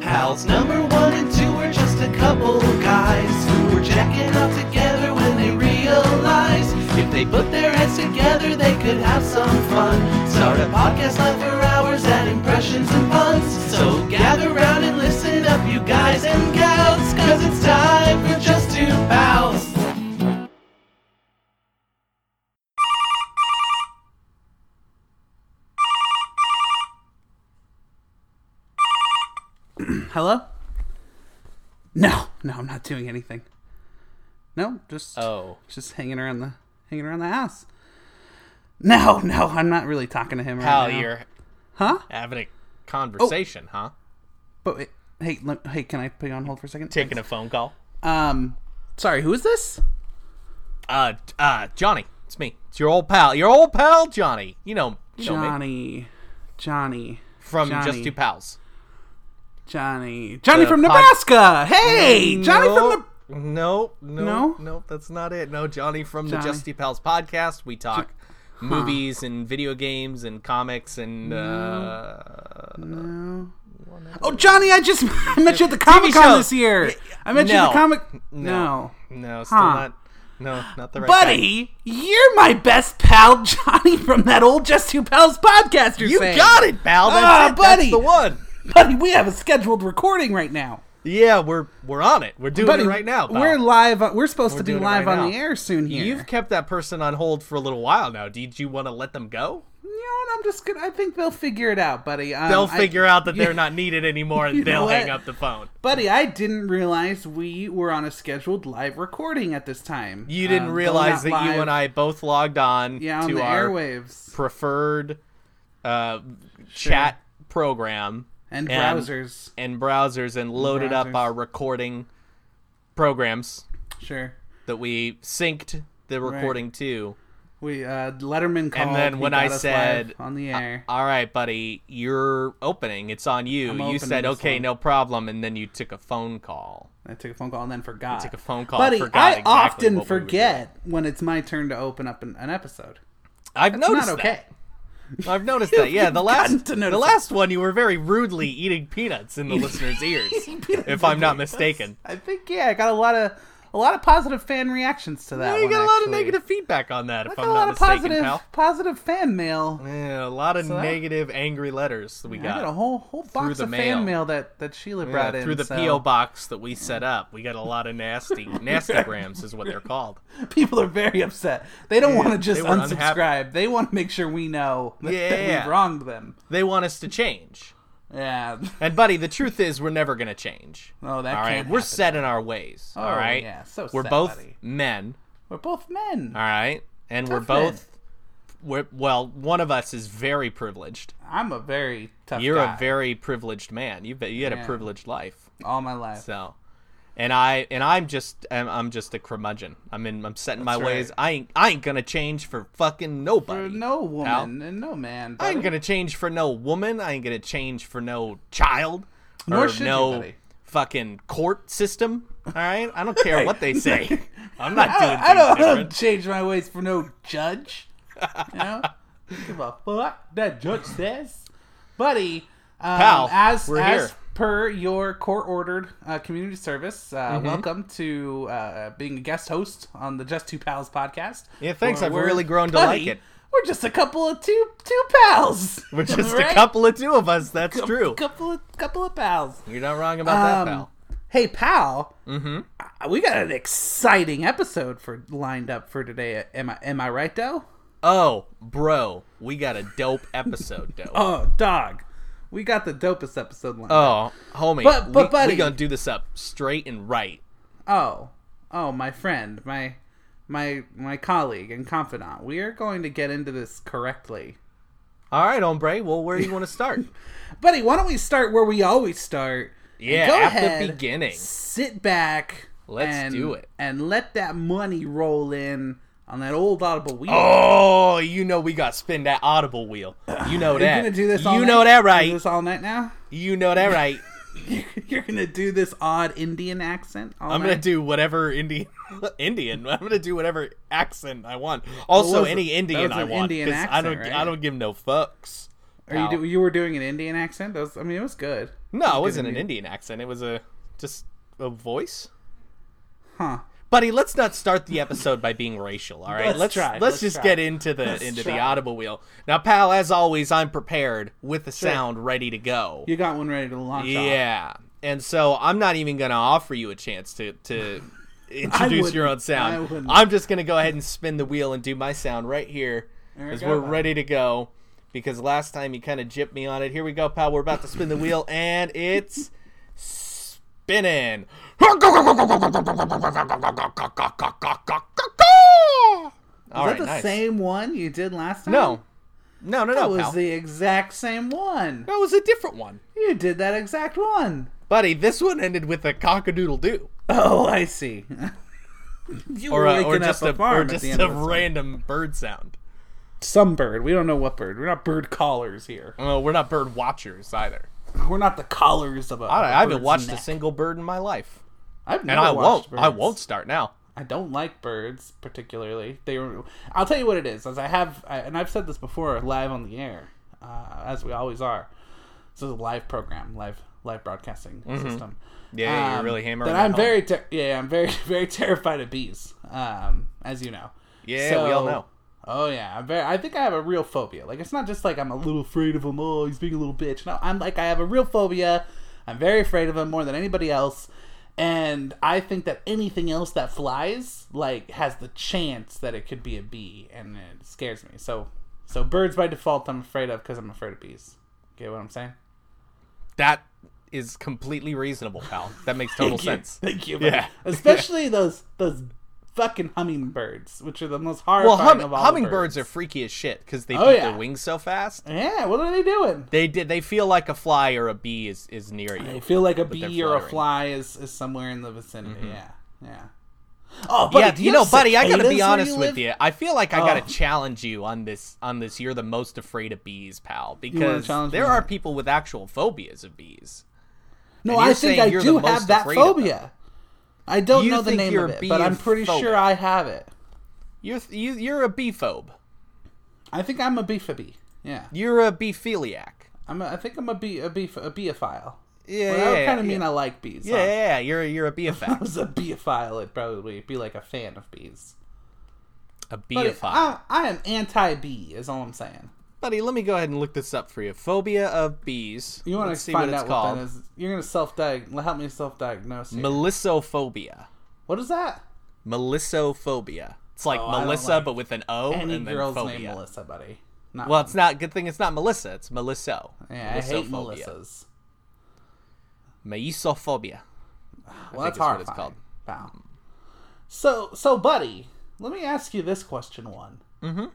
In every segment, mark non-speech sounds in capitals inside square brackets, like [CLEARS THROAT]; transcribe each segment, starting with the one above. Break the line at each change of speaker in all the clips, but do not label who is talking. pals. Number one and two are just a couple of guys who were jacking off together when they realized if they put their heads together, they could have some fun. Start a podcast live for hours, add impressions and puns. So gather round and listen up, you guys and gals, cause it's time for just two pals.
Hello? No, no, I'm not doing anything. No, just
Oh.
just hanging around the hanging around the house. No, no, I'm not really talking to him right
Pal,
now.
you're
Huh?
having a conversation, huh?
But wait, hey, let, hey, can I put you on hold for a second?
Taking a phone call.
Um, sorry, who is this?
Uh, uh, Johnny, it's me. It's your old pal. Your old pal, Johnny. You know, you know me.
Johnny, Johnny,
from
Johnny.
Just Two Pals.
Johnny, Johnny
The
from
pod-
Nebraska. Hey, Johnny from the.
the. No, no,
No?
no, that's not it. No, Johnny from
Johnny.
the Just Two Pals podcast. We talk movies and video games and comics and
Mm.
uh,
No. Oh, Johnny, I just [LAUGHS] met you at the Comic Con
show.
this year. I met you at
No.
the Comic.
no,
No.
no, still
Huh.
not. No, not the right guy.
Buddy, you're my best pal, Johnny, from that old Just Two Pals podcast. You're
You
saying.
got it, pal. That's
Ah,
it.
buddy.
That's the one.
buddy. We have a scheduled recording right now,
Yeah, we're we're on it. We're doing
buddy.
it right now. pal.
we're live. We're supposed to be
doing it
live
right
on
now.
the air soon. Here,
You've kept that person on hold for a little while now. Did you want to let them go?
You know what? I'm just gonna. I think they'll figure it out, buddy. Um,
They'll
I-
figure out
[LAUGHS]
that they're not needed anymore and
You know
they'll hang
what?
up the phone.
Buddy, I didn't realize we were on a scheduled live recording at this time.
You didn't
Um, though
realize that
not live-
you and I both logged on
yeah, on
to
the
our
airwaves
preferred uh, chat program
and, browsers.
and browsers and loaded
browsers.
up our recording programs
Sure,
that we synced the recording to.
we uh, Letterman called.
And then
he
when
got
I
us
said
live on the
"Uh,
air,
all right, buddy, you're opening. It's on you. you
opening
said,
this
"Okay,
one."
no problem," and then you took a phone call.
I took a phone call and then forgot.
took a phone call,
buddy.
forgot
I
exactly
often
what we were
forget when it's my turn to open up an, an episode.
I've noticed
Not okay.
that. I've noticed
[LAUGHS]
that. Yeah, the last
to
the
notice
last one, you were very rudely eating peanuts
[LAUGHS]
in the listener's ears, if I'm not mistaken.
I think yeah, I got a lot of a lot of positive fan reactions to that.
Yeah, you
one,
got a lot of
actually.
negative feedback on that, if
I
I'm
got a lot
not
of
mistaken,
positive
pal.
positive fan mail.
Yeah, a lot of
So that-
negative, angry letters that we
I
got,
got a whole whole box
the
of
mail.
fan mail that that Sheila
Yeah,
brought in
through the
so- [LAUGHS]
PO box that we set up. We got a lot of nasty, nastygrams is what they're called.
People are very upset. They don't want to just
they were
unsubscribe.
unhappy.
They want to make sure we know [LAUGHS] that, that
Yeah.
we've wronged them.
They want us to change.
Yeah. [LAUGHS]
And buddy, the truth is, we're never gonna change.
Oh, that
all right.
can't
We're
happen. Oh,
set in our ways. all right.
yeah, so
we're
set,
both
buddy.
men.
We're both men.
All right, and we're
Tough men.
both. We're, well, one of us is very privileged.
I'm a very tough
You're
guy
a very privileged man. You you had
Yeah.
a privileged life.
all my life.
So, and I and I'm just I'm, I'm just a curmudgeon. I'm in. I'm setting my
That's
ways.
right.
I ain't I ain't gonna change for fucking
For
nobody.
no woman
pal.
and no man.
I ain't
buddy.
gonna change for no woman. I ain't gonna change for no child
Nor
or
should you,
no
buddy.
fucking court system. All right, I don't care what they say.
[LAUGHS]
I'm not doing things
I don't, I don't [LAUGHS]
different.
change my ways for no judge.
[LAUGHS]
You know, give a fuck that judge says, buddy. Um,
Pal,
as
we're
as
here.
per your court-ordered uh, community service, uh,
Mm-hmm.
welcome to uh, being a guest host on the Just Two Pals podcast.
Yeah, thanks,
Where
I've
we're-
really grown to
buddy,
like it.
We're just a couple of two two pals.
We're just
[LAUGHS] Right?
a couple of two of us. That's true.
Couple of couple of pals.
You're not wrong about
Um,
that, pal.
Hey, pal. Mm-hmm. We got an exciting episode for lined up for today. Am I am I right, though?
Oh, bro, we got a dope episode, dope. oh,
[LAUGHS] Oh, dog. We got the dopest episode lined up.
homie,
But- but
we,
buddy-
we gonna do this up straight and right.
Oh, oh, my friend, my my my colleague and confidant. We are going to get into this correctly,
All right, hombre. Well, where do [LAUGHS] you want to start?
buddy. Why don't we start where we always start? and
Yeah,
go
at the
ahead,
beginning.
Sit back.
Let's
and-
do it.
and let that money roll in on that old audible wheel.
oh, you know we got to spin that audible wheel. You know
You're
that.
gonna do this.
You
All night?
know that,
You're gonna do
right?
this all night now.
You know that,
[LAUGHS]
right?
You're gonna do this odd Indian accent. All
I'm
night?
gonna do whatever Indian [LAUGHS] Indian. I'm gonna do whatever accent I want. Also,
was it?
any
That
Indian
was
I
an
want.
Indian
'cause I
accent,
don't.
right?
I don't give no fucks.
Are you do, you were doing an Indian accent? That was, I mean, it was good.
No, it wasn't
in
an
you.
Indian accent. It was a just a voice.
Huh.
Buddy, let's not start the episode by being racial. All right,
Let's
let's
try,
Let's,
let's
just
try.
get into the into the
try.
audible wheel. Now, pal, as always, I'm prepared with the sound ready to go.
You got one ready to launch. off.
Yeah, and so I'm not even gonna offer you a chance to
[LAUGHS]
to introduce your
wouldn't.
own
I
sound.
wouldn't.
I'm just gonna go ahead and spin the wheel and do my sound right here
There we
as
go,
we're
bud.
ready to go. Because last time you kind of jipped me on it. Here we go, pal. We're about to spin the wheel, and it's spinning. All
Is
right,
that the
nice.
same one you did last time?
No, no, no,
That
no,
was
pal.
the exact same one.
That was a different one,
You did that exact one.
buddy. This one ended with a cockadoodle doo.
Oh, I see. [LAUGHS] you
or,
were
a,
waking
or
up
just a,
farm
or
at
just
the end
a
of this one.
random bird sound.
some bird. We don't know what bird. We're not bird callers here.
Oh, we're not bird watchers either.
We're not the callers of a.
I,
a
I haven't
bird's
watched
neck.
a single bird in my life,
I've
and
never
I won't.
watched
I
birds.
won't start now.
I don't like birds particularly. They were. I'll tell you what it is, as I have, I, and I've said this before, live on the air, uh, as we always are. This is a live program, live live broadcasting system.
Mm-hmm. Yeah, you're really hammering
But
that
I'm
home.
very, ter- yeah, I'm very, [LAUGHS] very terrified of bees, um, as you know.
Yeah, we all know.
Oh yeah, I'm very. I think I have a real phobia. Like it's not just like I'm a little afraid of him. Oh, he's being a little bitch. No, I'm like I have a real phobia. I'm very afraid of him more than anybody else. And I think that anything else that flies like has the chance that it could be a bee, and it scares me. So, so birds by default I'm afraid of because I'm afraid of bees. Get what I'm saying?
That is completely reasonable, pal. That
[LAUGHS]
makes total sense.
Thank you.
Yeah.
buddy. [LAUGHS] Especially those those fucking hummingbirds, which are the most
Well,
horrifying
hum-
of all.
hummingbirds
the
are freaky as shit because they
Oh,
beat
yeah.
their wings so fast.
Yeah, what are they doing?
They did. They feel like a fly or a bee is is near you.
I feel like a
they're
bee or a
fluttering.
fly is, is somewhere in the vicinity. Yeah, yeah. Mm-hmm. Oh, buddy,
yeah,
do
you, know,
have
buddy, I gotta
cicadas
be
where
honest
you
with
live?
you. I feel like I
Oh.
gotta challenge you on this on this. You're the most afraid of bees, pal,
wanna
because
challenge me
there
on
are
it?
people with actual phobias of bees.
No,
and
I
you're
think
saying
I
you're
do
the most
have that
afraid of
phobia. I don't
You
know the
think
name
you're
of it, but I'm pretty sure
beophobic.
I have it.
You're th- you, you're a bee phobe.
I think I'm a beefabee. Yeah,
You're a beephiliac.
I'm. A, I think I'm a bee, a beef, a beophile.
Yeah, yeah,
Well, that would
yeah,
kind of
yeah.
mean I like bees.
yeah,
huh?
yeah, yeah, You're you're a
I [LAUGHS]
beephile.
was a beophile, it'd probably be like a fan of bees.
a
But
beephile.
I, I am anti-bee, is all I'm saying.
Buddy, let me go ahead and look this up for you. Phobia of bees.
You want
Let's
to
see
find
what it's
out what
called?
that is? You're gonna self-diagnose. Help me self-diagnose. here.
Melissophobia.
what is that?
Melissophobia. It's like
Oh, I don't
Melissa,
like
but with an O
Any
and then
girl's
phobia.
name Melissa, buddy. Not
Well, it's not good thing it's not Melissa. It's Melisso.
yeah, I hate
Melissophobia.
Melissas.
Melissophobia.
Well, that's
it's what
hard.
it's
It's called. Wow. So, so, buddy, let me ask you this question one. Mm-hmm.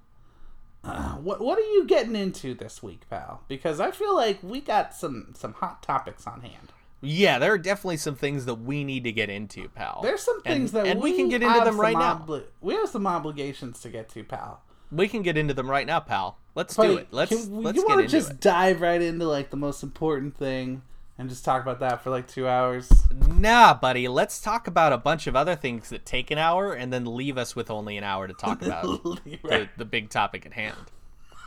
Uh, what What are you getting into this week, pal? Because I feel like we got some some hot topics on hand.
Yeah, there are definitely some things that we need to get into, pal.
There's some
And-
things that
and we,
we
can get into
have
them right
some
now.
obli- We have some obligations to get to, pal.
We can get into them right now, pal. Let's do
Buddy,
it. Let's
can we-
let's
you
get
wanna
into
just
it.
dive right into like the most important thing and just talk about that for like two hours.
Nah, buddy. Let's talk about a bunch of other things that take an hour and then leave us with only an hour to
[LAUGHS]
talk about the, the big topic at hand.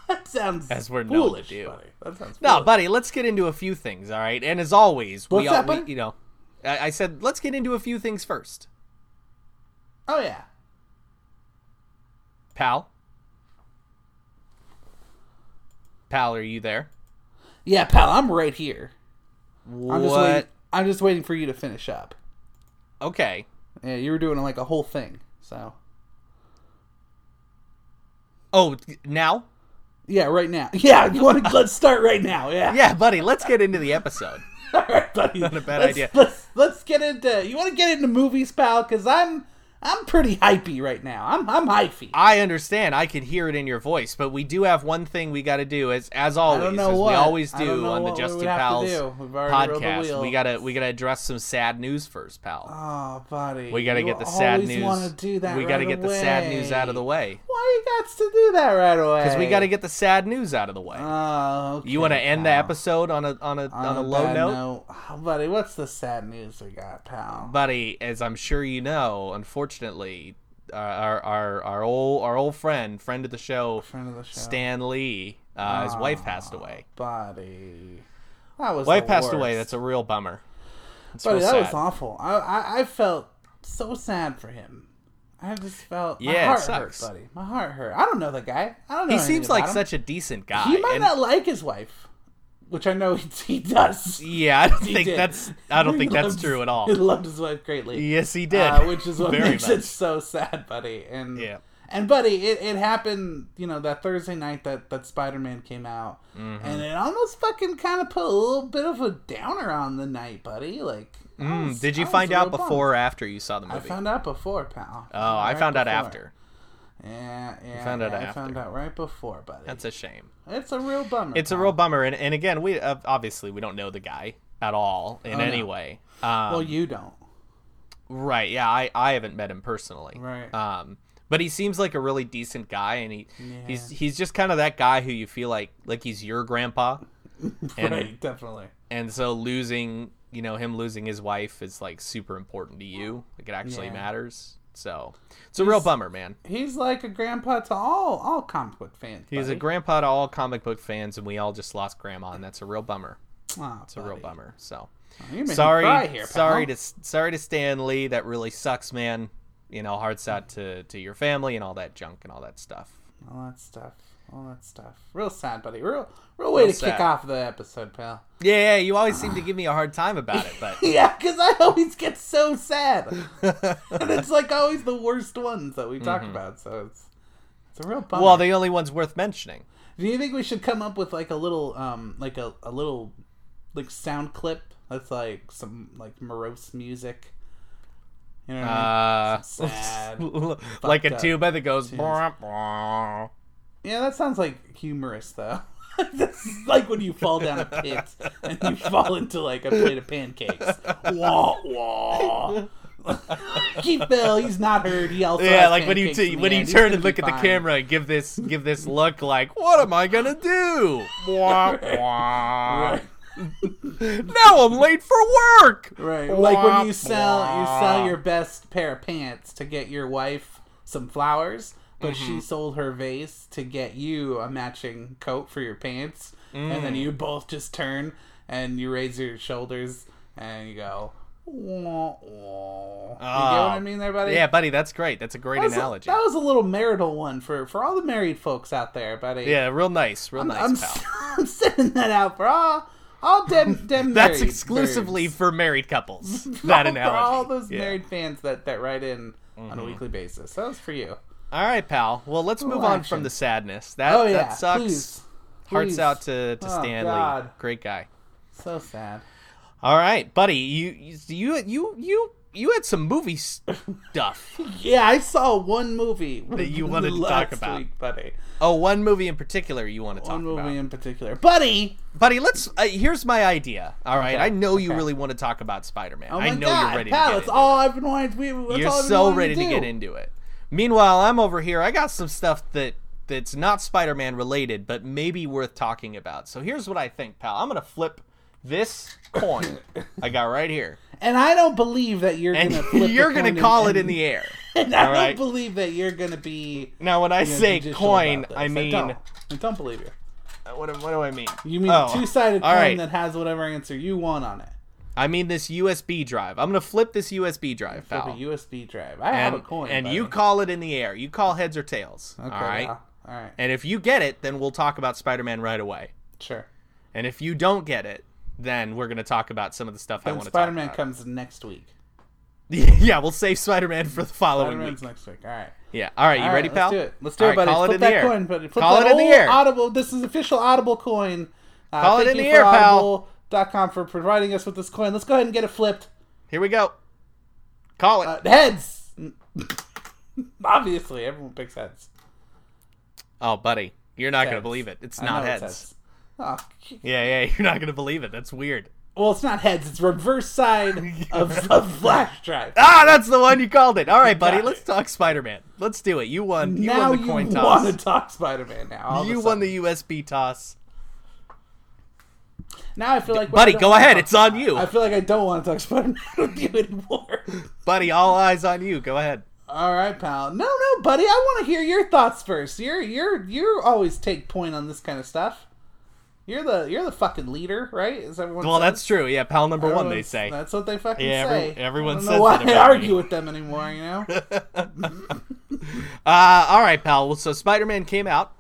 That sounds
As we're known to
foolish,
do.
buddy. That sounds
No,
foolish.
buddy, let's get into a few things, all right? And as always, we,
What's
all,
that,
we
buddy?
you know, I, I said let's get into a few things first,
Oh yeah.
pal. Pal, are you there?
Yeah, pal, I'm right here. I'm just
What?
waiting I'm just waiting for you to finish up.
Okay.
Yeah, you were doing like a whole thing. So
Oh, now?
Yeah, right now. [LAUGHS] Yeah, you wanna let's start right now, yeah.
Yeah, buddy, let's get into the episode.
[LAUGHS] Alright, buddy.
Not a bad
let's,
idea.
Let's let's get into you wanna get into movies, pal, cause I'm I'm pretty hypey right now. I'm I'm hypey.
I understand. I can hear it in your voice, but we do have one thing we got to do as as always,
know
as we
what.
always
I don't
do
know
on the
what we
Justin
would have to
Pals
do. We've already rolled the
podcast. We
wheel.
got to we got to address some sad news first, pal.
Oh, buddy.
we got to
you
get the sad
always
news.
wanna do that
we gotta
right
get the sad
away.
news out of the way.
Why you got to do that right away?
Because we got to get the sad news out of the way.
Oh, okay,
you want to end the
pal.
episode on a on a on, a low
bad
note,
Oh, buddy, what's the sad news we got, pal?
buddy? As I'm sure you know, unfortunately, uh, our our our, our old our old friend, friend of the show,
Friend of the show. Ah. Oh,
Stan Lee, Uh, his wife passed away.
Buddy. That was
Wife
the
passed away.
worst.
That's a real bummer. It's
Buddy,
real
that
sad.
was awful. I, I I felt so sad for him. I just felt
Yeah,
my
it
heart
sucks.
hurt, buddy. My heart hurt. I don't know the guy. I don't know.
He
anything
seems like
about him.
such a decent guy.
He might
and-
not like his wife, which I know [LAUGHS] he, he does.
yeah, I don't
He
think
did.
that's. I don't
He
think that's
loved-
true at
He [LAUGHS]
all.
loved his wife greatly.
Yes, he did.
Uh, which is what
Very
makes
much.
it so sad, buddy. And
Yeah.
and buddy, it, it happened, you know, that Thursday night that, that Spider Man came out.
Mm-hmm.
And it almost fucking kind of put a little bit of a downer on the night, buddy. Like, I
Mm,
was-
did
I
you
was
find
real
out
bummed.
before or after you saw the movie?
I found out before, pal.
oh, I
Right
found out
before.
after.
Yeah, yeah.
found out
yeah, I
after.
found out right before, buddy.
That's a shame.
it's a real bummer.
It's a
pal.
real bummer, and, and again, we uh, obviously we don't know the guy at all in
Oh, no.
any way. Um,
Well, you don't. [LAUGHS]
Right. Yeah. I, I haven't met him personally.
Right.
Um, but he seems like a really decent guy, and he
Yeah.
he's he's just kind of that guy who you feel like like he's your grandpa, and
right, definitely.
and so losing you know him losing his wife is like super important to you. Like it actually
Yeah.
matters. So it's a real bummer, man.
He's like a grandpa to all all comic book fans.
He's a
buddy.
grandpa to all comic book fans, and we all just lost grandma, and that's a real bummer.
Aw,
It's a real
buddy.
bummer. So
You made me cry
sorry,
here, pal.
sorry to sorry to Stan Lee. That really sucks, man. You know, hearts out to to your family and all that junk and all that stuff.
all that stuff, all that stuff. Real sad, buddy. Real, real way to kick
sad.
off the episode, pal. [LAUGHS]
Yeah, yeah, you always seem to give me a hard time about it, but
Yeah, because I always get
[LAUGHS]
so sad, [LAUGHS] and it's like always the worst ones that we talk about. So it's it's a real bummer.
Mm-hmm. well, the only one's worth mentioning.
Do you think we should come up with like a little, um, like a, a little, like sound clip that's like some like morose music? You know what I mean?
Uh,
Mm,
[LAUGHS]
sad,
like
fucked
a
up
tuba that goes.
tunes.
"Bwah, bwah."
Yeah, that sounds like humorous though. [LAUGHS] That's like when you fall down a pit and you fall into like a plate of pancakes. Wah wah. [LAUGHS] Keith Bell, he's not heard. He also
Yeah,
has
like when you
pancakes in
t-
the
when you
end. He's
turn
gonna
and look
be
at the
fine.
camera and give this give this look like, what am I gonna
[LAUGHS]
do? Bwah, bwah.
Right.
Now I'm late for work.
Right. Like when you
Wah,
sell you sell
wah.
your best pair of pants to get your wife some flowers, but
Mm-hmm.
she sold her vase to get you a matching coat for your pants, and
Mm.
then you both just turn and you raise your shoulders and you go. Wah, wah. you get what I
Oh.
mean there, buddy?
Yeah, buddy, that's great. That's a great
that was, a,
analogy.
that was a little marital one for for all the married folks out there, buddy.
yeah, real nice, real
I'm,
nice, pal.
[LAUGHS] I'm sending that out for all
[LAUGHS]
all dem, dem
That's
married
exclusively
birds
for married
[LAUGHS]
couples. [LAUGHS] That
all-
analogy.
For all those
Yeah. Mm-hmm.
married fans that, that write in on a weekly basis. That was for you.
All right, pal. Well, let's move on
action.
from the sadness. That
oh, yeah.
that sucks.
Please.
Hearts
Please.
out to to
Oh,
Stanley.
God.
Great guy.
So sad.
All right, buddy. You you you you you, you had some movie
[LAUGHS]
stuff.
Yeah, I saw one movie
[LAUGHS] That you wanted
[LAUGHS]
to talk
last
about.
week, buddy.
oh, one movie in particular you want to talk
One movie
about,
in particular, buddy.
buddy. Let's. Uh, here's my idea. All right,
Okay,
I know you
okay.
really want to talk about Spider-Man.
Oh my
I know
God,
you're ready.
pal,
to get
it's
into
all I've been wanting to be. that's
You're
all I've been
so
wanting
ready to,
do.
get into it. Meanwhile, I'm over here. I got some stuff that that's not Spider-Man related, but maybe worth talking about. So here's what I think, pal. I'm gonna flip this
[COUGHS]
coin I got right here,
And I don't believe that you're
and [LAUGHS]
gonna flip
you're
the
gonna
coin
call
and,
it in the air.
[LAUGHS] And I
all right?
don't believe that you're gonna be.
Now, when I
you know,
say
judicial
coin,
about this.
I mean uh,
don't. I don't believe you.
what? do- What do I mean?
You mean
Oh,
a two-sided
all
coin
right.
that has whatever answer you want on it.
I mean this USB drive. I'm gonna flip this USB drive,
Flip
pal.
a USB drive. I have
and
a coin.
and you
buddy.
call it in the air. You call heads or tails.
Okay,
all right.
yeah. All right.
And if you get it, then we'll talk about Spider-Man right away.
Sure.
And if you don't get it, then we're going to talk about some of the stuff I
Then
want to
Spider Man
talk about.
comes next week.
[LAUGHS] yeah, we'll save Spider-Man for the following
Spider Man's
week.
next week. All right.
Yeah. All right, you
All
ready,
right,
pal?
Let's do it. Let's do
All
it,
right,
buddy.
Call
flip
it in
that
the air.
coin, buddy. Flip
Call
that
it in the
old
air.
Audible. This is official Audible coin. Uh,
Call it
thank
in
you
the
for
air, pal.
Audible.com for providing us with this coin. Let's go ahead and get it flipped.
Here we go. Call it.
Uh, heads. [LAUGHS] Obviously, everyone picks heads.
oh, buddy, you're not going to
heads.
believe it. It's
I
not
know it's
heads.
heads. Oh,
Yeah, [LAUGHS] yeah, you're not going to believe it. That's weird.
well, it's not heads. It's reverse side
[LAUGHS]
of, of flash drive.
Ah, that's the one you called it. All right, buddy,
got
let's talk Spider-Man. Let's do it. You won. You
now
won the coin
you
toss.
want to talk Spider Man now. all of a
you won
sudden.
the USB toss.
Now I feel like
Buddy,
I don't
go
wanna
ahead.
talk-
It's on you.
I feel like I don't want to talk Spider Man with you anymore.
Buddy, all eyes on you. Go ahead.
All right, pal. No, no, buddy. I want to hear your thoughts first. You're you're you always take point on this kind of stuff. You're the you're the fucking leader, right? Is everyone?
Well,
says?
that's true. Yeah, pal number one, they
Everyone's-
say.
That's what they fucking
Yeah,
say.
every- everyone
I don't
says
know why
that
I
about
argue
me.
with them anymore.
[LAUGHS]
You know? oh,
Uh, all right, pal. Well, so Spider Man came out.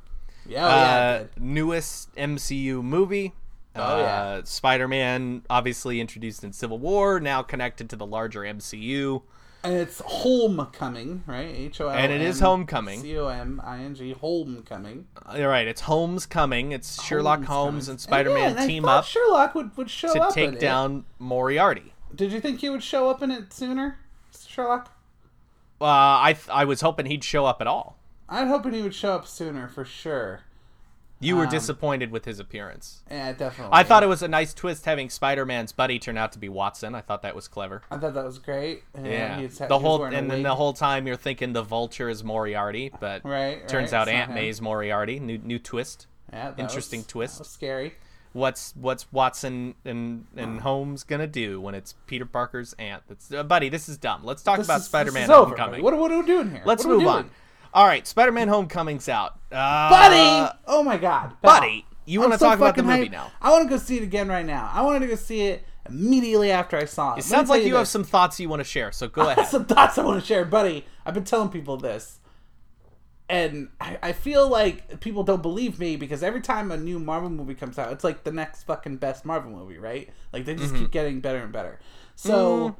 Yeah, oh, yeah. I
uh,
did.
newest MCU movie.
Oh, yeah.
uh, Spider Man, obviously introduced in Civil War, now connected to the larger MCU.
And it's homecoming, right? H O L.
And it is homecoming.
C O M I N G homecoming.
Uh, All right, it's Holmes coming. It's Sherlock Holmes
Homecoming.
and Spider Man
yeah, and I
team
thought
up
Sherlock would, would show
to
up in
take
it.
down Moriarty.
Did you think he would show up in it sooner, Sherlock?
Uh, I th- I was hoping he'd show up at all.
I'm hoping he would show up sooner for sure.
You were disappointed with his appearance.
Um, Yeah, definitely.
I thought it was a nice twist having Spider Man's buddy turn out to be Watson. I thought that was clever.
I thought that was great. And
Yeah,
he was- he
the
was
whole
wearing a
and then
wig.
the whole time you're thinking the Vulture is Moriarty, but
Right,
turns
right,
out
it's not
Aunt
him.
May's Moriarty. New new twist.
Yeah, that
interesting
was-
twist.
That was scary.
What's what's Watson and and Holmes gonna do when it's Peter Parker's aunt? That's uh, buddy. This is dumb. Let's talk
This
about
is-
Spider-Man
this is over.
Homecoming.
What, what are we doing here?
Let's
What are we
move on.
doing?
All right, Spider-Man Homecoming's out. Uh,
buddy. oh my god, pal.
buddy, you
I'm
want to
so
talk about the
fucking
movie
hyped.
now?
I want to go see it again right now. I wanted to go see it immediately after I saw it.
It sounds like you have some thoughts you want to share, so
[LAUGHS]
go ahead.
some thoughts I want to share, buddy. I've been telling people this, and I, I feel like people don't believe me because every time a new Marvel movie comes out, it's like the next fucking best Marvel movie, right? Like they just
Mm-hmm.
keep getting better and better. So.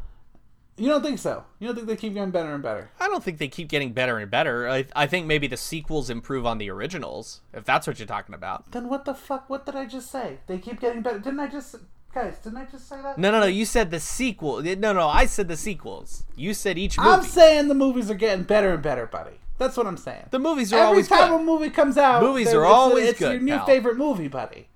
You don't think so? You don't think they keep getting better and better?
I don't think they keep getting better and better. I, I think maybe the sequels improve on the originals, if that's what you're talking about.
Then what the fuck? What did I just say? They keep getting better. Didn't I just, guys? Didn't I just say that?
No, no, no. You said the sequel. No, no. I said the sequels. You said each movie.
I'm saying the movies are getting better and better, buddy. That's what I'm saying.
the movies are
Every
always
time
good.
a movie comes out,
Movies
there-
are
it's a-
always
it's your
good,
new
pal.
favorite movie, buddy.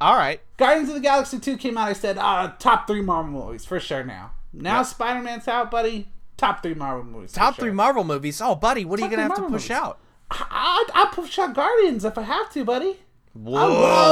All right.
Guardians of the Galaxy 2 came out. I said, ah, top three Marvel movies for sure now. Now Spider Man's out, buddy. Top three Marvel movies. for
Top
sure.
three Marvel movies. Oh, buddy, what are
Top
you
three
gonna have to
Marvel
push
movies.
out?
I- I'd, I'd push out Guardians if I have to, buddy.
Whoa,
loved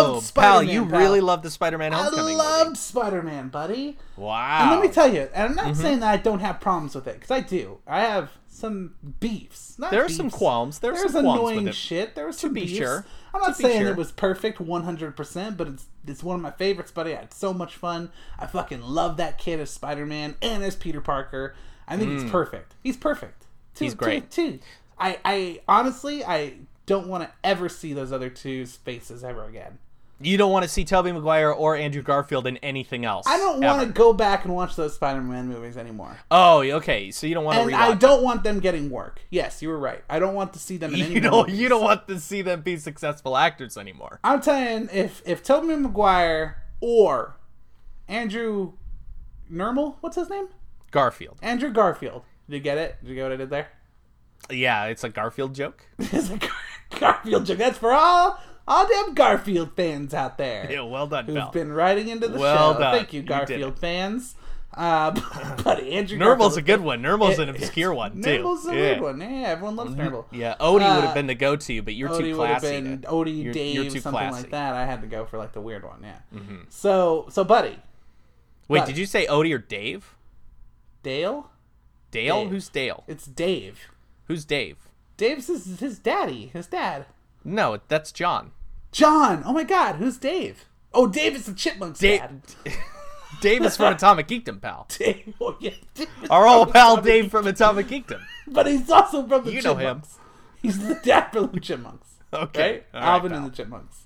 pal!
Spider-Man,
You
pal.
really love the Spider-Man
I
Homecoming.
loved Spider Man, buddy.
movie. Wow. Mm-hmm.
And let me tell you, and I'm not saying that I don't have problems with it, because I do. I have some beefs. Not
There are some
beefs.
qualms. There are
There's
some qualms
annoying
with it.
shit. There was some
be
beefs.
sure.
I'm not
To be
saying
sure.
it was perfect 100%, but it's it's one of my favorites, buddy. I had so much fun. I fucking love that kid as Spider-Man and as Peter Parker. I think he's perfect. He's perfect. Two,
Mm. He's great.
Two, two. I, I honestly, I don't want to ever see those other two's faces ever again.
You don't want to see Tobey Maguire or Andrew Garfield in anything else.
I don't want to go back and watch those Spider-Man movies anymore.
Oh, okay. So you don't want to
and
rewatch.
I don't want them getting work. Yes, you were right. I don't want to see them in
[LAUGHS]
any
You don't.
movies.
You don't want to see them be successful actors anymore.
I'm telling if if Tobey Maguire or Andrew Nermal, what's his name?
Garfield.
Andrew Garfield. Did you get it? Did you get what I did there? [LAUGHS]
Yeah, it's a Garfield joke. [LAUGHS]
it's a Gar- Garfield joke. That's for all all damn Garfield fans out there.
Yeah, well done,
who've
pal.
been writing into the
Well
show.
done.
Thank you,
You did
Garfield
it.
fans. Uh, [LAUGHS] but Andrew
[LAUGHS] Nurmal's
Garfield-
a
[LAUGHS]
good one. Nurmal's an
It-
obscure one too.
Nurmal's a
yeah. Mm-hmm.
weird one. Yeah, everyone loves Nurmal.
Yeah, Odie would
Uh,
have been the go-to, but you're
Odie
too
would have
classy.
been Oh,
to-
Odie,
you're-
Dave,
you're too
something
classy. Mm-hmm.
like that. I had to go for like the weird one, yeah. So, so buddy,
Wait,
But-
did you say Odie or Dave?
Dale,
Dale?
Dave.
Who's Dale?
it's Dave.
Who's Dave?
Dave's his, his daddy, his dad.
No, that's
[LAUGHS]
John.
John. Oh my God, who's Dave? Oh, Dave is the chipmunk's
Dave.
dad. [LAUGHS]
Dave is from Atomic Geekdom, pal.
Dave. Oh
[LAUGHS]
yeah. Dave is
Our old
from
pal
Sonic,
Dave from Atomic
[LAUGHS]
Geekdom.
But he's also from the
You know him.
chipmunks. He's the dad from the chipmunks.
Okay.
Right?
All right,
Alvin
pal.
and the chipmunks.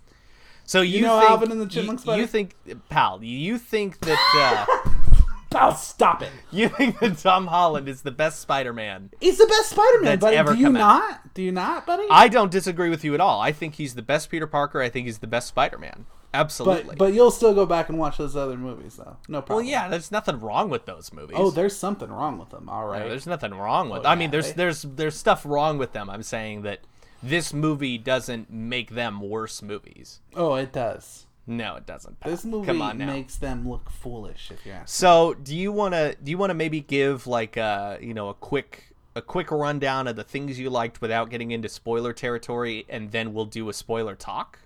So you,
know
think,
Alvin and the
you-
Chipmunks,
You,
buddy?
think, pal? You think that
[LAUGHS]
uh,
Pal, stop it.
you think that Tom Holland is the best Spider-Man?
He's the best Spider-Man,
That's
buddy.
ever
Do you
come out.
not? Do you not, buddy?
I don't disagree with you at all. I think he's the best Peter Parker. I think he's the best Spider-Man. Absolutely.
But but you'll still go back and watch those other movies though. No problem.
well, yeah, there's nothing wrong with those movies.
Oh, there's something wrong with them. All right.
there's nothing wrong with.
Oh,
I mean,
yeah,
there's
they-
there's there's stuff wrong with them. I'm saying that this movie doesn't make them worse movies.
oh, it does.
No, it doesn't. Pal.
This movie
Come on now.
makes them look foolish. If you ask.
So, do you want to do you want to maybe give like uh you know a quick a quick rundown of the things you liked without getting into spoiler territory, and then we'll do a spoiler talk?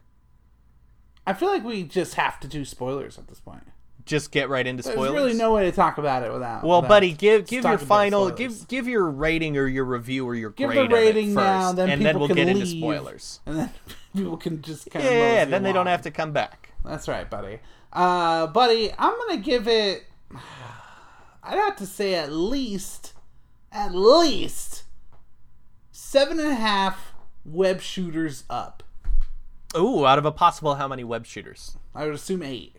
I feel like we just have to do spoilers at this point.
just get right into
There's
spoilers?
really no way to talk about it without.
Well,
without
buddy, give give
talking
your
about
final
spoilers.
give give your rating or your review or your
Give
grade
the rating
of it first,
now, then
and
people
then we'll
can
get into
leave,
spoilers.
and then [LAUGHS] people can just kind of
Yeah, then they don't have to come back.
That's right, buddy. Uh, buddy, I'm gonna give it. [SIGHS] I'd have to say at least, at least seven and a half web shooters up.
Ooh, out of a possible how many web shooters?
I would assume eight.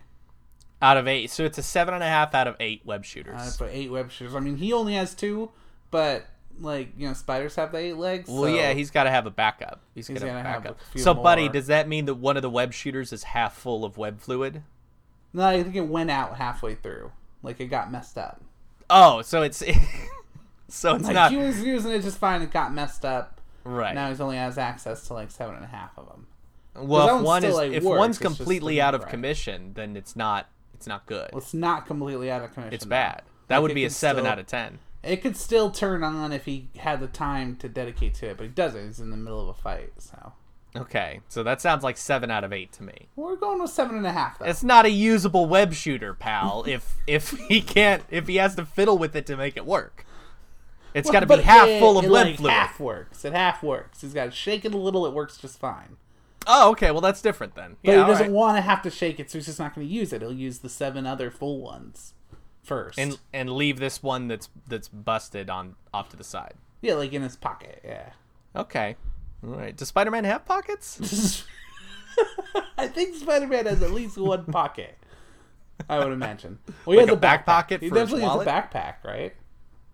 Out of eight, so it's a seven and a half out of eight web
Uh,
shooters.
for eight web shooters. I mean, he only has two, but like you know, spiders have the eight legs.
well,
so-
yeah, he's got to have a backup. He's,
He's
gonna,
gotta
back
have
up.
a few
So, buddy,
more.
does that mean that one of the web shooters is half full of web fluid?
No, I think it went out halfway through. Like it got messed up.
Oh, so it's [LAUGHS] so it's
Like
not
he was using it just fine. It got messed up.
right.
Now he's only has access to like seven and a half of them. that
well, if
one
one
still,
is
like,
if
works,
one's
it's just
completely
doesn't
out of
right.
commission, then it's not it's not good.
Well, it's not completely out of commission.
it's
though.
bad. That
Like,
would
it
be a
can
seven
still-
out of ten.
It could still turn on if he had the time to dedicate to it, but he doesn't. He's in the middle of a fight, so
Okay, so that sounds like seven out of eight to me.
we're going with seven and a half. Though.
It's not a usable web shooter,
[LAUGHS]
pal. if if he can't, if he has to fiddle with it to make it work, it's got to
But
be half
it-
full of
it,
web
like, ah.
fluid.
Half works. It half works. He's got to shake it a little. It works just fine.
Oh, okay. Well, that's different then.
But
yeah,
he
all
doesn't
right.
want to have to shake it, so he's just not going to use it. He'll use the seven other full ones first.
and and leave this one that's that's busted on off to the side.
yeah, like in his pocket. Yeah. [LAUGHS]
Okay. All right. Does Spider-Man have pockets?
[LAUGHS] I think Spider Man has at least one pocket. I would imagine. Well, he
Like a
has a
back
backpack.
pocket
He
for his
definitely has a
wallet?
backpack, right?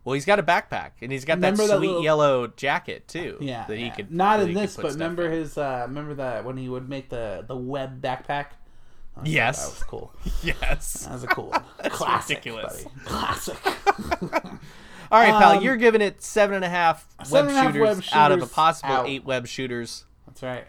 Well, he's got a backpack, and he's got that
Remember
sweet
that little-
yellow jacket too.
Yeah.
that he
yeah.
could
Not
that
in
he could
this,
put
but
stuff
remember
in.
his. uh Remember that when he would make the the web backpack. I thought
Yes.
[LAUGHS] that was cool.
Yes.
[LAUGHS] That was
[LAUGHS]
a cool one. Classic,
ridiculous.
buddy. Classic.
All right, pal.
Um,
you're giving it seven and a half web
Seven and a half
shooters,
web
out of a
shooters
possible
out.
eight web shooters.
That's right.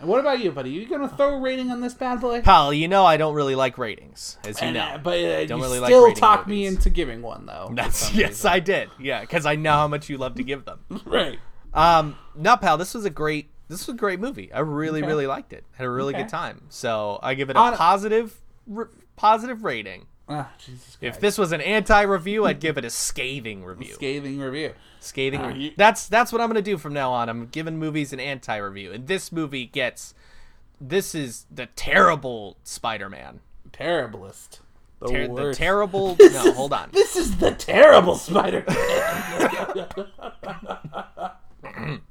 And what about you, buddy? You gonna throw a rating on this bad boy?
Pal, you know I don't really like ratings, as you
And,
know.
uh, but uh,
Don't
you
really like
still
rating
talk me
movies.
into giving one [LAUGHS] though. for
[LAUGHS] That's
some
yes,
reason.
I did. Yeah, because I know how much you love to give them.
right.
Um, no, pal, this was a great. This was a great movie. I really,
Okay.
really liked it. Had a really
Okay.
good time. So I give it a
On-
positive, r- positive rating.
Ah, Jesus Christ.
If this was an anti-review, I'd give it a scathing review.
scathing review.
scathing.
Uh,
review.
you-
That's that's what I'm gonna do from now on. I'm giving movies an anti-review, and this movie gets. This is the terrible Spider-Man.
Terriblest. The
Ter- the
worst. [LAUGHS]
terrible. no, hold on.
This is the terrible Spider.
[LAUGHS]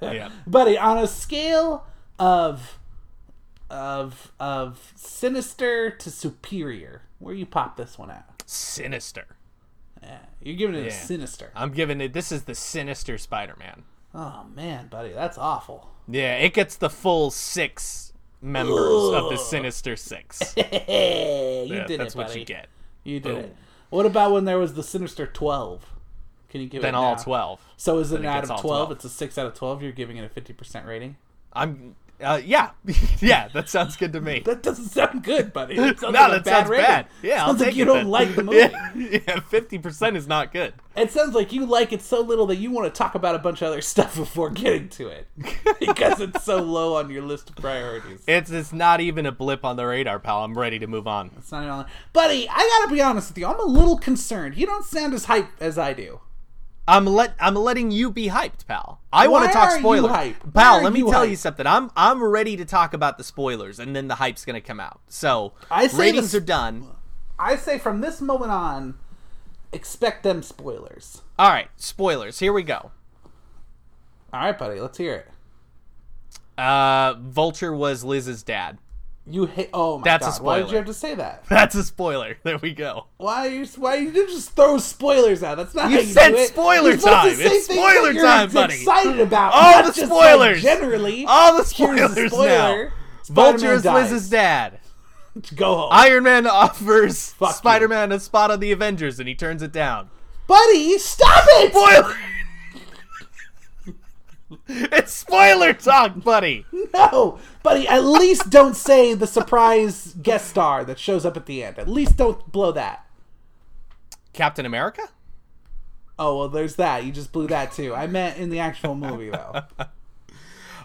Yeah.
Buddy, on a scale of of of sinister to superior, where you pop this one at?
Sinister.
You're giving it a
Yeah.
sinister.
I'm giving it. This is the sinister Spider-Man.
Oh man, buddy, that's awful. [LAUGHS]
Yeah, it gets the full six members of
[GASPS]
the Sinister
[LAUGHS]
Six.
you
Yeah,
did
that's
it, buddy.
what you get.
You did
Boom.
it. What about when there was the Sinister Twelve? Can you give it
Then all
now?
twelve.
So is it an
it
out
gets
of
all
12?
12.
It's a 6 out of 12. You're giving it a 50% rating?
I'm. Uh, yeah, [LAUGHS] yeah, that sounds good to me.
That doesn't sound good, buddy.
[LAUGHS]
That sounds
no,
like a
that
bad
sounds
rating.
bad. Yeah, I'll
sounds like
take
you
it
don't
then. [LAUGHS]
like the movie.
Yeah, fifty percent is not good.
It sounds like you like it so little that you want to talk about a bunch of other [LAUGHS] stuff before getting
[LAUGHS]
to it because it's so low on your list of priorities.
It's it's not even a blip on the radar, pal. I'm ready to move on.
It's not even on. Buddy, I gotta be honest with you. I'm a little concerned. You don't sound as hype as I do.
I'm let I'm letting you be hyped, pal. I want
Why
to talk
are you
spoilers,
hyped? Why
pal.
are
Let me
you
tell you
hyped?
something. I'm I'm ready to talk about the spoilers, and then the hype's gonna come out. So
I say the
ratings
sp-
are done.
I say from this moment on, expect them spoilers.
All right, spoilers. Here we go.
All right, buddy, let's hear it.
Uh, Vulture was Liz's dad. [LAUGHS]
You hate. Oh my
That's a
god! Why did you
spoiler.
have to say that?
That's a spoiler. There we go.
Why you? Why you didn't just throw spoilers out? That's not
You
how you
said
do it.
spoiler
You're
time.
supposed to say
It's
things that
spoiler
you're
time, buddy.
Excited about
All
not
the
just,
spoilers.
Like, generally,
All the
Here's
spoilers
the spoiler.
now. Vulture
Spider-Man
is
dies.
Liz's dad.
go home,
Iron Man [LAUGHS] offers
Fuck
Spider-Man a spot on the Avengers, and he turns it down.
buddy. Stop it!
Spoiler. it's spoiler talk, buddy.
[LAUGHS] No, buddy. At least don't say the surprise guest star that shows up at the end. At least don't blow that.
Captain America.
Oh well, there's that. You just blew that too.
[LAUGHS]
I meant in the actual movie though.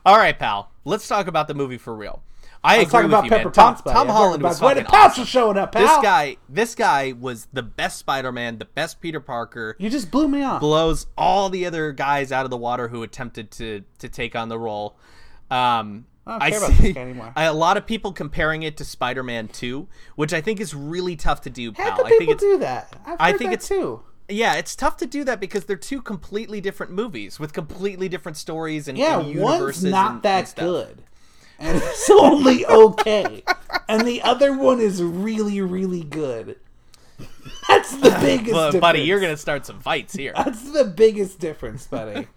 All right, pal. Let's talk about the movie for real. I,
I was
agree
talking
with
about
you,
Pepper
man.
Potts.
Tom,
buddy.
Tom
I was
Holland
talking
was
about
fucking
Gwen Potts
awesome.
was showing up. Pal.
This guy, this guy was the best Spider-Man, the best Peter Parker.
you just blew me off.
blows all the other guys out of the water who attempted to to take on the role. Um,
I don't care about this guy anymore.
I- [LAUGHS] a lot of people comparing it to Spider-Man 2, which I think is really tough to do,
How
pal.
could
I think
people
it's
do that? I've heard
I think
that
it's-
too.
yeah, it's tough to do that because they're two completely different movies with completely different stories and,
Yeah,
and universes.
one's not
and- and
that
stuff.
good, and [LAUGHS] it's only okay, and the other one is really, really good. That's the
[LAUGHS]
biggest.
Well,
difference.
buddy, you're gonna start some fights
[LAUGHS]
here.
That's the biggest
[LAUGHS]
difference, buddy.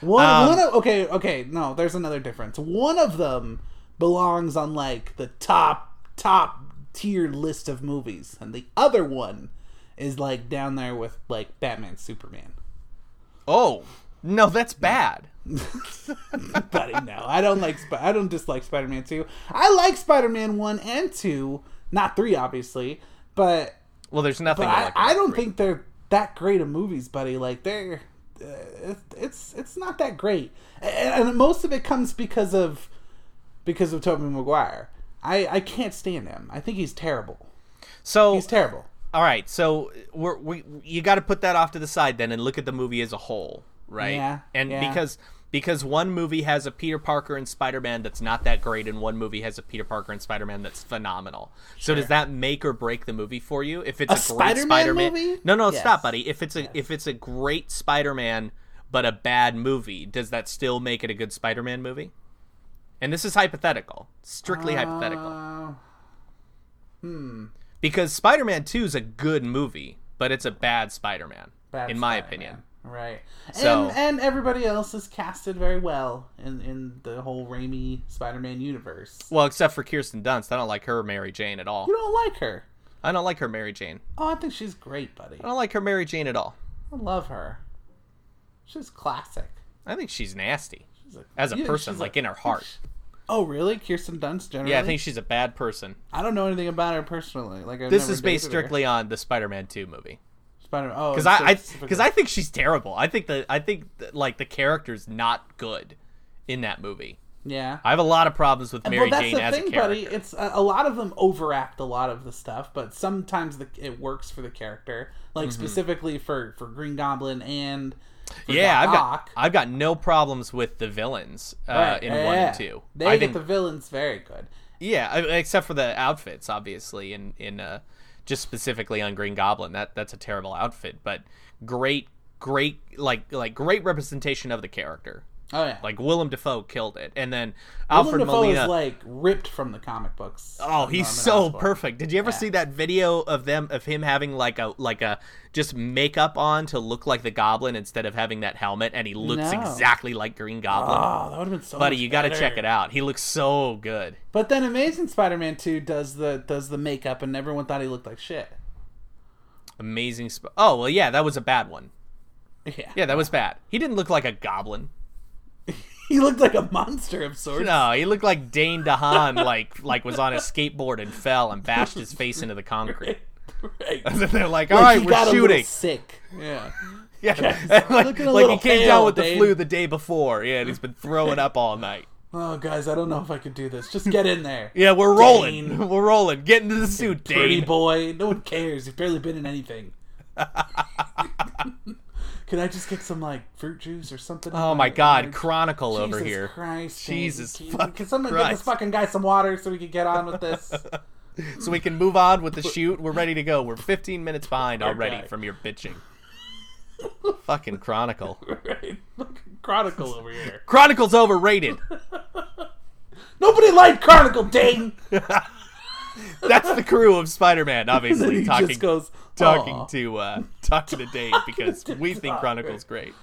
One,
Um,
one of, okay, okay, no, there's another difference. One of them belongs on like the top top tier list of movies, and the other one is like down there with like Batman, Superman.
Oh no, that's bad.
Buddy, no, I don't like. Sp- I don't dislike Spider-Man two. I like Spider-Man one and two, not three, obviously, but
Well, there's nothing.
But
to
I,
like
I
about
don't
three.
think they're that great of movies, buddy. Like they're, uh, it's- it's it's not that great, and, and most of it comes because of because of Tobey Maguire. I I can't stand him. I think he's terrible.
so.
He's terrible.
All right, so we're, we you got to put that off to the side then and look at the movie as a whole, right?
Yeah,
And
yeah.
because because one movie has a Peter Parker and Spider-Man that's not that great, and one movie has a Peter Parker and Spider-Man that's phenomenal. So does that make or break the movie for you? If it's a,
A
great
Spider-Man
Spider-Man,
movie?
no, no,
Yes.
stop, buddy. If it's a if it's a great Spider-Man but a bad movie, does that still make it a good Spider-Man movie? And this is hypothetical, strictly hypothetical
Uh, hmm.
because Spider-Man 2 is a good movie, but it's a bad Spider-Man
bad
in my
Spider-Man.
opinion.
Right.
So-
And and everybody else is casted very well in in the whole Raimi Spider-Man universe.
Well, except for Kirsten Dunst, I don't like her Mary Jane at all.
You don't like her.
I don't like her Mary Jane.
Oh, I think she's great, buddy.
I don't like her Mary Jane at all.
I love her. She's classic.
I think she's nasty
She's
as a
you think
person,
she's
like in her heart.
Oh, really? Kirsten Dunst generally?
Yeah, I think she's a bad person.
I don't know anything about her personally. Like I've
This
never
is based
dated her.
strictly on the Spider-Man 2 movie.
Spider- oh,
Because I, because I think she's terrible. I think that I think that, like the character's not good in that movie.
yeah.
I have a lot of problems with Mary
well, that's
Jane
the
as
thing,
a character.
buddy. It's a, a lot of them overapped a lot of the stuff, but sometimes the, it works for the character, like
Mm-hmm.
specifically for for Green Goblin and for
yeah,
Doc
I've
Ock.
got I've got no problems with the villains uh,
Right,
in one and
yeah.
two.
They
I
get
think-
the villains very good.
yeah, I- except for the outfits, obviously, in in uh, just specifically on Green Goblin. That that's a terrible outfit, but great, great like like great representation of the character.
Oh yeah,
Like Willem Dafoe killed it, and then
Willem
Alfred
Dafoe
Molina.
is like ripped from the comic books.
Oh,
of
he's
Norman
so
Osborn.
perfect. Did you ever see that video of them of him having like a like a just makeup on to look like the Goblin instead of having that helmet, and he looks
No.
exactly like Green Goblin.
Oh, that would have been so.
Buddy,
much
you got to
better.
check it out. He looks so good.
But then Amazing Spider-Man 2 does the does the makeup and everyone thought he looked like shit. [LAUGHS]
Amazing. Sp- oh well, yeah, that was a bad one.
Yeah.
Yeah, that was bad. He didn't look like a goblin.
He looked like a monster of sorts.
No, he looked like Dane DeHaan, [LAUGHS] like like was on a skateboard and fell and bashed his face into the concrete.
[LAUGHS]
[LAUGHS]
Right.
And then they're like,
Like,
"All right,
he
we're
got a little
shooting."
sick. Yeah.
Yeah, [LAUGHS] And like,
looking a
like he
little
came down
pale,
with the
Dane.
flu the day before. Yeah, and he's been
[LAUGHS]
throwing up all night.
Oh guys, I don't know if I could do this. Just get in there.
[LAUGHS] Yeah, we're rolling. [LAUGHS]
Dane.
We're rolling. Get into the suit,
Pretty
Dane.
boy. No one cares. You've barely been
[LAUGHS]
in anything. [LAUGHS] Can I just get some like fruit juice or something?
Oh my God, Chronicle
Jesus
over here.
Christ, Dane.
Jesus
Can-
fucking
Can someone get
Christ.
this fucking guy some water so we can
[LAUGHS]
get on with this? [LAUGHS]
so we can move on with the shoot. We're ready to go. We're 15 minutes behind already
Okay.
from your bitching. Fucking Chronicle.
right. Fucking Chronicle over here.
Chronicle's overrated. [LAUGHS]
Nobody liked Chronicle, Dane.
That's the crew of Spider-Man, obviously
[LAUGHS] he
talking
just goes
talking
"Aw."
to uh, talking to Dave because
to
we
[LAUGHS]
think
Doc.
Chronicle's great.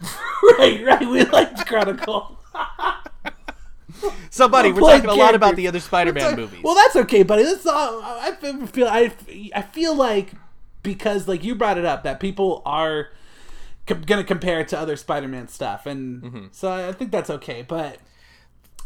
[LAUGHS] right, right. We liked Chronicle.
[LAUGHS] So, buddy, we're
Play
talking a lot about
characters.
the other Spider-Man movies.
Well, that's okay, buddy. That's all. I feel feel- I I feel like because like you brought it up that people are com- gonna compare it to other Spider-Man stuff, and so I think that's okay. But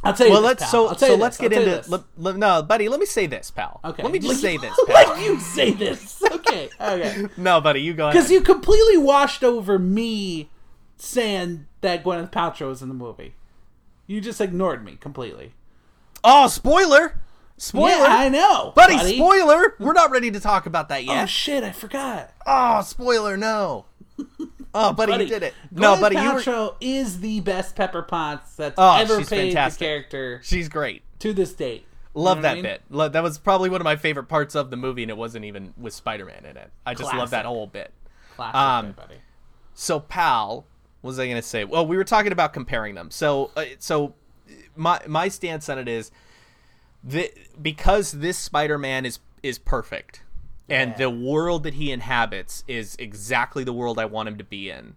I'll tell you.
Mm-hmm. well,
this,
let's
pal.
so
I'll tell
so
you
let's
this. I'll
get
tell you
into
this.
let, let- no, buddy. Let me say this, pal.
Okay.
Let me just say
[LAUGHS]
this, pal.
Let you say
[LAUGHS]
this. Okay. Okay.
no, buddy, you go ahead.
Because you completely washed over me saying that Gwyneth Paltrow was in the movie. You just ignored me completely.
Oh, spoiler! Spoiler!
Yeah, I know,
Buddy, spoiler! We're not ready to talk about that
Oh
yet.
shit, I forgot.
Oh, spoiler,
[LAUGHS]
no. Oh, buddy,
Buddy
you did it.
Gwyneth
no, buddy, you were.
Paltrow is the best Pepper Potts that's
Oh,
ever
she's
played
fantastic.
the character
She's great.
to this date. You
Love
know what
that
I mean?
bit. Lo- that was probably one of my favorite parts of the movie, and it wasn't even with Spider Man in it. I just love that
Classic.
whole bit.
Classic
Um,
bit, buddy.
So, pal, what was I going to say? Well, we were talking about comparing them. So, uh, so my my stance on it is that because this Spider Man is is perfect, and the world that he inhabits is exactly the world I want him to be in,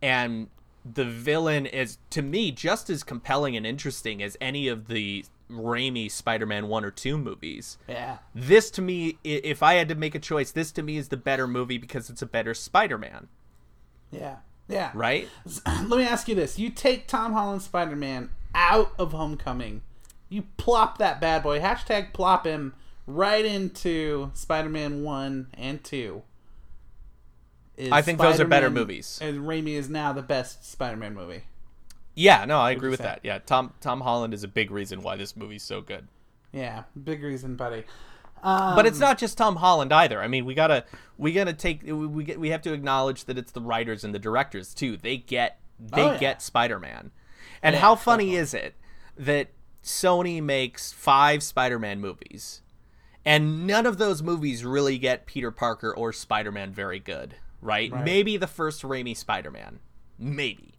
and the villain is to me just as compelling and interesting as any of the Raimi Spider-Man one or two movies
Yeah.
this to me i- if i had to make a choice this to me is the better movie because it's a better spider-man
Yeah. Yeah.
right
[LAUGHS] Let me ask you this. You take Tom Holland Spider Man out of Homecoming, you plop that bad boy, hashtag plop him right into Spider Man 1 and 2. Is
I think those are better
Spider-Man-
movies.
And Raimi is now the best Spider Man movie.
yeah no i agree with
say?
that yeah tom tom holland is a big reason why this movie's so good
Yeah. Big reason, buddy.
but
Um,
it's not just tom holland either i mean we gotta we gotta take we we, get, we have to acknowledge that it's the writers and the directors too they get they
Oh, yeah.
get spider-man and how funny is it that sony makes five spider-man movies and none of those movies really get Peter Parker or Spider Man very good, right? Maybe the first Raimi Spider Man, maybe,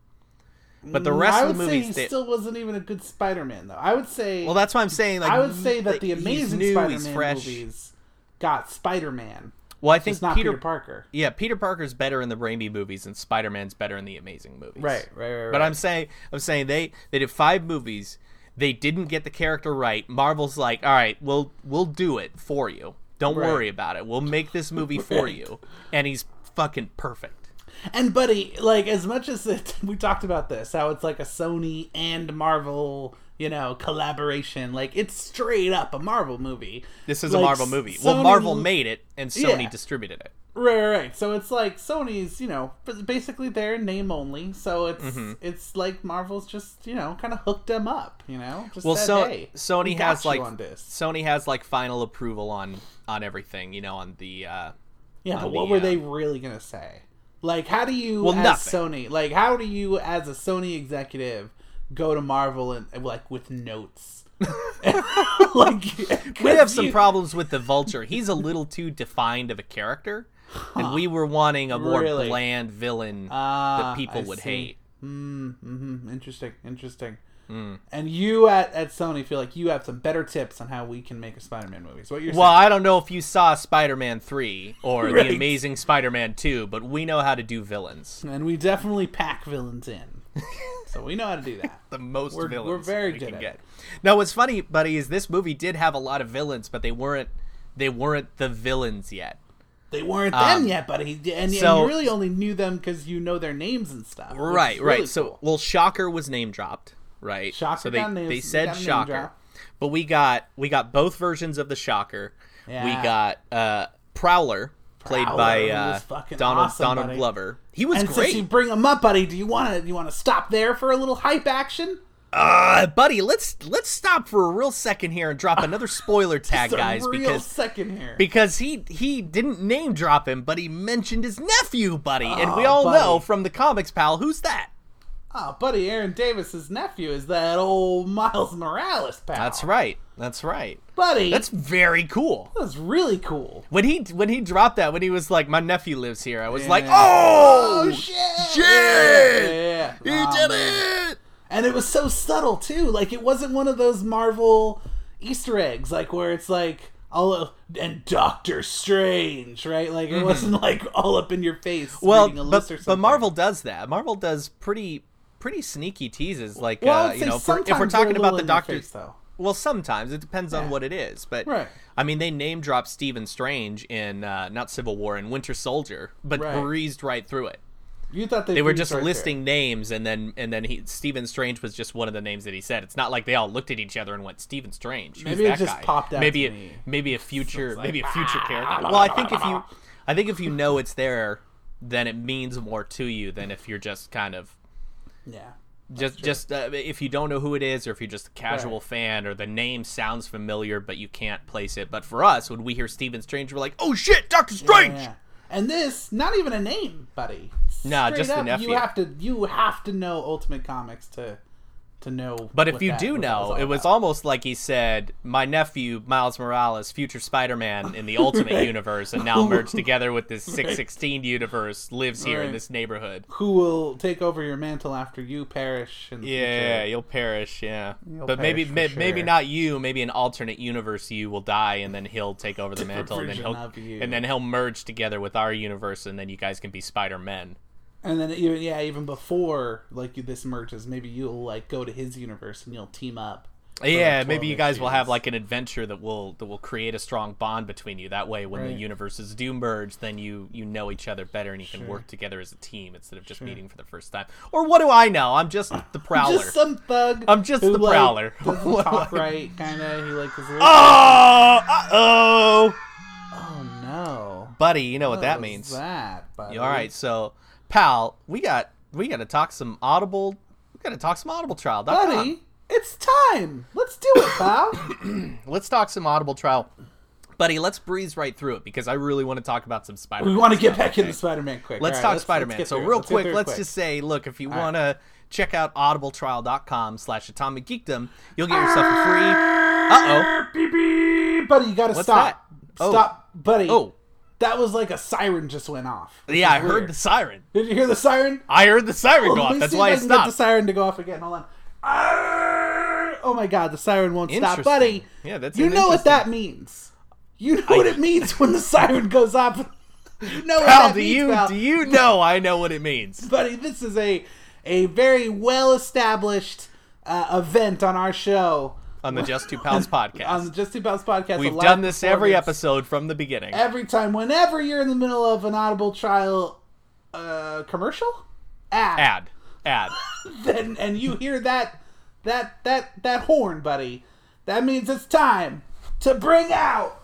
but the rest
Mm, I
of
would
the
say
movies
he
they-
still wasn't even a good Spider Man, though. I would say.
Well, that's why I'm saying. Like,
I would say that the
he's
amazing
new,
Spider
he's
Man
fresh.
movies got Spider Man.
Well, I think
It's not
Peter,
Peter Parker.
Yeah, Peter Parker's better in the Raimi movies, and Spider Man's better in the Amazing movies.
Right, right, right,
But
right.
I'm saying, I'm saying they they did five movies. They didn't get the character right. Marvel's like, all right, we'll we'll do it for you. Don't
Right.
worry about it. We'll make this
[LAUGHS]
movie for you. And he's fucking perfect.
And buddy, like as much as it, [LAUGHS] we talked about this, how it's like a Sony and Marvel, you know, collaboration. Like it's straight up a Marvel movie.
This is a
Like,
Marvel movie. well,
Sony-
Marvel made it, and Sony
Yeah.
distributed it.
Right, right, right. So it's like Sony's, you know, b- basically their name only. So it's
Mm-hmm.
it's like Marvel's just, you know, kind of hooked them up. You know, just
well
said,
so
"Hey, we
sony
got
has
you
like
on this.
sony has like final approval on on everything you know on the uh
Yeah, but
on
what
the,
were
uh,
they really gonna say? Like, how do you
Well,
as
nothing.
Sony? Like, how do you as a Sony executive go to Marvel and and, like
[LAUGHS]
with notes? [LAUGHS] like,
we have some problems with the vulture he's a little too defined of a character and we were wanting a more
Really?
bland villain
Ah,
that people
I
would
see.
hate Hmm.
Mm-hmm. Interesting, interesting. And you at, at Sony feel like you have some better tips on how we can make a Spider-Man movie. So what you're
well
saying?
i don't know if you saw spider-man 3
[LAUGHS]
or
Right.
the amazing spider-man 2 but we know how to do villains
And we definitely pack villains in,
[LAUGHS]
so we know how to do that.
the most
We're-
villains
we're very
we
good
can
at
get.
it.
Now, what's funny, buddy, is this movie did have a lot of villains, but they weren't they weren't the villains yet.
They weren't
Um,
them yet, buddy, and, and
so-
you really only knew them because you know their names and stuff. which is
Right,
really
right. So,
cool.
well, Shocker was name dropped, right?
Shocker
So they
got names-
they
we
said
got a name
Shocker,
drop.
but we got we got both versions of the Shocker. We
Yeah.
got uh, Prowler, played
Prowler
by
was
uh,
fucking
Donald
awesome,
Donald
buddy.
Glover. He was
and
great,
since you bring them up, buddy, do you want to you want to stop there for a little hype action?
uh, buddy. Let's let's stop for a real second here and
[LAUGHS]
drop another spoiler tag,
Just a
guys,
real
because
second here.
because he he didn't name drop him, but he mentioned his nephew, buddy, and we
Aw,
all
Oh, buddy.
know from the comics, pal, who's that?
oh, buddy, Aaron Davis's nephew is that old Miles Morales pal.
That's right. That's right.
buddy.
That's
That's
very cool.
that's really cool.
When he when he dropped that, when he was like, "My nephew lives here," I was like,
Yeah.
"Oh,
shit!
shit!
Yeah, Ah,
He
Aw,
did
man.
it!"
And it was so subtle too. Like it wasn't one of those Marvel Easter eggs, like where it's like all of, and Doctor Strange, right? Like it wasn't like all up in your face.
Mm-hmm. Well,
reading a
but,
list or
but
something.
Marvel does that. Marvel does pretty pretty sneaky teases, like
Well, I
uh,
would
you
say
know, if we're, if we're
sometimes they're a
talking about
little
the
in your
Doctor.
face, though.
Well, sometimes it depends on
Yeah.
what it is, but
Right.
I mean, they name dropped Stephen Strange in uh, not Civil War in Winter Soldier, but
Right.
breezed right through it.
You thought they,
They were
breezed
just
right
listing names, and then and then he Stephen Strange was just one of the names that he said. It's not like they all looked at each other and went Stephen Strange. Who's
Maybe it
that
just
guy?"
popped out
Maybe
to
a-
me.
maybe a future
like, "Ah,
maybe a future character. Well, I think if you I think if you know it's there, then it means more to you than if you're just kind of
there. Yeah.
just just uh, if you don't know who it is or if you're just a casual
Right.
fan or the name sounds familiar but you can't place it but for us when we hear steven strange we're like oh shit dr strange
Yeah. And this, not even a name, buddy.
Nah,
Straight
just the
up,
nephew.
You have to you have to know Ultimate Comics to to know.
But if
what
you
that-
do
what that
know,
all
it was
about.
almost like he said, "My nephew Miles Morales, future Spider-Man in the Ultimate
[LAUGHS]
Universe, and now merged together with this 616 universe, lives here in
Right.
this neighborhood."
who will take over your mantle after you perish. In the
Yeah,
future.
you'll perish. Yeah,
You'll
but maybe
perish
may,
for
maybe
sure.
not you. Maybe an alternate universe, you will die, and then he'll take over the mantle, and then
version
he'll
of you.
and then he'll merge together with our universe, and then you guys can be Spider Men.
and then even yeah, even before like you, this merges, maybe you'll like go to his universe and you'll team up. for, like,
Yeah,
12
maybe you guys will
issues.
have like an adventure that will that will create a strong bond between you. That way, when the
Right.
universes do merge, then you you know each other better and you can
Sure.
work together as a team instead of just meeting for the first time. Or what do I know? I'm just
[LAUGHS]
the prowler.
Just some thug.
I'm just
who,
the
like, [LAUGHS]
prowler. [LAUGHS]
doesn't
What do
talk
I-
right, kind of. He like is a little.
oh, uh oh,
oh no!
buddy, you know what,
What
that
was
means.
Oh, That. Buddy?
All right, so pal, we got we got to talk some audible. We got to talk some audible trial,
buddy. It's time. Let's do it, pal.
Let's talk some audible trial. Buddy, let's breeze right through it because I really want to talk about some Spider.
we want to get [LAUGHS] back into Spider-Man quick.
Let's
All right,
talk
let's-
Spider-Man.
let's get
so
through it.
real
Let's get
quick,
through it
let's just say, look, if you
right.
want to check out audibletrial.com slash atomic geekdom, you'll get yourself a free...
Ah!
Uh-oh.
buddy, you gotta
What's
stop.
that? Oh.
Stop, buddy.
Oh.
that was like a siren just went off.
Yeah, I
Weird. Oh,
heard the siren.
Did you hear the siren?
I heard the siren go
Let
off.
me
That's
see
why
if
I
I can get the
stopped.
siren to go off again. Hold on. Arrgh! Oh my god, the siren won't stop,
Interesting.
buddy.
Yeah, that's
you
an
know what
interesting-
that means. You know what it means when the siren goes off. [LAUGHS] You know what
Pal,
that
do
means,
you,
pal.
do
[LAUGHS]
you know I know what it means?
buddy? This is a a very well established uh, event on our show
On the Just
[LAUGHS]
Two Pals podcast.
on the Just Two Pals podcast. a
We've
live
done this every
performance.
episode from the beginning.
every time whenever you're in the middle of an audible trial uh commercial Ah, ad,
Ad. Ad.
Then, and you hear that that that that horn buddy that means it's time to bring out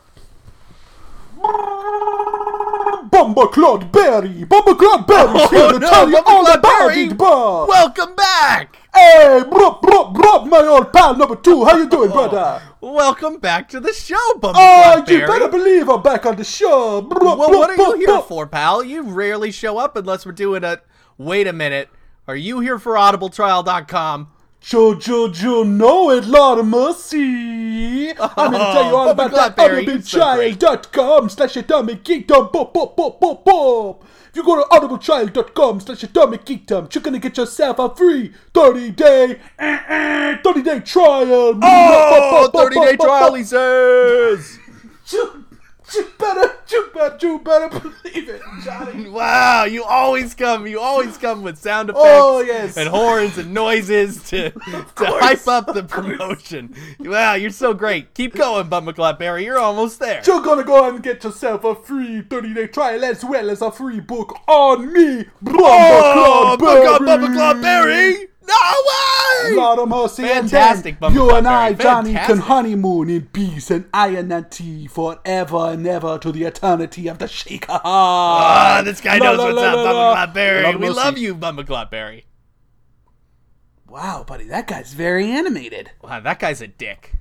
Bumba Clod Berry! Bumba Clod Berry's here to
Oh, no,
tell you
Bumba
all
Clod
about
Berry!
it, bro!
Welcome back!
Hey, bro, bro, bro, my old pal number two, how you doing, brother?
Welcome back to the show, Bumble
Oh, you better believe I'm back on the show! Bro,
Well,
bro,
what are
bro,
you [LAUGHS] here
bro.
for, pal? You rarely show up unless we're doing a. Wait a minute. Are you here for [LAUGHS] audibletrial.com?
Jojo, jo, know it, Latimer. See, I'm gonna tell you all
Oh,
about
Bubba
that
Blackberry, it's so great.
audibletrial.com slash atomic geekdom. Bop, bop, bop, bop, bop. If you go to audibletrial.com slash atomic geekdom, you're gonna get yourself a free 30 day,
Um,
eh, eh, 30 day trial.
Oh,
Bop, bop, bop,
30 day
bop, bop,
trial, he says!
bop. You you better, you better, you better believe it, Johnny.
Wow, you always come. You always come with sound effects
Oh, yes.
and horns and noises [LAUGHS] to, to hype up the promotion. Wow, you're so great. Keep going, Bumble Barry. You're almost there.
You're gonna go and get yourself a free 30 day trial as well as a free book on me, Bumba
Oh,
Club
Bumble Barry! No way!
Lot of mercy
Fantastic, Bumba
and then you
Club
and I,
Berry,
Johnny, can
fantastic.
honeymoon in peace and iron and tea forever and ever to the eternity of the Shaker. Ah,
Ah, this guy
La,
knows
la,
what's
la,
up,
la,
Bumble
la.
Barry.
Lot of
We
mercy.
love you, Bumble Barry.
Wow, buddy, that guy's very animated.
Wow, that guy's a dick.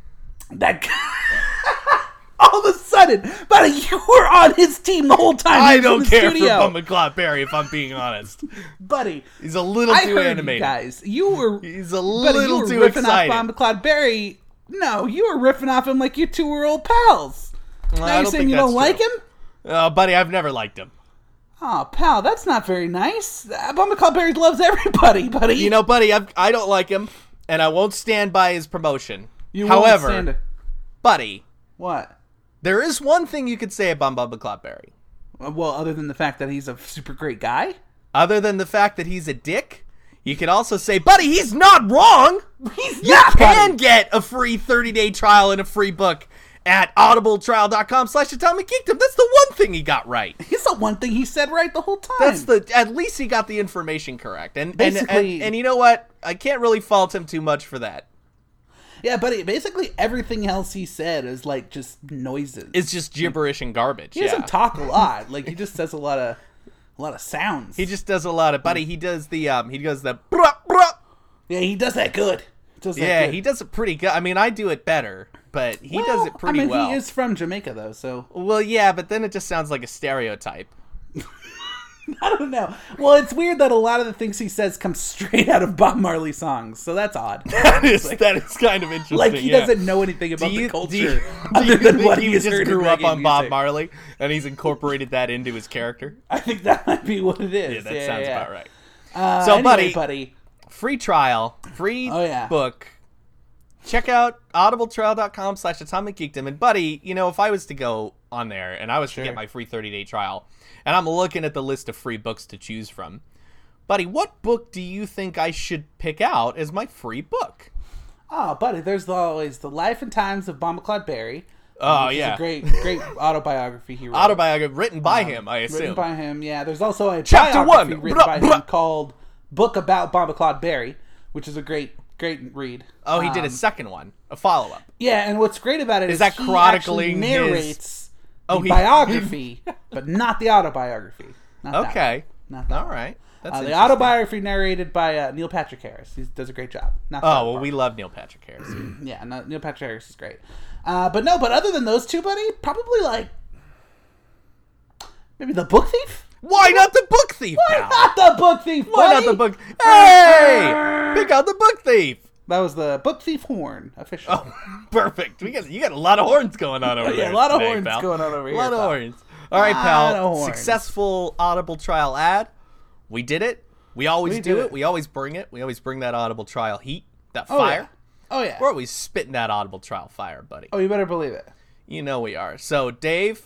That guy. [LAUGHS] All of a sudden, buddy, you were on his team the whole time.
I
he was in
don't
the
care
studio.
for Bumba Barry if I'm being honest.
buddy.
He's a little
I
too
heard you
animated.
guys. You were
He's a
Buddy,
little
you were
too
riffing
excited.
off Bob McLeod Barry. No, you were riffing off him like you two were old pals.
Well, I
now you're
don't
saying
think
you
that's
don't like
true.
him?
Oh, buddy, I've never liked him.
Oh, pal, that's not very nice. Uh, Bob McLeod Barry loves [LAUGHS] everybody, buddy.
You know, buddy, I've, I don't like him, and I won't stand by his promotion.
you won't
However,
stand it.
buddy,
what?
there is one thing you could say about Bubba Clotberry.
Uh, Well, other than the fact that he's a super great guy,
Other than the fact that he's a dick, you could also say, buddy, he's not wrong.
he's
You
not.
can
buddy.
get a free 30-day trial and a free book at audibletrial.com slash atomic kingdom. That's the one thing he got
[LAUGHS]
right.
He's the one thing he said right the whole time.
That's the at least he got the information correct. And and- and, and
Basically-
you know what? I can't really fault him too much for that.
yeah, buddy. Basically, everything else he said is like just noises.
It's just gibberish and garbage.
he
yeah.
doesn't talk
[LAUGHS]
a lot. Like he just says a lot of a lot of sounds.
He just does a lot of buddy. He does the um. He does the bruh, bruh,
Yeah, he does that good. Does that
Yeah,
good.
he does it pretty good. I mean, I do it better, but he
Well,
does it pretty
I mean,
well.
He is from Jamaica though, so [LAUGHS]
Well, yeah, but then it just sounds like a stereotype.
I don't know. Well, it's weird that a lot of the things he says come straight out of Bob Marley songs, so that's
[LAUGHS]
odd. [LAUGHS]
That is that is kind of interesting.
like he
yeah.
doesn't know anything about
you-
the culture [LAUGHS]
do you- [LAUGHS]
other
do you
than
think
what
he
he was
just
heard in
grew up
reggae
on Bob
music?
Marley and he's incorporated that into his character.
[LAUGHS] I think that might be what it is.
Yeah, that sounds
yeah.
about right.
Uh,
So,
anyway,
buddy-
buddy,
Free trial, free
Oh, yeah.
book. Check out audibletrial.com slash atomic geekdom. And buddy, you know, if I was to go on there and I was to get my free 30 day trial and I'm looking at the list of free books to choose from, buddy, what book do you think I should pick out as my free book?
oh, buddy, there's always the life and times of Bomba Claude Berry.
Oh,
which is
yeah.
a great,
[LAUGHS]
great autobiography he wrote.
Autobiography written by him, I assume.
written by him. Yeah, there's also a
Chapter
chapter
one,
one written
bruh,
by
bruh.
him called "Book About Bomba Claude Berry," which is a great, great read.
oh, he did a
Um,
second one, a follow up.
Yeah, and what's great about it is,
that
he
chronicling
actually
his-
narrates
Oh,
the
he- [LAUGHS]
biography, but not the autobiography. Not that
Okay.
one. Not that
All
one.
right. That's
Uh, the
interesting.
autobiography narrated by uh, Neil Patrick Harris. He does a great job. Not that
Oh well,
part.
we love Neil Patrick Harris.
yeah, no, Neil Patrick Harris is great. Uh, but no, but other than those two, buddy, probably like maybe the book thief.
[CLEARS THROAT] Why not the book thief?
Why
pal?
[LAUGHS] not the book thief?
Why not
buddy?
the book?
[LAUGHS]
Hey, pick out the book thief. [LAUGHS]
That was the book thief horn official.
Oh. Perfect. We got you got a lot of horns going on over
Yeah,
there.
a lot of
today,
horns
pal.
going on over
A lot of
here, pal.
horns. All right,
Lot
pal.
of horns.
Successful Audible trial ad. We did it. We always
We
do
did
it.
it.
We always bring it. We always bring that Audible trial heat, that
Oh,
fire.
yeah. Oh yeah.
We're always spitting that Audible trial fire, buddy.
Oh, you better believe it.
You know we are. So, Dave,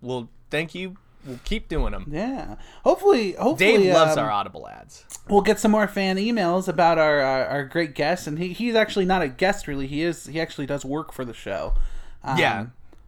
we'll thank you. We'll keep doing them.
Yeah. Hopefully, hopefully,
Dave loves
um,
our Audible ads.
We'll get some more fan emails about our our, our great guest, and he, he's actually not a guest really. He is he actually does work for the show. Um,
Yeah.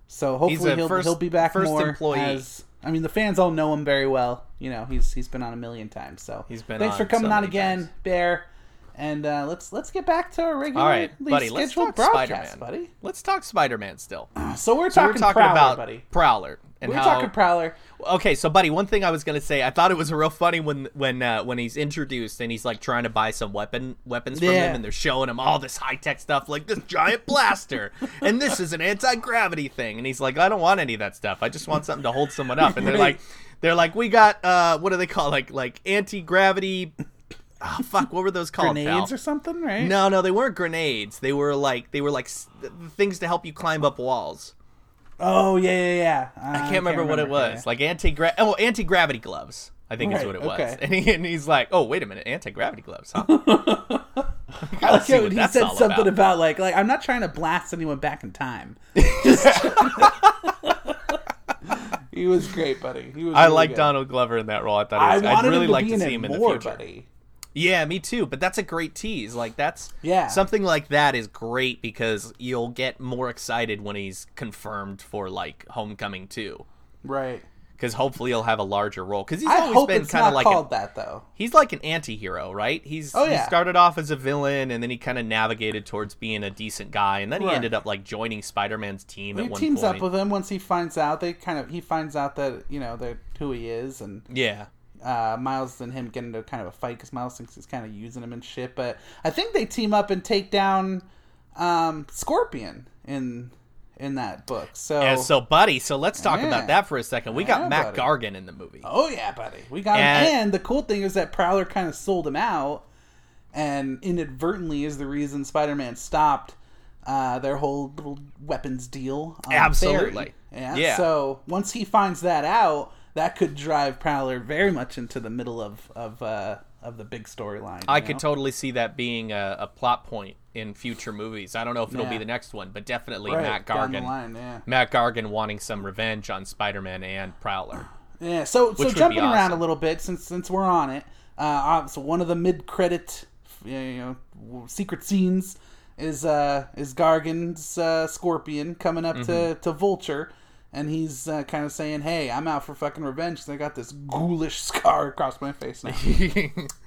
So
He's
hopefully
a
he'll
first-
he'll be back
first
more.
employee.
As, I mean, the fans all know him very well. You know, he's he's been on a million times. So
He's been
Thanks
on
for coming
so
on
many
again,
times.
Bear. And uh, let's let's get back to our regular
All right, buddy. Let's
scheduled
talk
broadcast,
Spider-Man.
buddy.
Let's talk Spider-Man still.
So we're
So
talking,
we're talking
Prowler,
about
buddy.
Prowler and
We're
how.
talking Prowler.
okay, so buddy, one thing I was gonna say, I thought it was real funny when when uh, when he's introduced and he's like trying to buy some weapon weapons from
Yeah.
him, and they're showing him all this high tech stuff, like this giant
[LAUGHS]
blaster, and this is an anti gravity thing, and he's like, I don't want any of that stuff. I just want something to hold someone up, and they're like, they're like, we got uh, what do they call like like anti gravity. Oh, fuck, what were those called? pal?
Grenades or something, right?
No, no, they weren't grenades. They were like they were like s- th- things to help you climb up walls.
Oh yeah, yeah, yeah. Uh,
I can't remember what it was. Like anti gra oh anti gravity gloves. I think is
Right,
what it was.
okay.
[LAUGHS] And, he, and he's like, oh wait a minute, anti gravity gloves,
[LAUGHS]
huh? I
I
gotta
like
see
how
what
he
that's
said
all
something about.
about.
like like I'm not trying to blast anyone back in time.
[LAUGHS]
[LAUGHS] he was great, buddy. He was.
I
really
like
good.
Donald Glover in that role. I thought
I
he was, I'd
wanted
really
him to
like
be
to
in
see
it
him in the
more,
future.
buddy.
Yeah, me too. But that's a great tease. Like that's
Yeah.
something like that is great because you'll get more excited when he's confirmed for like Homecoming too.
Right.
Because hopefully he'll have a larger role. Because he's
I
always
hope
been
it's
kind
not
of like an-
called that though.
he's like an anti-hero right he's
Oh,
he
yeah.
started off as a villain and then he kind of navigated towards being a decent guy and then he
Right.
ended up like joining spider-man's team
He
at one
teams
point
up with him once he finds out. They kind of he finds out that you know that who he is and
yeah
uh, Miles and him get into kind of a fight because Miles thinks he's kind of using him and shit. But I think they team up and take down um, Scorpion in in that book. So,
and so buddy so let's talk
Oh. Yeah.
about that for a second we got
Yeah,
matt
buddy.
gargan in the movie
oh yeah, buddy, we got
And-
him. And the cool thing is that Prowler kind of sold him out, and inadvertently is the reason Spider-Man stopped. Uh, their whole little weapons deal. on
Absolutely.
Barry. Yeah?
Yeah.
So once he finds that out, that could drive Prowler very much into the middle of of uh, of the big storyline.
i
you know?
could totally see that being a, a plot point in future movies i don't know if it'll be
Yeah.
the next one but definitely
Right,
matt
down the
gargan
line, yeah.
matt gargan wanting some revenge on spider-man and
[SIGHS]
prowler [LAUGHS]
Yeah. So
would
so
be
jumping around
awesome.
a little bit since since we're on it, uh, uh, so one of the mid credit you know w- secret scenes is uh is Gargan's uh, Scorpion coming up to
Mm-hmm.
to Vulture. And he's uh, kind of saying, "Hey, I'm out for fucking revenge 'cause I got this ghoulish [LAUGHS] scar across my face
[LAUGHS]
now."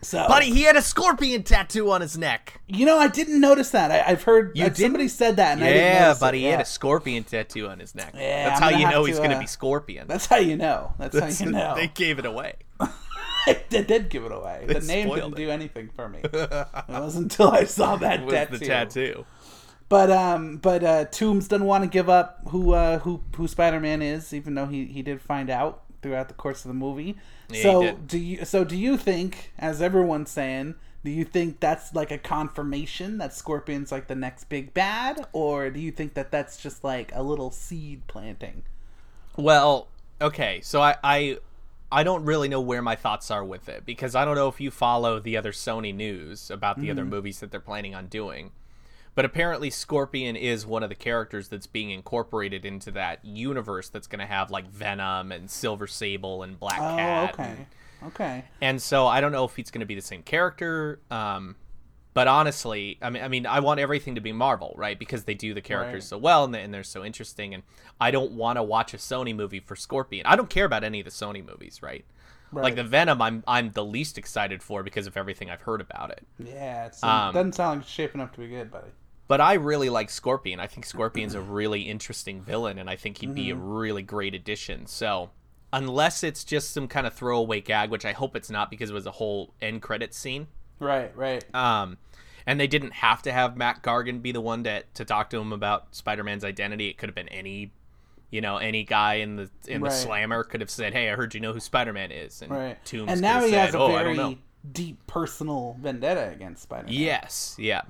So,
buddy he had a scorpion tattoo on his neck
you know, I didn't notice that. I, I've heard
You
uh, somebody
didn't?
said that, and I didn't
Yeah,
notice it.
buddy, he had
Yeah.
a scorpion tattoo on his neck.
Yeah,
that's
I'm
how
gonna
you
have
know
to,
he's going to
uh,
be scorpion. [LAUGHS]
That's how you know. That's, how you know.
They gave it away.
[LAUGHS] they did give it away. The
They
name
spoiled
didn't do anything for
[LAUGHS]
me. it wasn't until I saw that
was
tattoo.
the tattoo.
But um, but uh, Toombs doesn't want to give up who uh, who who Spider Man is, even though he he did find out throughout the course of the movie.
he
so
did.
do you? So do you think, as everyone's saying, do you think that's like a confirmation that Scorpion's like the next big bad, or do you think that that's just like a little seed planting?
Well, okay, so I, I I don't really know where my thoughts are with it because I don't know if you follow the other Sony news about the
Mm-hmm.
other movies that they're planning on doing. But apparently Scorpion is one of the characters that's being incorporated into that universe that's going to have like Venom and Silver Sable and Black
Oh,
Cat.
okay,
And,
okay.
and so I don't know if it's going to be the same character um but honestly, I mean, I mean, I want everything to be Marvel, right? Because they do the characters
Right.
so well, and, they, and they're so interesting. And I don't want to watch a Sony movie for Scorpion. I don't care about any of the Sony movies, right? Like
Right.
the Venom, I'm I'm the least excited for because of everything I've heard about it.
Yeah, it's, it
Um,
doesn't sound like it's shaping up to be good, buddy.
But I really like Scorpion. I think Scorpion's a really interesting villain, and I think he'd be a
Mm-hmm.
really great addition. So, unless it's just some kind of throwaway gag, which I hope it's not, because it was a whole end credit scene.
Right, right.
Um, and they didn't have to have Matt Gargan be the one to to talk to him about Spider Man's identity. It could have been any, you know, any guy in the in
Right.
the slammer could have said, "Hey, I heard you know who Spider Man is." And
right.
Toombs
and
could
now
have
he
said,
has a
"Oh, I don't know."
very deep personal vendetta against Spider Man.
Yes, yeah.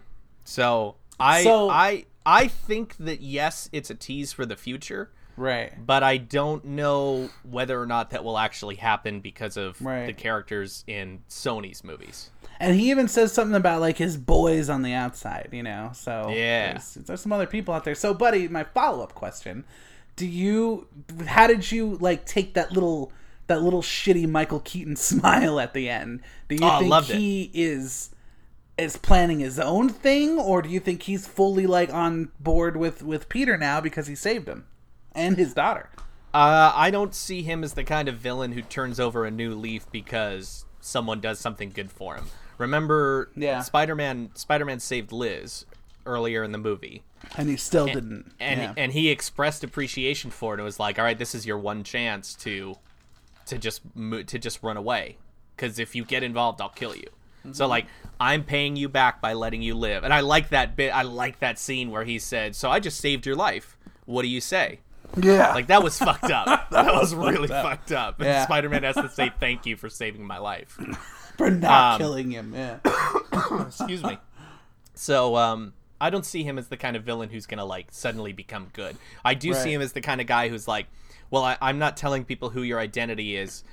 So I
So-
I I think that yes, it's a tease for the future,
Right.
but I don't know whether or not that will actually happen because of
Right.
the characters in Sony's movies.
And he even says something about like his boys on the outside, you know. So
Yeah.
there's, there's some other people out there. So, buddy, my follow up question: Do you? How did you like take that little that little shitty Michael Keaton [LAUGHS] smile at the end? Do you
Oh, I
think
loved it.
he is is planning his own thing, or do you think he's fully like on board with with Peter now because he saved him and his daughter?
Uh, I don't see him as the kind of villain who turns over a new leaf because someone does something good for him. Remember,
Yeah.
Spider-Man. Spider-Man saved Liz earlier in the movie,
And he still didn't.
and
yeah.
and he expressed appreciation for it. It was like, all right, this is your one chance to to just mo- to just run away because if you get involved, I'll kill you. So like, I'm paying you back by letting you live. And I like that bit. I like that scene where he said, "So I just saved your life. What do you say?"
yeah.
Like that was fucked up. [LAUGHS] That was really fucked up. And
Yeah.
Spider-Man has to [LAUGHS] say thank you for saving my life.
for not
um,
killing him. Yeah.
Excuse me. So um I don't see him as the kind of villain who's gonna like suddenly become good. I do
Right.
see him as the kind of guy who's like, well, I, I'm not telling people who your identity is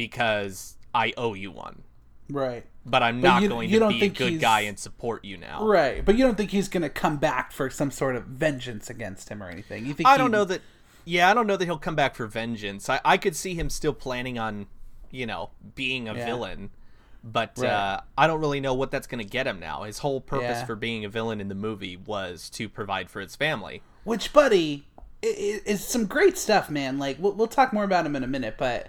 because I owe you one,
Right.
but I'm not
you-
going
you
to
don't
be a
think
good
he's-
guy and support you now.
Right, but you don't think he's going to come back for some sort of vengeance against him or anything. You think
I don't
he-
know that. Yeah, I don't know that he'll come back for vengeance. I, I could see him still planning on, you know, being a
Yeah.
villain, but
Right.
uh, I don't really know what that's going to get him now. His whole purpose
Yeah.
for being a villain in the movie was to provide for his family.
Which, buddy, i- i- is some great stuff, man. Like we'll, we'll talk more about him in a minute, but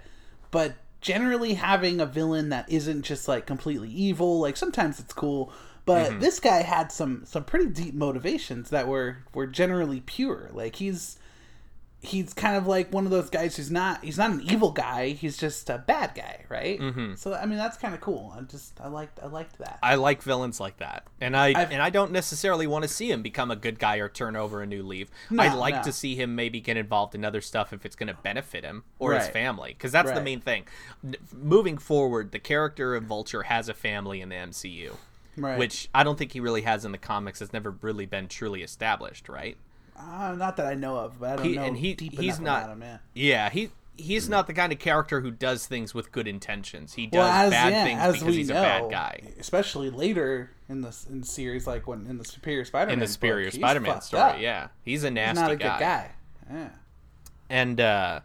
but generally having a villain that isn't just like completely evil, like sometimes it's cool. But
Mm-hmm.
this guy had some some pretty deep motivations that were were generally pure. Like he's he's kind of like one of those guys who's not he's not an evil guy. He's just a bad guy, right? Mm-hmm. So I mean that's kind of cool. I just I liked I liked that.
I like villains like that, and I
I've-
and I don't necessarily want to see him become a good guy or turn over a new leaf.
No,
I'd like
no.
to see him maybe get involved in other stuff if it's going to benefit him or his
Right.
family, because that's the
Right.
main thing. N- moving forward, the character of Vulture has a family in the MCU.
Right.
which I don't think he really has in the comics. It's never really been truly established, right?
Uh, not that I know of, but I don't
He-
know.
and he-
deep
he's
enough
not-
About him, yeah.
Yeah, he he's not the kind of character who does things with good intentions. He does
Well, as
bad
yeah,
things
as
because
we
he's
know,
a bad guy.
especially later in the in the series, like when in the Superior Spider-Man,
In the
book,
Superior
he's
Spider-Man
fucked
story,
up.
yeah, he's a
he's
nasty
not a
guy.
good guy. Yeah.
And uh,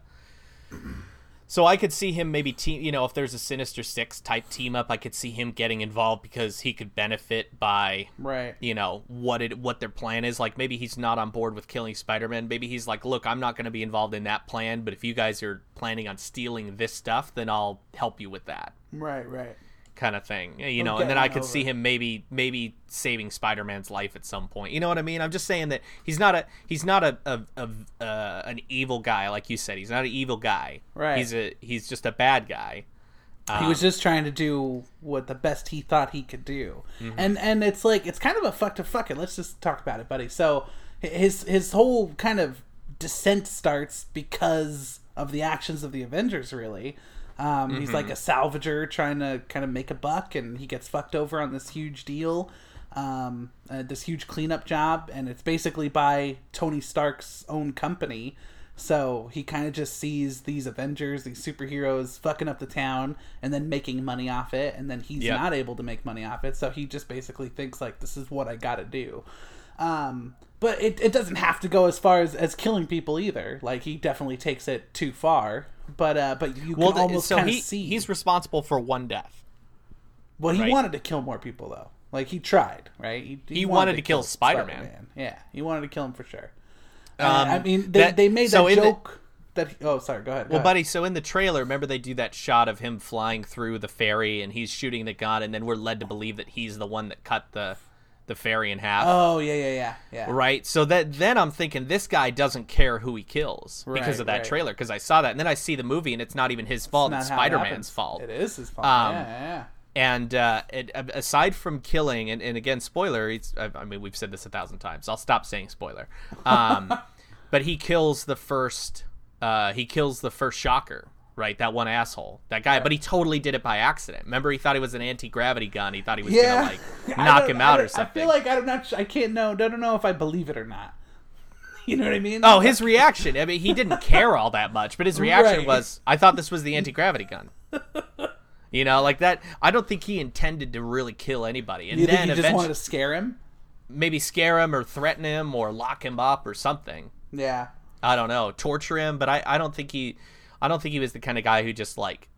so I could see him maybe team. You know, if there's a Sinister Six type team up, I could see him getting involved because he could benefit by
Right.
you know what it what their plan is like maybe he's not on board with killing spider-man maybe he's like look i'm not going to be involved in that plan but if you guys are planning on stealing this stuff then i'll help you with that
Right. Right.
kind of thing eh, you know
get
and then i
one
could see
over.
him maybe maybe saving spider-man's life at some point you know what i mean i'm just saying that he's not a he's not a, a, a uh, an evil guy like you said he's not an evil guy
Right.
he's a he's just a bad guy
he was just trying to do what the best he thought he could do, and and it's like it's kind of a fuck to fuck it. Let's just talk about it, buddy. So hi- his his whole kind of descent starts because of the actions of the Avengers. Really, um, he's like a salvager trying to kind of make a buck, and he gets fucked over on this huge deal, um, uh, this huge cleanup job, and it's basically by Tony Stark's own company. So he kind of just sees these Avengers, these superheroes fucking up the town and then making money off it. And then he's
Yep.
not able to make money off it. So he just basically thinks, like, this is what I got to do. Um, but it, it doesn't have to go as far as, as killing people either. Like, he definitely takes it too far. But uh, but you
Well,
can
the-
almost
so
kind of
he,
see.
he's responsible for one death.
well, he
right.
wanted to kill more people, though. Like, he tried, right? He,
He wanted to kill Spider-Man.
Yeah, he wanted to kill him for sure. Uh,
Um,
I mean, they,
that-
they made
so
that
in the-
joke that. He, oh, sorry, go ahead. go
Well,
ahead.
buddy, so in the trailer, remember they do that shot of him flying through the ferry and he's shooting the gun, and then we're led to believe that he's the one that cut the the ferry in half.
Oh yeah, yeah, yeah, yeah.
Right. So that then I'm thinking this guy doesn't care who he kills
Right,
because of that
right.
trailer because I saw that and then I see the movie and it's not even his fault.
Not
It's,
how it happens.
Spider-Man's fault.
It is his fault.
Um,
yeah, yeah.
And uh, it, a- aside from killing and, and again spoiler, it's, I, I mean we've said this a thousand times. I'll stop saying spoiler.
[LAUGHS]
Um, but he kills the first. Uh, he kills the first shocker. Right, that one asshole, that guy. But he tototally did it by accident. Remember, he thought it was an anti-gravity gun. He thought he was
Yeah.
gonna like
[LAUGHS] I
knock
don't-
him
I
out
don't-
or something.
I feel like I'm not. su- I can't know. I don't know if I believe it or not. [LAUGHS] You know what I mean?
Oh, his reaction. I mean, he didn't care all that much, but his reaction
Right.
was, I thought this was the anti gravity gun. You know, like that. I don't think he intended to really kill anybody. And
You think
then
you just
eventually
wanted to scare him?
maybe scare him or threaten him or lock him up or something.
Yeah.
I don't know. Torture him. But I, I don't think he. I don't think he was the kind of guy who just like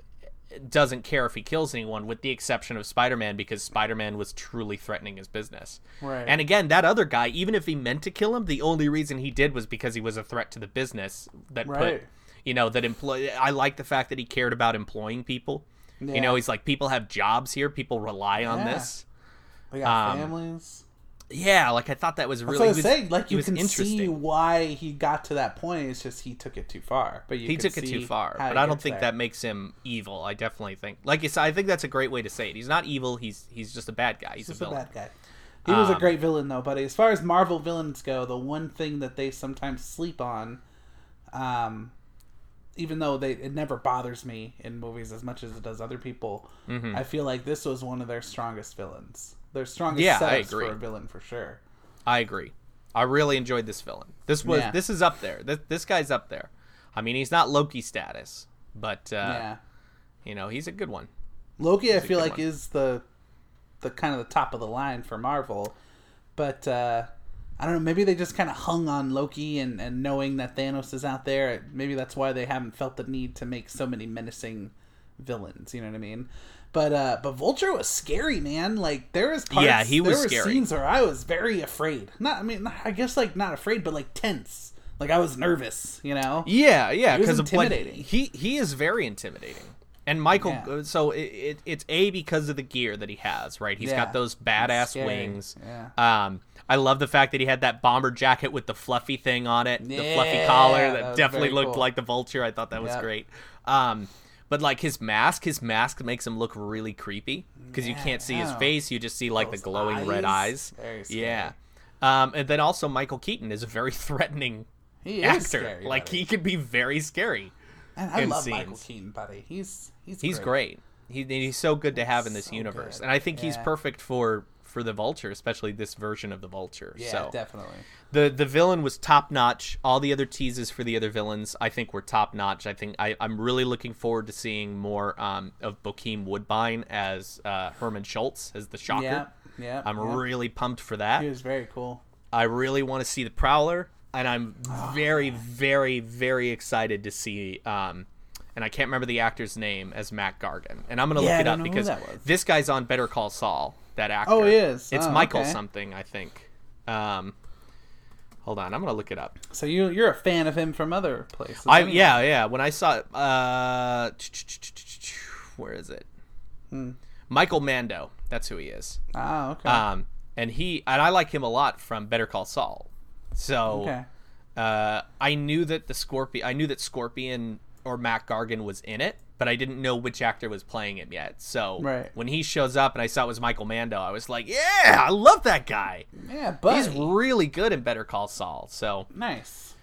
doesn't care if he kills anyone with the exception of Spider-Man because Spider-Man was truly threatening his business.
Right.
And again, that other guy, even if he meant to kill him, the only reason he did was because he was a threat to the business that
Right.
put you know, that employ I like the fact that he cared about employing people.
Yeah.
You know, he's like people have jobs here, people rely on
Yeah.
this.
They got
Um,
families.
Yeah, like I thought that was really
So I was
he was-
saying, like
he
you
was
can
interesting.
see why he got to that point. It's just he took it too far. But you
he
can
took it too
see
far
how
but
he
i don't
gets
think
there.
that makes him evil i definitely think like it's, i think that's a great way to say it he's not evil he's he's just a bad guy he's,
He's
a
a
villain
bad guy. He was a
Um,
great villain though, buddy. As far as Marvel villains go, the one thing that they sometimes sleep on, um, even though they it never bothers me in movies as much as it does other people,
Mm-hmm.
I feel like this was one of their strongest villains. Their strongest
Yeah, I
setups
agree.
for a villain for sure.
i agree i really enjoyed this villain this was
Yeah.
this is up there this, this guy's up there i mean he's not loki status but uh
yeah,
you know he's a good one
Loki, I
a
feel
good
like
one.
is the the kind of the top of the line for Marvel, but uh, I don't know. Maybe they just kind of hung on Loki and and knowing that Thanos is out there. Maybe that's why they haven't felt the need to make so many menacing villains. You know what I mean? But uh, but Vulture was scary, man. Like there was parts,
Yeah, he was
there were
scary.
scenes where I was very afraid. Not I mean not- I guess like not afraid, but like tense. Like I was nervous. You know?
Yeah, yeah,
He was
because of what
intimidating.
he he is very intimidating. And Michael,
Yeah.
uh, so it, it, it's a because of the gear that he has, right? He's
Yeah.
got those badass
scary.
wings.
Yeah.
Um, I love the fact that he had that bomber jacket with the fluffy thing on it, the fluffy
Yeah,
collar
that
that,
was
definitely
very
looked
cool.
like the vulture. I thought that was
Yep.
great. Um, but like his mask, his mask makes him look really creepy because
Yeah,
you can't see his
yeah.
face; you just see like the
Those
glowing red
eyes.
eyes.
Very scary.
yeah. Um, and then also Michael Keaton is a very [LAUGHS] threatening
He is
actor.
scary,
like
buddy.
he could be very scary.
And I
in
love Michael
scenes.
Keaton, buddy. He's he's
He's great. He, he's so good to have in this
So
universe,
good.
and I think he's
Yeah.
perfect for for the Vulture, especially this version of the Vulture.
Yeah,
so
definitely.
the the villain was top notch. All the other teases for the other villains, I think, were top notch. I think I, I'm really looking forward to seeing more um, of Bokeem Woodbine as uh, Herman Schultz as the Shocker.
Yeah, yeah.
I'm
yeah.
really pumped for that.
He was very cool.
I really want to see the Prowler, and I'm
Ah.
very, very, very excited to see. Um, and I can't remember the actor's name as Matt Gargan, and I'm gonna
Yeah, I
look it
don't
up
know who
because
that was.
this guy's on Better Call Saul. That actor.
Oh, he is?
It's
Oh,
Michael
okay.
something, I think. Um, hold on, I'm gonna look it up.
So you you're a fan of him from other places.
I
aren't you?
yeah yeah. When I saw uh, where is it?
Hmm.
Michael Mando. That's who he is.
Ah, okay.
Um, and he and I like him a lot from Better Call Saul. So
okay.
uh, I knew that the Scorpion. I knew that Scorpion or Matt Gargan was in it, but I didn't know which actor was playing him yet. So
Right.
when he shows up and I saw it was Michael Mando, I was like, yeah, I love that guy.
Yeah, but
He's really good in Better Call Saul. So
nice.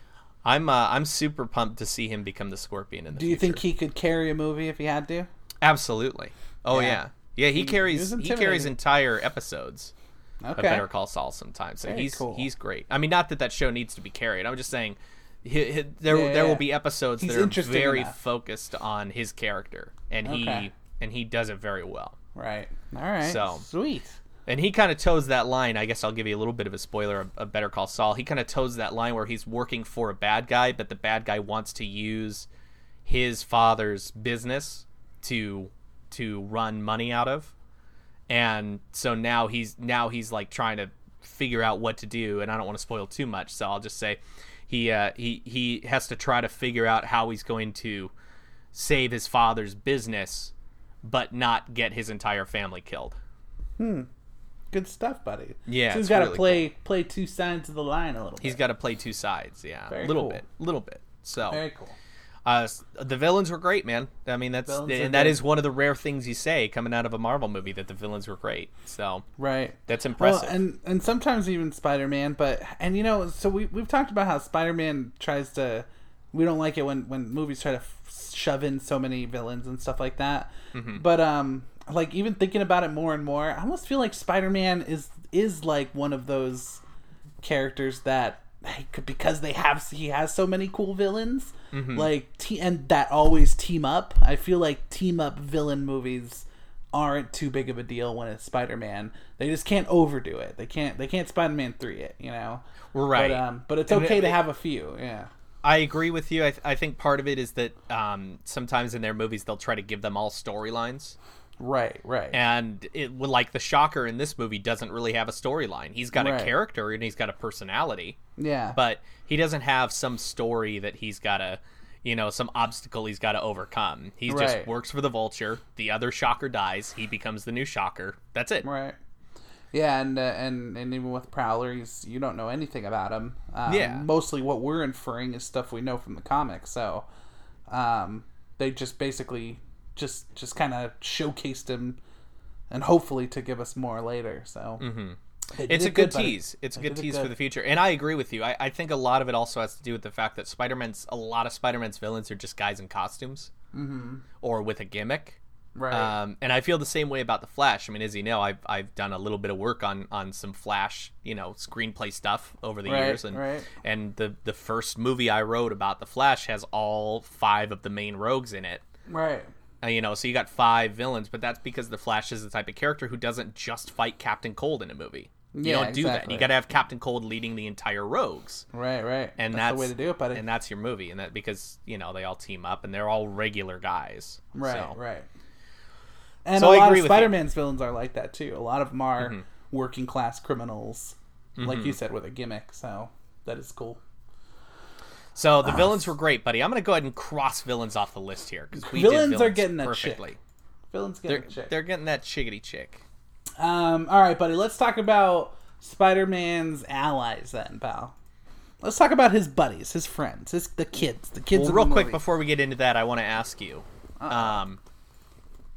I'm uh, I'm super pumped to see him become the Scorpion in the
Do you think he could carry a movie if he had to?
Absolutely. Oh
Yeah.
yeah. yeah. he,
was
carries he carries
intimidating.
entire episodes
Okay.
of Better Call Saul sometimes. So
Very
he's
cool.
he's great. I mean, not that that show needs to be carried. I'm just saying, he, he- there
Yeah, yeah,
there
yeah.
will be episodes
He's
that are
interesting
very
enough.
focused on his character, and
Okay.
he and he does it very well.
Right. All right.
So-
sweet.
And he kind of toes that line. I guess I'll give you a little bit of a spoiler of, of Better Call Saul. He kind of toes that line where he's working for a bad guy, but the bad guy wants to use his father's business to to run money out of. And so now he's now he's like trying to figure out what to do. And I don't want to spoil too much, so I'll just say he uh, he he has to try to figure out how he's going to save his father's business, but not get his entire family killed.
Good stuff, buddy.
Yeah,
So he's
it's
got to
really
play play two sides of the line a little.
He's
bit.
got to play two sides. Yeah,
Very
a little
cool.
bit, little bit.
very
So
cool.
uh, s- the villains were great, man. I mean, that's
Villains are
and that
good.
is one of the rare things you say coming out of a Marvel movie that the villains were great. So
Right.
that's impressive.
Well, and and sometimes even Spider Man, but and you know, so we we've talked about how Spider Man tries to. We don't like it when when movies try to f- shove in so many villains and stuff like that.
Mm-hmm.
But um, like even thinking about it more and more, I almost feel like Spider Man is is like one of those characters that because they have he has so many cool villains
Mm-hmm.
like te- and that always team up i feel like team up villain movies aren't too big of a deal when it's spider-man they just can't overdo it they can't they can't spider-man 3 it you know
Right.
but, um, but it's
And
okay
it-
to have a few yeah
I agree with you. I, th- I think part of it is that um, sometimes in their movies they'll try to give them all storylines,
right right
and it would like the Shocker in this movie doesn't really have a storyline. He's got
Right.
a character and he's got a personality.
yeah
but he doesn't have some story that he's got to you know some obstacle he's got to overcome he
Right.
just works for the vulture the other shocker dies he becomes the new shocker that's it
Right. Yeah, and uh, and and even with Prowler, he's, you don't know anything about him. Um,
Yeah.
Mostly, what we're inferring is stuff we know from the comics. So, um, they just basically just just kind of showcased him, and hopefully to give us more later. So.
Mm-hmm.
They did
it's a
it
good
buddy.
tease it's a
They
good
did it
tease for
good.
the future and i agree with you I, I think a lot of it also has to do with the fact that spider-man's a lot of spider-man's villains are just guys in costumes mm-hmm. or with a gimmick
Right.
Um, and I feel the same way about the Flash. I mean, as you know, I've I've done a little bit of work on on some Flash, you know, screenplay stuff over the
Right,
years, and
right.
and the the first movie I wrote about the Flash has all five of the main rogues in it.
right.
Uh, you know, so you got five villains, but that's because the Flash is the type of character who doesn't just fight Captain Cold in a movie. You
Yeah,
don't do that.
exactly.
You got to have Captain Cold leading the entire rogues
Right. Right.
and
that's,
that's,
the way to do it, buddy.
And that's your movie, and that because you know they all team up and they're all regular guys.
Right,
So-
right. And
So
a
I
lot
agree with you.
of
Mm-hmm.
Spider-Man's villains are like that too. A lot of them are working class criminals, like you said, with a gimmick. So that is cool.
So the villains were great, buddy. I'm gonna go ahead and cross villains off the list here because we
Villains
did
are
villains
getting that
perfectly.
chick. Villains get
They're,
a check.
they're getting that chickity chick.
Um, all right, buddy. Let's talk about Spider-Man's allies then, pal. Let's talk about his buddies, his friends, his the kids, the kids.
Well,
in
real
the
quick
movie.
before we get into that, I want to ask you, um,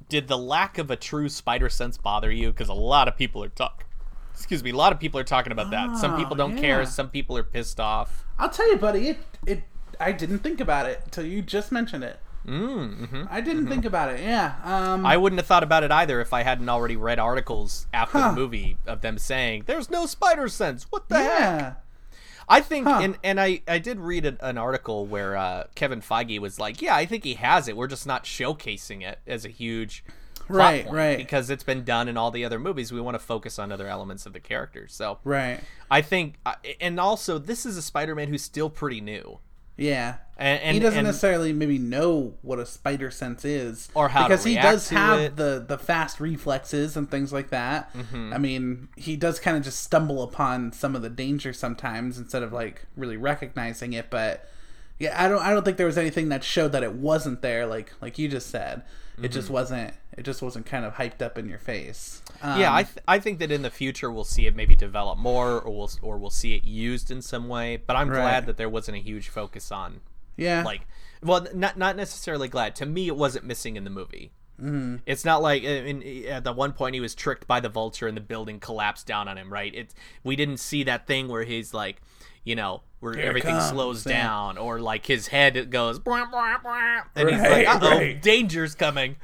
did the lack of a true spider sense bother you? Because a lot of people are talking. Excuse me, a lot of people are talking about that. Some people
Oh,
don't care.
yeah.
Some people are pissed off.
I'll tell you, buddy. It it I didn't think about it until you just mentioned it. Mm, hmm I didn't think about it. Yeah. Um,
mm-hmm, I wouldn't have thought about it either if I hadn't already read articles after
Huh.
the movie of them saying, "There's no spider sense. What the heck?"
yeah.
I think,
Huh.
and and I I did read an, an article where uh, Kevin Feige was like, yeah, I think he has it. We're just not showcasing it as a huge, plot
Right,
point
right.
because it's been done in all the other movies. We want to focus on other elements of the character. So
Right.
I think, I- and also this is a Spider-Man who's still pretty new.
Yeah.
And, and
he doesn't
and-
necessarily maybe know what a spider sense is
Or how to
because he
react
does
to
have
it. Mm-hmm.
the the fast reflexes and things like that i mean he does kind of just stumble upon some of the danger sometimes instead of like really recognizing it but yeah i don't i don't think there was anything that showed that it wasn't there like like you just said it
Mm-hmm.
just wasn't it just wasn't kind of hyped up in your face um,
yeah, I, th- I think that in the future we'll see it maybe develop more, or we'll or we'll see it used in some way. But I'm
Right.
glad that there wasn't a huge focus on
yeah
like well, not not necessarily glad. To me, it wasn't missing in the movie. Mm-hmm. It's not like in, in- at the one point he was tricked by the vulture and the building collapsed down on him. Right? It's we didn't see that thing where he's like, you know, where
it
everything
comes,
slows
yeah.
down or like his head goes "Bwah, bwah, bwah," and he's
Right,
like, uh oh,
right.
danger's
[LAUGHS]
coming.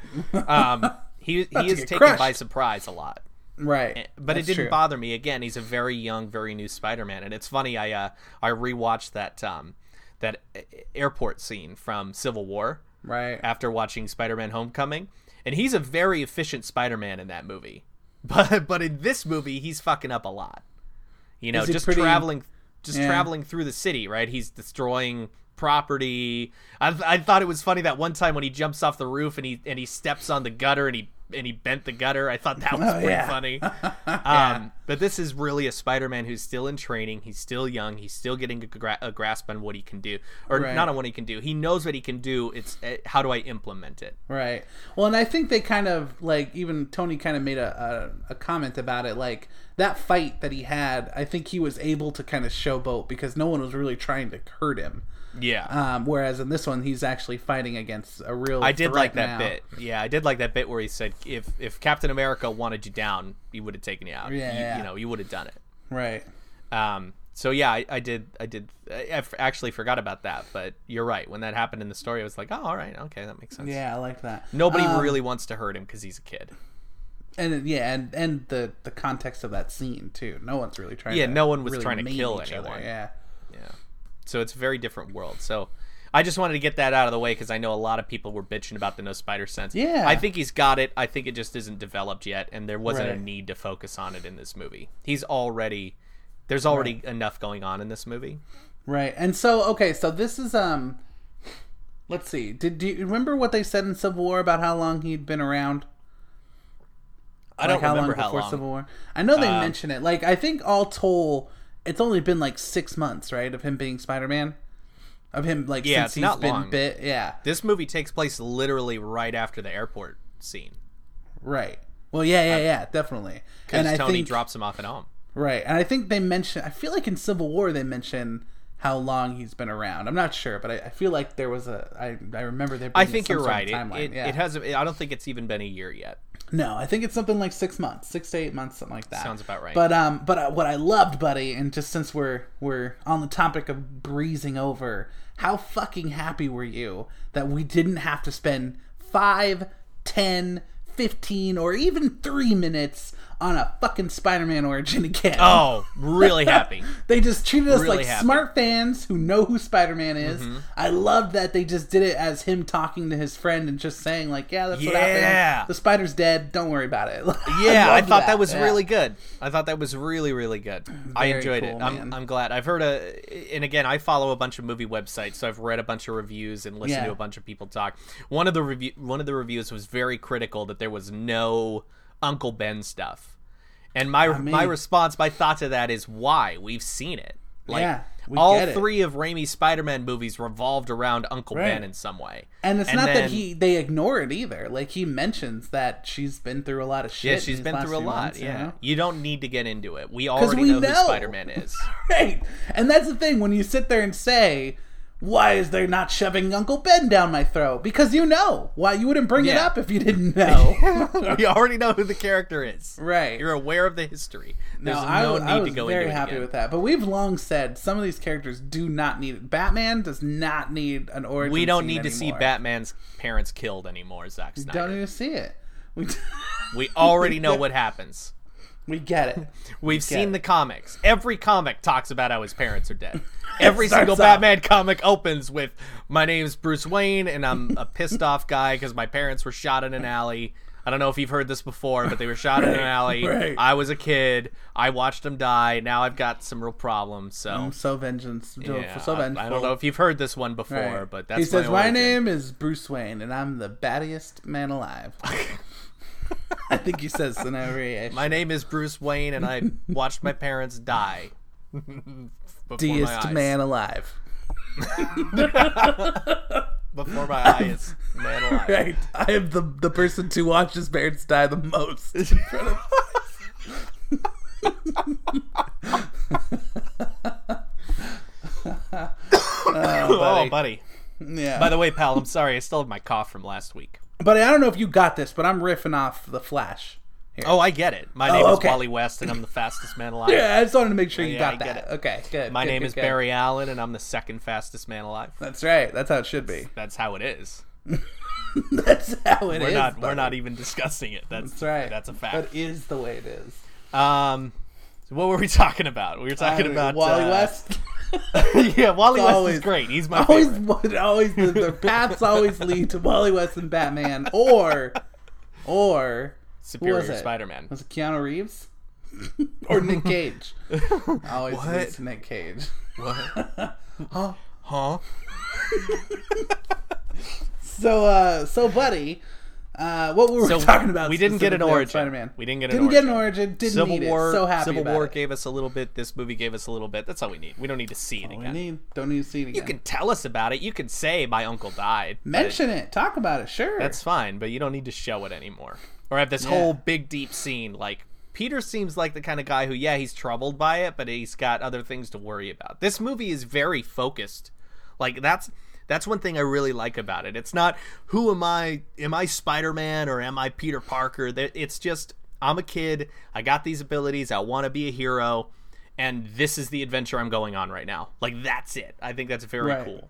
Um, he he
to
is
get
taken
crushed.
by surprise a lot
Right.
eh, but
That's
it didn't
true.
bother me. Again, he's a very young, very new Spider-Man, and it's funny. I uh, I rewatched that um, that uh, airport scene from Civil War
Right.
after watching Spider-Man: Homecoming, and he's a very efficient Spider-Man in that movie. [LAUGHS] But but in this movie, he's fucking up a lot. You know,
Is he
just
pretty-
traveling, just
Yeah.
traveling through the city. Right, he's destroying property. I, I thought it was funny that one time when he jumps off the roof and he and he steps on the gutter and he and he bent the gutter. I thought that was
[LAUGHS] Oh,
pretty
yeah.
funny. Um, but this is really a Spider-Man who's still in training. He's still young. He's still getting a, gra- a grasp on what he can do, or
Right.
not on what he can do. He knows what he can do. It's uh, how do I implement it?
Right. Well, and I think they kind of like even Tony kind of made a, a a comment about it. Like that fight that he had, I think he was able to kind of showboat because no one was really trying to hurt him.
Yeah,
Um, whereas in this one, he's actually fighting against a real.
Uh, I did
threat
like that
now.
bit. Yeah, I did like that bit where he said, "If if Captain America wanted you down, he would have taken you out.
Yeah,
you,
yeah.
you know, you would have done it."
Right.
Um, so yeah, I, I did. I did. I f- actually forgot about that, but you're right. When that happened in the story, I was like, "Oh, all right, okay, that makes sense."
Yeah, I like that.
Nobody
Um,
really wants to hurt him because he's a kid.
And it- yeah, and and the the context of that scene too. No one's really trying.
Yeah,
to
no one was
really
trying to
maim
kill
each
anyone.
Other. Yeah.
Yeah. So it's a very different world. So I just wanted to get that out of the way because I know a lot of people were bitching about the no spider sense.
Yeah.
I think he's got it. I think it just isn't developed yet, and there wasn't a
Right.
need to focus on it in this movie. He's already there's already enough going on in this movie.
Right. And so okay, so this is um. Let's see. Did do you remember what they said in Civil War about how long he'd been around?
I don't
like how
remember
long before
how long. Um,
Civil War. I know they mention it. Like I think all told, it's only been like six months, right, of him being Spider Man, of him like
Yeah,
since
it's
he's
not
been
long.
bit. Yeah,
This movie takes place literally right after the airport scene
right. Well, yeah, yeah, yeah, definitely. And
Uh, because
I
Tony
think
drops him off at home.
right, and I think they mention. I feel like in Civil War they mention how long he's been around. I'm not sure, but I, I feel like there was a. I I remember there.
I
being
think
some
you're
sort of
right. It,
Timeline.
it,
yeah.
it has. I don't think it's even been a year yet.
No, I think it's something like six months, six to eight months, something like that.
Sounds about right.
But um, but uh, what I loved, buddy, and just since we're we're on the topic of breezing over, how fucking happy were you that we didn't have to spend five, ten, fifteen, or even three minutes on a fucking Spider-Man origin [LAUGHS] again?
Oh, really
[LAUGHS]
happy.
They just treated us
Really
like
happy. Mm-hmm.
smart fans who know who Spider Man is. I love that they just did it as him talking to his friend and just saying like, "Yeah, that's what
Yeah.
happened. The spider's dead. Don't worry about it." [LAUGHS]
Yeah, I,
loved
thought that, was
Yeah.
really good. I thought that was really, really good. I
Very
enjoyed
cool,
it.
man.
I'm, I'm glad. I've heard a, and again, I follow a bunch of movie websites, so I've read a bunch of reviews and listened
Yeah.
to a bunch of people talk. One of the review, one of the reviews was very critical that there was no Uncle Ben stuff, and my my
mean-
response, my thought to that is why we've seen it. Like
Yeah, we
all
get it.
three of Raimi's Spider-Man movies revolved around Uncle
Right.
Ben in some way,
And it's not
then-
that he they ignore it either. Like he mentions that she's been through a lot of shit.
Yeah,
in
she's
these
been
last
through a
few
lot.
months, you
yeah,
know? [LAUGHS]
you don't need to get into it. We already
we
know, who
know.
Spider-Man
[LAUGHS]
is.
Right. And that's the thing when you sit there and say, "Why is there not shoving Uncle Ben down my throat?" Because you know why you wouldn't bring it
Yeah.
up if you
[LAUGHS]
didn't know. [LAUGHS]
we already know who the character is.
Right.
You're aware of the history. There's no,
I,
need
I was
to go
very
into
happy
it again.
with that. But we've long said some of these characters do not need. Batman does not need an origin.
We don't
scene
need to see
anymore.
Batman's parents killed anymore, Zack Snyder.
Don't e- need to see it. We
We already know what happens.
[LAUGHS] we get
[LAUGHS]
it.
We've seen
it.
the comics. Every comic talks about how his parents are
[LAUGHS]
dead. Every
Starts
single
off.
Batman comic opens with "My name's Bruce Wayne, and I'm a pissed off guy because my parents were shot in an alley." I don't know if you've heard this before, but they were shot in an alley.
right.
I was a kid. I watched them die. Now I've got some real problems. So
I'm so vengeance.
Yeah,
Mm, so
I,
vengeful.
I don't know if you've heard this one before,
Right.
but that's
he says, "My
origin."
name [LAUGHS] is Bruce Wayne, and I'm the baddest man alive." [LAUGHS] I think he says in every
[LAUGHS] [LAUGHS]
issue.
My name is Bruce Wayne,
[LAUGHS]
and I watched my parents die. [LAUGHS] before my
deist
eyes.
man alive. [LAUGHS]
Before my eyes,
[LAUGHS]
man alive.
Right, I am the the person to watch his parents die
[LAUGHS]
the most. [LAUGHS] In front of
[LAUGHS] Oh, buddy.
Yeah.
By the way, pal, I'm sorry. I still have my cough from last week.
but I don't know if you got this, but I'm riffing off the Flash. Here.
Oh, I get it. My name
okay.
is Wally West, and I'm the fastest
[LAUGHS]
man alive.
Yeah, I just wanted to make sure you
Oh, yeah,
got
I
that.
get it.
Okay, good.
My
good,
name
good,
is
good.
Barry Allen, and I'm the second fastest man alive.
That's right. That's how it
[LAUGHS]
should be.
That's how it is.
That's how it
We're
is,
not. We're
buddy.
not even discussing it. That's,
That's right.
That's a
That
fact.
is the way it is.
Um, so what were we talking about? We were talking
I mean,
about
Wally
uh,
West.
[LAUGHS]
[LAUGHS]
yeah, Wally
It's
West
always-
is great. He's my
always,
favorite.
always the, the paths always lead to Wally West and Batman, or, or who was
Superior
it?
Spider-Man.
Was it Keanu Reeves? [LAUGHS] or
[LAUGHS]
Nick Cage? Always
What?
leads to Nick Cage.
Huh? Huh?
So, uh, so buddy, uh, what were we [LAUGHS] talking about?
we didn't get an
specifically on
origin.
Spider-Man.
We didn't get an
didn't
origin.
get an origin. Didn't
Civil
need
War.
it. So happy
Civil
about
War
it.
gave us a little bit. This movie gave us a little bit. That's all we need. We don't need to see it
We
again.
need- don't need to see it again.
You can tell us about it. You can say my uncle died. but
mention it. Talk about it. Sure.
That's fine, but you don't need to show it anymore. Or have this
Yeah.
whole big deep scene. Like Peter seems like the kind of guy who, yeah, he's troubled by it, but he's got other things to worry about. This movie is very focused. Like that's that's one thing I really like about it. It's not who am I? Am I Spider Man or am I Peter Parker? That- It's just I'm a kid. I got these abilities. I want to be a hero, and this is the adventure I'm going on right now. Like that's it. I think that's very
Right.
cool.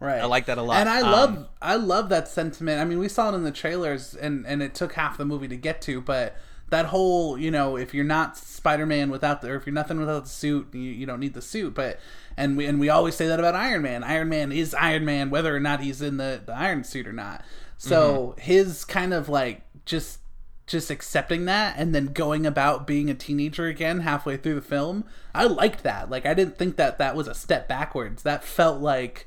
Right.
I like that a lot.
And I
Um,
love I love that sentiment. I mean, we saw it in the trailers and and it took half the movie to get to, but that whole, you know, if you're not Spider-Man without the or if you're nothing without the suit, you, you don't need the suit, but and we and we always say that about Iron Man. Iron Man is Iron Man whether or not he's in the the iron suit or not. So,
Mm-hmm.
his kind of like just just accepting that and then going about being a teenager again halfway through the film. I liked that. Like I didn't think that that was a step backwards. That felt like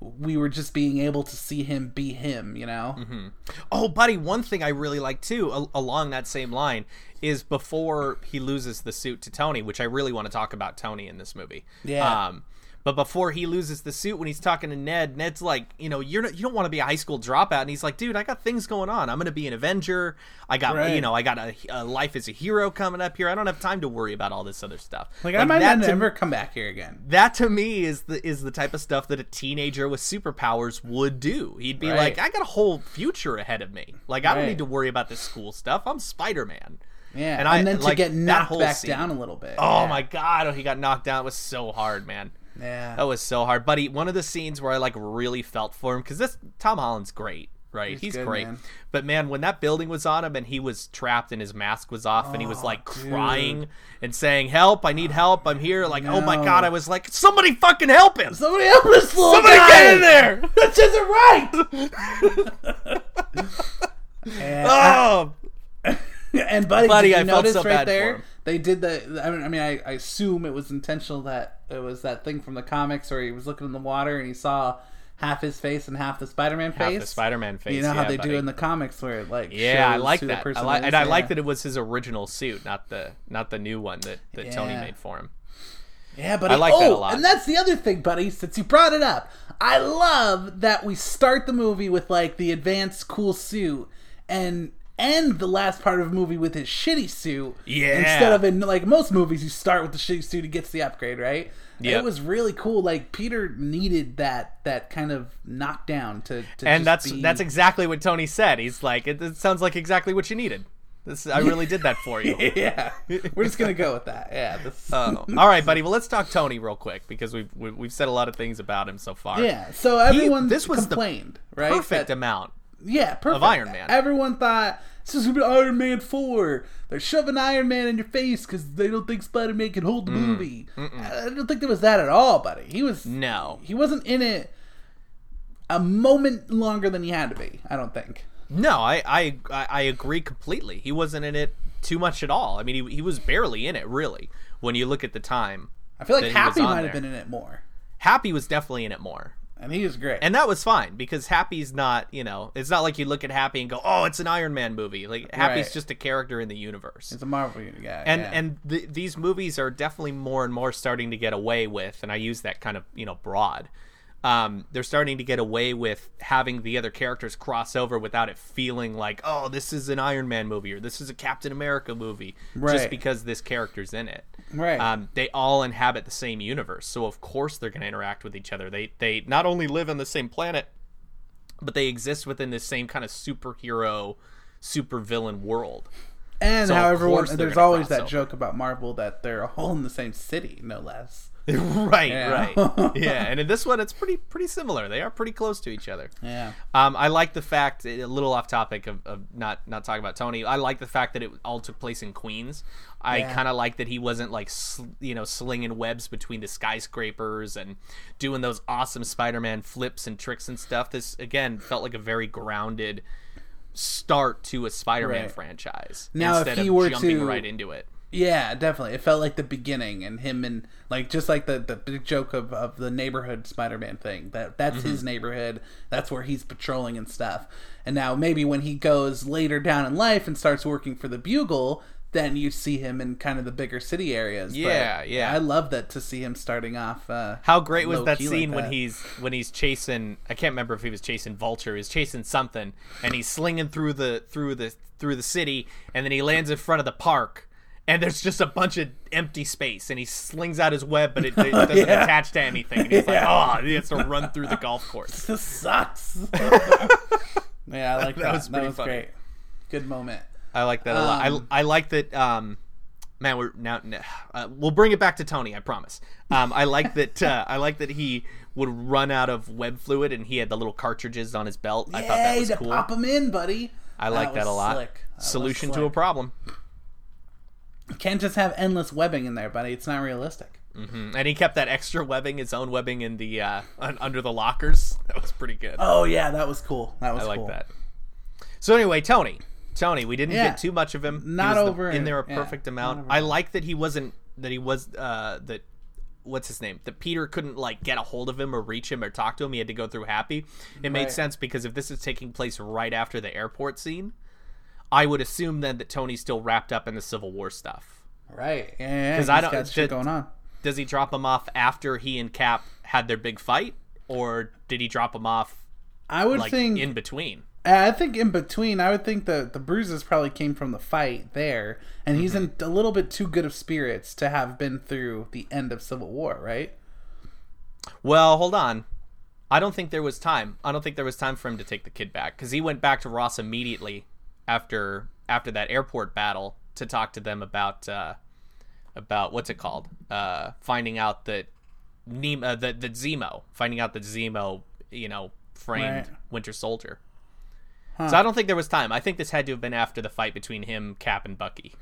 we were just being able to see him be him, you know?
Oh, buddy, one thing I really like too, a- along that same line, is before he loses the suit to Tony, which I really want to talk about Tony in this movie.
Yeah.
Um, but before he loses the suit, when he's talking to Ned, Ned's like, you know, you're not, you don't want to be a high school dropout, and he's like, dude, I got things going on. I'm gonna be an Avenger. I got,
Right.
you know, I got a, a life as a hero coming up here. I don't have time to worry about all this other stuff.
Like, I might not
to
never come back here again.
that to me is the is the type of stuff that a teenager with superpowers would do. He'd be
Right.
like, I got a whole future ahead of me. Like I don't
Right.
need to worry about this school stuff. I'm Spider Man.
Yeah. And,
And I-
then to
like,
get
that
knocked
whole
back
scene.
down a little bit.
Oh
yeah.
my god, oh, he got knocked down. It was so hard, man.
Yeah.
That was so hard, buddy. One of the scenes where I like really felt for him because this Tom Holland's great, right? He's,
good,
great.
man.
But man, when that building was on him and he was trapped and his mask was off and he was like crying and saying, "Help! I need help! I'm here!" Like, oh my
no.
god, I was like, "Somebody fucking help him!
Somebody help this little
Somebody
guy!
get in
[LAUGHS]
there!"
This isn't right!
[LAUGHS]
and,
Oh,
[LAUGHS] and buddy,
Buddy,
did you
I felt
notice
so
right
bad for
there?
him.
They did the. I mean, I, mean I, I assume it was intentional that it was that thing from the comics where he was looking in the water and he saw half his face and half the Spider-Man
half
face.
the Spider-Man face.
You know
yeah,
how they
buddy.
do in the comics where it like
Yeah, I
shows
like
who
that.
The
I
person
like,
is.
and I like
Yeah.
that it was his original suit, not the not the new one that, that Tony
Yeah.
made for him.
Yeah, buddy.
I like
oh,
that a lot.
And that's the other thing, buddy. Since you brought it up, I love that we start the movie with like the advanced cool suit and end the last part of the movie with his shitty suit.
Yeah.
Instead of in like most movies, you start with the shitty suit and gets the upgrade, right?
Yeah.
It was really cool. Like Peter needed that that kind of knockdown to. to just
And that's
be- [LAUGHS]
that's exactly what Tony said. He's like, it, it sounds like exactly what you needed. This I really did that for
[LAUGHS]
you.
yeah. We're just gonna go with that. Yeah.
[LAUGHS]
This,
Uh, all right, buddy. Well, let's talk Tony real quick because we've we- we've said a lot of things about him so far.
yeah. Uh, So everyone
this was the
complained, right?
perfect
That-
amount.
Yeah, perfect.
Iron Man.
Everyone thought this is gonna be Iron Man four. They're shoving Iron Man in your face because they don't think Spider Man can hold the
Mm,
movie. I I don't think there was that at all, buddy. He was
No,
he wasn't in it a moment longer than he had to be. I don't think.
No, I, I I I agree completely. He wasn't in it too much at all. I mean, he, he was barely in it really. When you look at the time,
I feel like
That he was
Happy
on
might have
there.
been in it more,
Happy was definitely in it more,
and he was great.
and that was fine because Happy's not you know it's not like you look at Happy and go oh it's an Iron Man movie. Like Happy's
Right.
just a character in the universe.
He's a Marvel unit guy.
and
yeah.
and th- these movies are definitely more and more starting to get away with and i use that kind of you know broad um, they're starting to get away with having the other characters cross over without it feeling like oh this is an iron man movie or this is a captain america movie
Right.
just because this character's in it
Right.
um, they all inhabit the same universe so of course they're going to interact with each other they they not only live on the same planet but they exist within this same kind of superhero supervillain world
and
so
how
of
everyone
course they're
there's
gonna
always
cross
that
over.
joke about Marvel that they're all in the same city, no less.
[LAUGHS] right
Yeah. [LAUGHS]
right yeah and in this one it's pretty pretty similar they are pretty close to each other
Yeah.
Um, I like the fact a little off topic of, of not not talking about Tony. I like the fact that it all took place in Queens. I
Yeah.
kind of like that he wasn't like sl- you know slinging webs between the skyscrapers and doing those awesome Spider-Man flips and tricks and stuff. This again felt like a very grounded start to a Spider-Man
Right.
franchise.
Now, if
instead
he
of
were
jumping
to-
right into it.
Yeah, definitely. It felt like the beginning, and him and like just like the the big joke of, of the neighborhood Spider-Man thing. That that's
Mm-hmm.
his neighborhood. That's where he's patrolling and stuff. And now maybe when he goes later down in life and starts working for the Bugle, then you see him in kind of the bigger city areas. But
Yeah, yeah.
I love that to see him starting off. Uh,
How great was that
low-key like
scene when
that.
he's when he's chasing? I can't remember if he was chasing Vulture. He's chasing something, and he's slinging through the through the through the city, and then he lands in front of the park, and there's just a bunch of empty space, and he slings out his web, but it,
[LAUGHS]
it doesn't
Yeah.
attach to anything, and he's
[LAUGHS]
like, oh, he has to run through the golf course.
[LAUGHS]
[LAUGHS]
this sucks. yeah, I like that. That
was
was,
pretty funny.
great. Good moment.
I like that a lot.
Um,
I, I like that. Um, man, we're now n- uh, we'll bring it back to Tony. I promise. Um, I
[LAUGHS]
like that. Uh, I like that he would run out of web fluid, and he had the little cartridges on his belt. I thought that
Yay,
was
to
cool.
pop him in, buddy.
I like that,
was
a lot.
slick. That was
Solution to
slick.
a problem,
Can't just have endless webbing in there, buddy. It's not realistic.
Mm, and he kept that extra webbing, his own webbing, in the uh, un- under the lockers. That was pretty good.
Oh yeah, that was cool. That was
I like
cool.
that. So anyway, Tony, Tony, we didn't
Yeah.
get too much of him. He
Not
was the-
over-
in there a
yeah,
perfect amount.
not over.
I like that he wasn't that he was uh that what's his name that Peter couldn't like get a hold of him or reach him or talk to him. He had to go through Happy. It made
Right.
sense because if this is taking place right after the airport scene, I would assume then that Tony's still wrapped up in the Civil War stuff.
Right. Yeah, Yeah. Because
I
I
don't-
don't got
did-
shit going on.
Does he drop him off after he and Cap had their big fight, or did he drop him off
I would
like
think.
in between?
I think in between, I would think the the bruises probably came from the fight there, and he's in
Mm-hmm.
a little bit too good of spirits to have been through the end of Civil War, right?
Well, hold on. I don't think there was time. I don't think there was time for him to take the kid back because he went back to Ross immediately after after that airport battle to talk to them about uh, about what's it called? Uh, finding out that Nemo, uh, that that Zemo, finding out that Zemo, you know, framed
Right.
Winter Soldier. So I don't think there was time. I think this had to have been after the fight between him, Cap, and Bucky.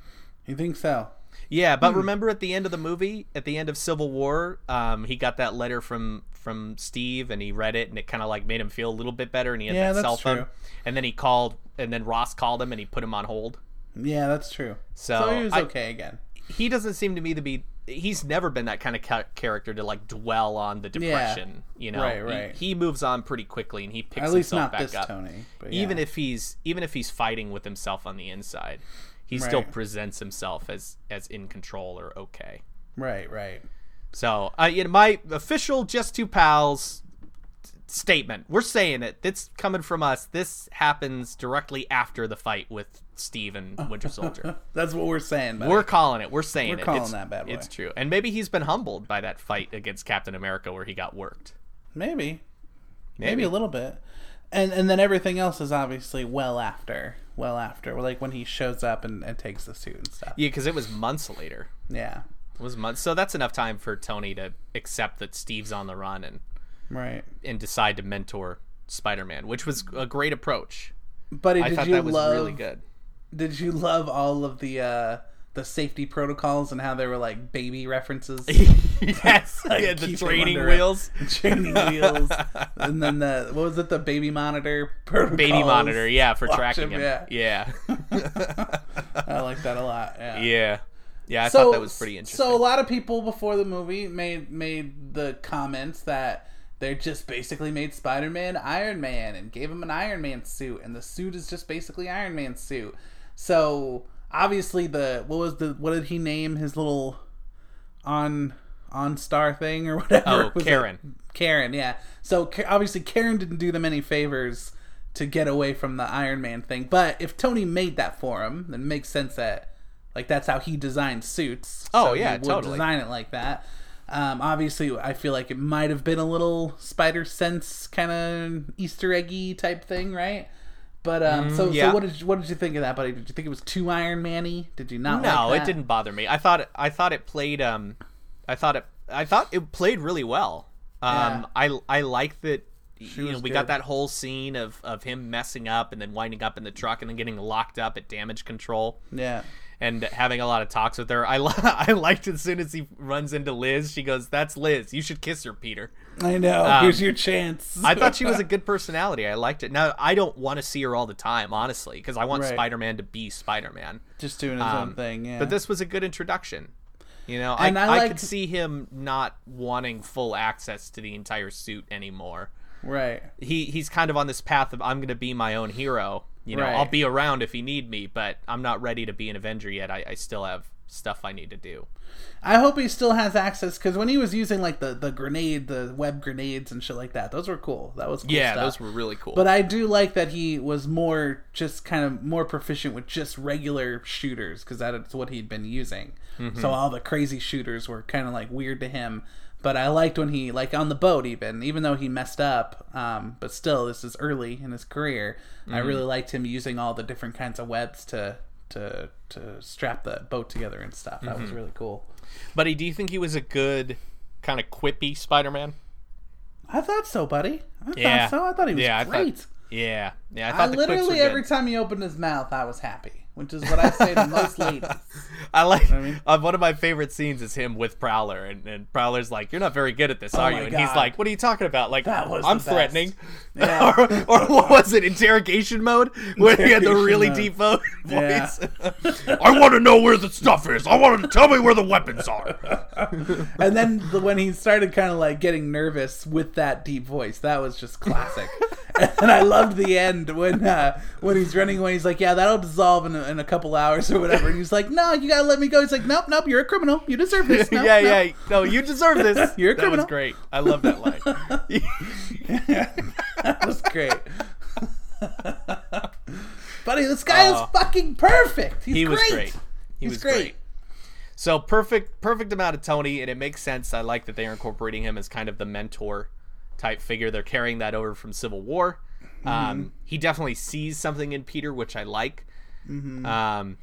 You think so?
Yeah, but
Hmm.
remember at the end of the movie, at the end of Civil War, um, he got that letter from from Steve, and he read it, and it kind of like made him feel a little bit better, and he had
Yeah,
that
that's
cell phone,
true.
and then he called, and then Ross called him, and he put him on hold.
Yeah, that's true.
So,
he was
I-
okay again.
He doesn't seem to me to be. He's never been that kind of ca- character to like dwell on the depression. You know,
Right, right.
He, he moves on pretty quickly, and he picks
At least
himself
not
back
this
up.
Tony. But
Even
yeah.
if he's even if he's fighting with himself on the inside, he still
Right.
presents himself as as in control or okay.
right, right.
So, uh, you know, my official Just Two Pals s- statement. We're saying it. It's coming from us. This happens directly after the fight with Steve and Winter
[LAUGHS]
Soldier.
That's what we're saying. Buddy.
We're calling it. We're saying
We're
it.
calling
it's,
that bad boy.
It's true. And maybe he's been humbled by that fight against Captain America where he got worked.
maybe maybe a little bit and and then everything else is obviously well after well after like when he shows up and, and takes the suit and stuff
Yeah, because it was months later.
yeah
It was months. So that's enough time for Tony to accept that Steve's on the run and,
right
and decide to mentor Spider-Man, which was a great approach.
buddy
I
did
thought
you
that was
love
really good.
did you love all of the uh the safety protocols and how they were like
[LAUGHS]
baby references [LAUGHS]
yes, [LAUGHS] yeah,
Keep
the
him
training
under
wheels.
training wheels and then the what was it the baby monitor protocols.
baby monitor yeah for tracking
Oh, him,
him, yeah
[LAUGHS]
yeah
i like that a lot yeah
yeah, i
so
thought that was pretty
[LAUGHS]
interesting
So a lot of people before the movie made made the comments that they just basically made Spider-Man Iron Man and gave him an Iron Man suit, and the suit is just basically Iron Man's suit. So obviously the what was the what did he name his little on on star thing or [LAUGHS] whatever?
oh
was it?
karen
Karen, yeah. So Ka- obviously Karen didn't do them any favors to get away from the Iron Man thing, but if Tony made that for him, then it makes sense that Like that's how he designed suits.
Oh,
so
yeah,
he would
totally.
Design it like that. Um, obviously, I feel like it might have been a little spider sense kind of Easter eggy type thing, right? But um, so,
Mm, yeah.
so what did you, what did you think of that, buddy? Did you think it was too Iron Man-y? Did you not?
No,
like
it
that?
didn't bother me. I thought I thought it played um I thought it I thought it played really well. Um I I like that you know,
was
we got
good.
that whole scene of of him messing up and then winding up in the truck and then getting locked up at damage control
Yeah.
and having a lot of talks with her. I [LAUGHS] li- I liked as soon as he runs into Liz, she goes, "That's Liz. You should kiss her, Peter."
I know. Here's your chance.
Um,
[LAUGHS]
I thought she was a good personality. I liked it. Now I don't want to see her all the time, honestly, because I want
Right.
Spider-Man to be Spider-Man.
just doing his
Um,
own thing. Yeah.
But this was a good introduction. You know, I,
And I
I,
like-
could see him not wanting full access to the entire suit anymore.
right.
He he's kind of on this path of I'm going to be my own hero. You know,
Right.
I'll be around if you need me, but I'm not ready to be an Avenger yet. I, I still have stuff I need to do.
I hope he still has access because when he was using like the the grenade, the web grenades and shit like that, those were cool. That was cool
Yeah,
stuff.
those were really cool.
But I do like that he was more just kind of more proficient with just regular shooters because that's what he'd been using.
Mm-hmm.
So all the crazy shooters were kind of like weird to him. But I liked when he like on the boat even even though he messed up, um, but still this is early in his career. I
Mm-hmm.
really liked him using all the different kinds of webs to to to strap the boat together and stuff. That
Mm-hmm.
was really cool.
Buddy, uh, do you think he was a good kind of quippy Spider-Man?
I thought so, buddy. I
Yeah.
thought so. I thought he was
Yeah, I thought-
great.
Yeah, yeah. I
I
thought the quips were
literally
good.
every time he opened his mouth, I was happy, which is what I say to
[LAUGHS]
most ladies.
I like
mean-
uh, one of my favorite scenes is him with Prowler, and, and Prowler's like, "You're not very good at this, are you?"
Oh my
And he's
God.
like, "What are you talking about? Like,
That was
I'm
the best.
threatening."
Yeah.
[LAUGHS] or, or what was it? Interrogation mode, [LAUGHS] where he had the
Interrogation
really
mode.
deep vo-
Yeah.
voice. [LAUGHS]
I want to know where the stuff is. I want to tell me where the weapons are.
And then the, when he started kind of like getting nervous with that deep voice, that was just
[LAUGHS]
classic. and I loved the end when uh, when he's running away. He's like, "Yeah, that'll dissolve in a, in a couple hours or whatever." And he's like, "No, you gotta let me go." He's like, "Nope, nope, you're a criminal. You deserve this." No,
[LAUGHS] yeah,
no."
yeah. No, you deserve this.
You're a
that
criminal.
was great. I love that
[LAUGHS]
line.
that was great. [LAUGHS] Buddy, this guy
Oh.
is fucking perfect. He's
he
great.
was great. He
He's
was
great.
great. So perfect, perfect amount of Tony, and it makes sense. I like that they are incorporating him as kind of the mentor type figure. They're carrying that over from Civil War.
Mm-hmm.
Um, he definitely sees something in Peter, which I like.
Mm-hmm.
Um,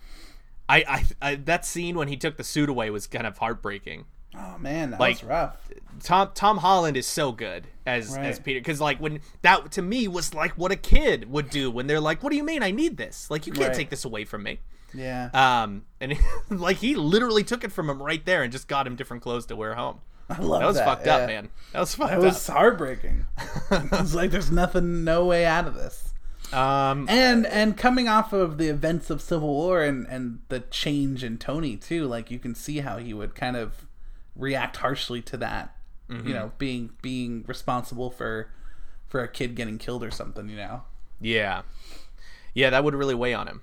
I, I, I that scene when he took the suit away was kind of heartbreaking.
Oh man, that
Like-
was rough.
Tom Tom Holland is so good as
Right.
as Peter because like when that to me was like what a kid would do when they're like, "What do you mean I need this? Like you can't
Right.
take this away from me."
Yeah.
Um, and like he [LAUGHS] literally took it from him right there and just got him different clothes to wear home.
[LAUGHS] I love
That was fucked
yeah.
up, man. That was fucked
It
[LAUGHS]
was heartbreaking. it's like there's nothing, no way out of this.
up. Um,
And and coming off of the events of Civil War and and the change in Tony too, like you can see how he would kind of react harshly to that.
Mm-hmm.
You know, being being responsible for for a kid getting killed or something. You know.
yeah, yeah, that would really weigh on him.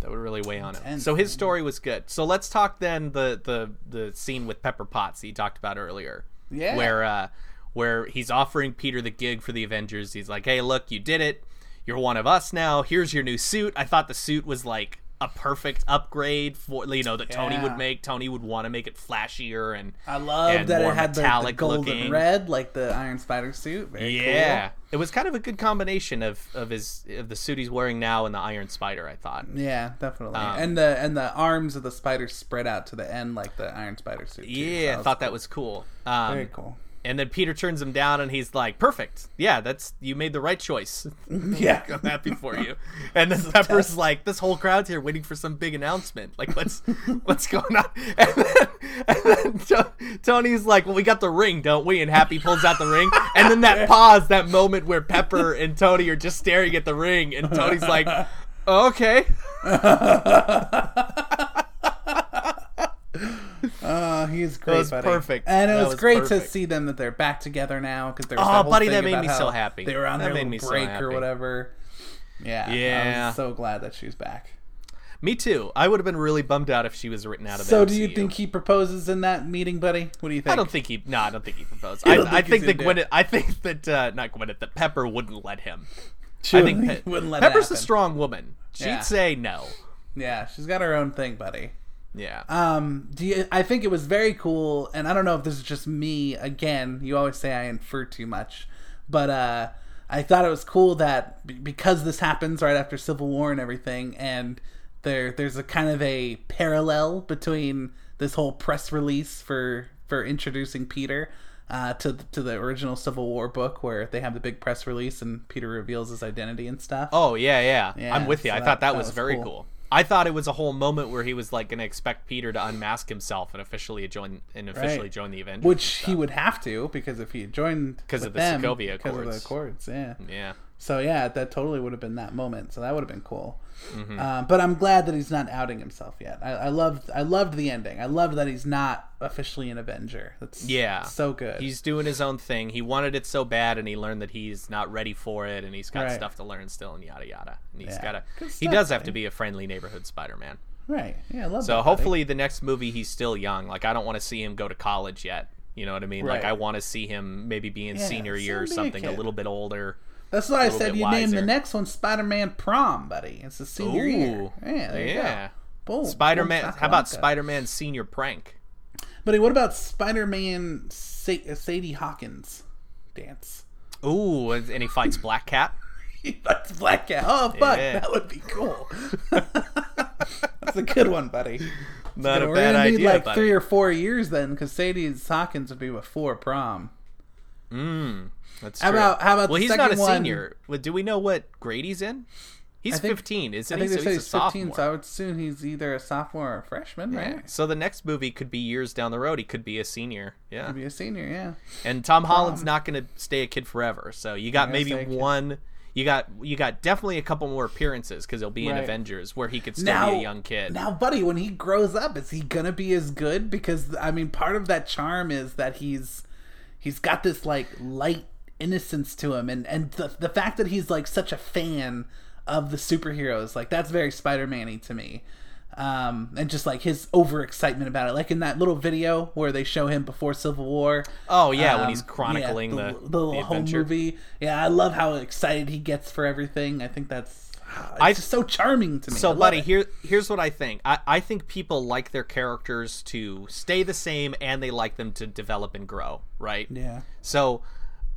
That would really weigh on him.
Intense,
So his story was good. So let's talk then the the the scene with Pepper Potts that you talked about earlier.
Yeah.
Where uh, where he's offering Peter the gig for the Avengers. He's like, "Hey, look, you did it. You're one of us now. Here's your new suit." I thought the suit was like a perfect upgrade for you know that Tony
Yeah.
would make. Tony would want to make it flashier and
I love
and
that
more
it had the, the
metallic
gold
looking.
and red, like the Iron Spider suit. Very cool.
Yeah, it was kind of a good combination of of his of the suit he's wearing now and the Iron Spider. I thought.
Yeah, definitely.
Um,
and the and the arms of the spider spread out to the end like the Iron Spider suit. too, so
Yeah, I
was
thought that was cool. Um,
very cool.
And then Peter turns him down, and he's like, "Perfect, yeah, that's you made the right choice. [LAUGHS]
[LAUGHS] Yeah,
I'm happy for
[LAUGHS]
you." And then Pepper's like, "This whole crowd's here waiting for some big announcement. Like,
[LAUGHS]
what's what's going on?" [LAUGHS] And then, and then To- Tony's like, "Well, we got the ring, don't we?" And Happy pulls out the ring, and then
[LAUGHS]
that pause, that moment where Pepper and Tony are just staring at the ring, and Tony's
[LAUGHS]
like, "Okay."
uh, he's great.
was
buddy.
perfect.
and it
That
was,
was
great to
perfect.
see them that they're back together now because there was
Oh,
that whole
buddy,
thing
that made
about
me so
how
happy.
They were on
That
their
made
little
me so
break or
happy.
whatever. Yeah, I
Yeah.
was so glad that she was back.
Me too. I would have been really bummed out if she was written out of the
So, do you
MCU.
think he proposes in that meeting, buddy? What do you think?
I don't think he. No, I don't think he proposed.
You
I,
don't
I
think
think
he's
that
gonna do
Gwyneth. I think that uh, not Gwyneth. That Pepper wouldn't let him.
She
I
[LAUGHS]
think
wouldn't let it
Pepper's a
happen.
strong woman. She'd
Yeah.
say no.
Yeah, she's got her own thing, buddy.
Yeah.
Um, do you, I think it was very cool, and I don't know if this is just me. Again, you always say I infer too much, but uh, I thought it was cool that be- because this happens right after Civil War and everything, and there there's a kind of a parallel between this whole press release for for introducing Peter. Uh, to to the original Civil War book where they have the big press release and Peter reveals his identity and stuff.
Oh yeah, yeah.
Yeah,
I'm with you.
so
I thought that,
that- that
was,
was
very
cool.
cool. I thought it was a whole moment where he was like going to expect Peter to unmask himself and officially join and officially
Right.
join the Avengers.
which he would have to because if he had joined
'Cause
with
of the
them,
Sokovia
because of the
Accords.
Accords, yeah.
yeah.
So yeah, that totally would have been that moment. So that would have been cool.
Mm-hmm.
Uh, but I'm glad that he's not outing himself yet. I, I loved I loved the ending. I loved that he's not officially an Avenger. That's
Yeah.
so good.
He's doing his own thing. He wanted it so bad and he learned that he's not ready for it and he's got
Right.
stuff to learn still and yada yada. And he's
Yeah.
got to
Good
He
stuff,
does have to
dude.
be a friendly neighborhood Spider-Man.
right. Yeah, I love.
So
that, buddy.
hopefully the next movie he's still young. Like I don't want to see him go to college yet. You know what I mean? Like
Right.
I want to see him maybe be in
Yeah,
senior
see
year
him
or
be a
something a
kid.
little bit older.
that's why I
little
said
bit
you name the
wiser.
next one Spider-Man Prom, buddy. It's the senior year.
Ooh.
Yeah, there
Yeah.
You go. Boom.
Spider Man.
Boom
How about
shakalaka.
Spider Man senior prank?
Buddy, what about Spider-Man Sa- Sadie Hawkins dance? [LAUGHS]
Ooh, and and he fights Black Cat.
That's Black Cat. Oh fuck,
Yeah.
that would be cool. [LAUGHS] That's a good one, buddy.
Not
Yeah,
a
we're
bad
gonna need
idea,
like
buddy.
three or four years then, because Sadie Hawkins would be before prom.
That's
How
true.
about how about
Well,
the
he's
second
not a
one?
senior. Well, do we know what grade he's in? He's
think-
fifteen, isn't
I think
he?
they
So
said
he's,
he's
a
15,
sophomore.
so I would assume he's either a sophomore or a freshman,
Yeah.
right?
So the next movie could be years down the road. He could be a senior. Yeah.
Could be a senior, yeah.
And Tom Holland's not going to stay a kid forever. So you got
Yeah,
maybe
stay a kid.
one. You got you got definitely a couple more appearances because he'll be in
Right.
Avengers where he could still be a young kid.
Now, buddy, when he grows up, is he gonna be as good? Because I mean, part of that charm is that he's he's got this like light innocence to him, and and the the fact that he's like such a fan of the superheroes, like that's very Spider-Man-y to me. Um, and just like his overexcitement about it, like in that little video where they show him before Civil War.
Oh, yeah, when
Um,
he's chronicling
yeah,
the,
the little home
adventure.
movie. Yeah, I love how excited he gets for everything. I think that's it's
I-
just so charming to me. I
So,
love
buddy,
it.
here here's what I think. I, I think people like their characters to stay the same, and they like them to develop and grow, right?
yeah.
So,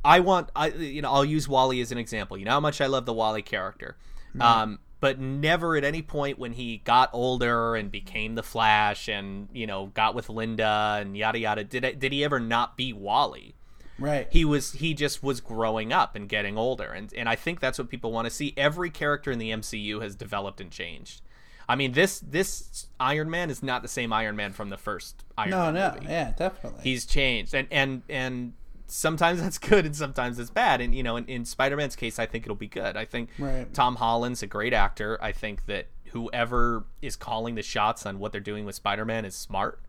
I want I you know I'll use Wally as an example. You know how much I love the Wally character,
Mm-hmm.
um, but never at any point when he got older and became the Flash, and you know got with Linda and yada yada. Did I, did he ever not be Wally?
Right.
he was he just was growing up and getting older and and I think that's what people want to see every character in the MCU has developed and changed I mean this this Iron Man is not the same Iron Man from the first Iron
no,
Man
Oh, no,
movie
yeah, definitely.
he's changed and and and sometimes that's good and sometimes it's bad and you know in, in spider-man's case i think it'll be good i think
Right.
tom holland's a great actor i think that whoever is calling the shots on what they're doing with spider-man is smart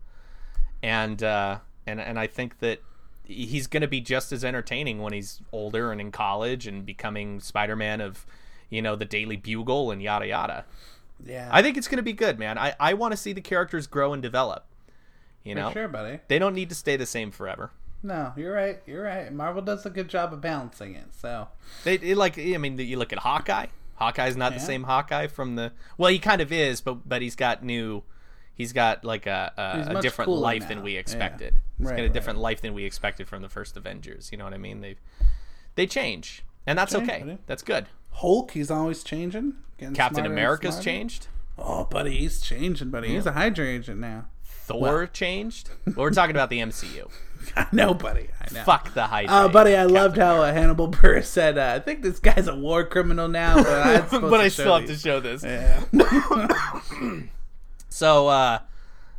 and uh and and i think that he's going to be just as entertaining when he's older and in college and becoming spider-man of you know the daily bugle and yada yada
yeah,
i think it's going to be good man i i want to see the characters grow and develop you
for
know
sure, buddy.
they don't need to stay the same forever
No, you're right. You're right. Marvel does a good job of balancing it. So
They it, like I mean you look at Hawkeye. Hawkeye's not the
Yeah.
same Hawkeye from the well he kind of is but but he's got new he's got like a
He's
a, a
much
different
cooler
life
now.
than we
Yeah.
expected. He's
Right,
got a
right.
different life than we expected from the first Avengers, you know what I mean? They they change. And that's
Change,
okay.
buddy.
That's good.
Hulk, he's always changing. Getting
Captain
smarter and
America's
smarter.
changed.
Oh, buddy, he's changing, buddy. He's a Hydra agent now. [LAUGHS]
Thor changed. Well, we're talking about the MCU.
I know, buddy. I [LAUGHS] know.
Fuck the hype.
Uh, buddy, I loved how uh, Hannibal [LAUGHS] Burr said, uh, "I think this guy's a war criminal now, [LAUGHS] but, I'm supposed
but
to
I
show
still have to
these."
show this.
Yeah.
[COUGHS] So uh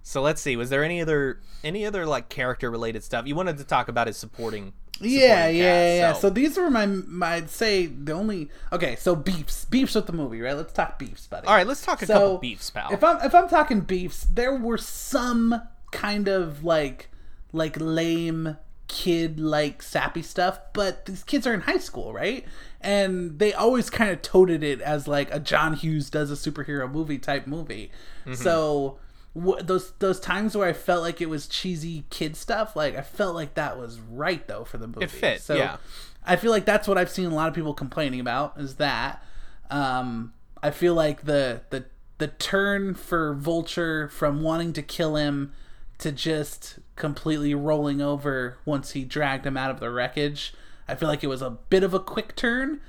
so let's see. Was there any other any other like character related stuff you wanted to talk about? Is supporting?
yeah, yeah,
supporting
yeah,
cast,
So. these were my, my, I'd say the only. Okay, so beefs, beefs with the movie, right? Let's talk beefs, buddy.
All right, let's talk a couple beefs, pal.
If I'm if I'm talking beefs, there were some kind of like like lame kid like sappy stuff, but these kids are in high school, right? And they always kind of toted it as like a John Hughes does a superhero movie type movie.
Mm-hmm.
So wh- those those times where I felt like it was cheesy kid stuff, like I felt like that was right though for the movie.
fit,
So
yeah.
I feel like that's what I've seen a lot of people complaining about is that. Um, I feel like the the the turn for Vulture from wanting to kill him to just completely rolling over once he dragged him out of the wreckage. I feel like it was a bit of a quick turn.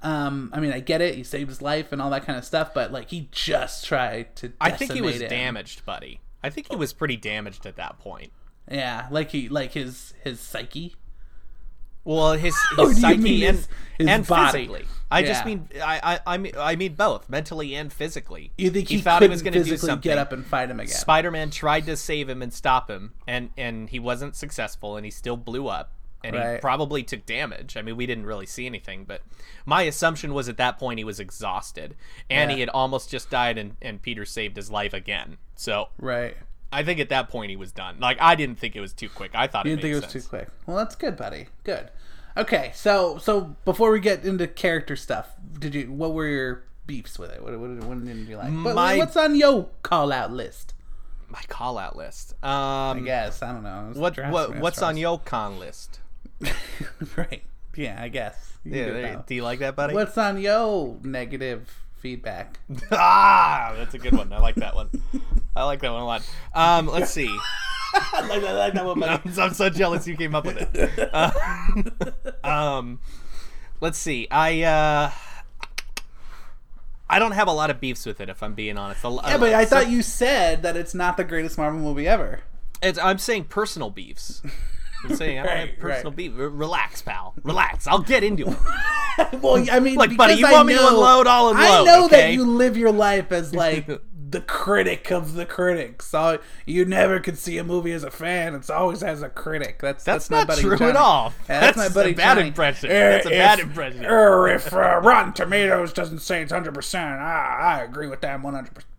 Um, I mean, I get it. He saved his life and all that kind of stuff, but like he just tried to.
I think he was
decimate him.
damaged, buddy. I think he was pretty damaged at that point.
Yeah, like he like his his psyche.
Well, his,
[LAUGHS] Oh, do
his
you
psyche
mean
and,
his- his
and
body?
physically. I just
Yeah.
mean I, I I mean I mean both mentally and physically.
You think he,
thought he
couldn't
was going to do
physically
something?
get up and fight him again?
Spider-Man tried to save him and stop him, and and he wasn't successful, and he still blew up, and he
Right.
probably took damage. I mean, we didn't really see anything, but my assumption was at that point he was exhausted, and he
Yeah.
had almost just died, and and Peter saved his life again. So
right.
I think at that point he was done. Like I didn't think it was too quick. I thought
You
it
didn't think
made
it was
sense.
too quick. Well, that's good, buddy. Good. Okay, so so before we get into character stuff, did you what were your beefs with it? What what, what didn't you like? What-
My-
what's on your call out list?
My call out list. Um,
I guess I don't know. I was
What
drafting
what
as
what's
far
on your con list?
as- [LAUGHS] right? Yeah, I guess. You can
Yeah,
do it
there-
now.
do you like that, buddy?
What's on yo negative feedback?
[LAUGHS] Ah, that's a good one. I like that one. I like that one a lot. Um, let's see. [LAUGHS] I like that, I like that one, buddy. I'm, I'm [LAUGHS] so jealous you came up with it. Um, [LAUGHS] um, let's see. I uh, I don't have a lot of beefs with it, if I'm being honest. A,
Yeah, but I thought you said that it's not the greatest Marvel movie ever.
It's, I'm saying personal beefs. I'm saying I don't have
Right,
personal
right.
beef. R- Relax, pal. Relax. I'll get into it.
Well, I mean,
Look, buddy,
because
you
I
want me to
know-
unload, I'll
I
unload,
know
okay?
that you live your
[LAUGHS]
life as like the critic of the critics. So you never could see a movie as a fan. It's always as a critic. That's
That's
that's, my
not
buddy
true at
Johnny.
all.
Yeah,
That's
that's, my
a
buddy.
bad
Johnny.
impression.
Uh,
That's a
if-
bad impression.
uh, if uh, Rotten Tomatoes doesn't say it's hundred percent, I I agree with them one hundred percent.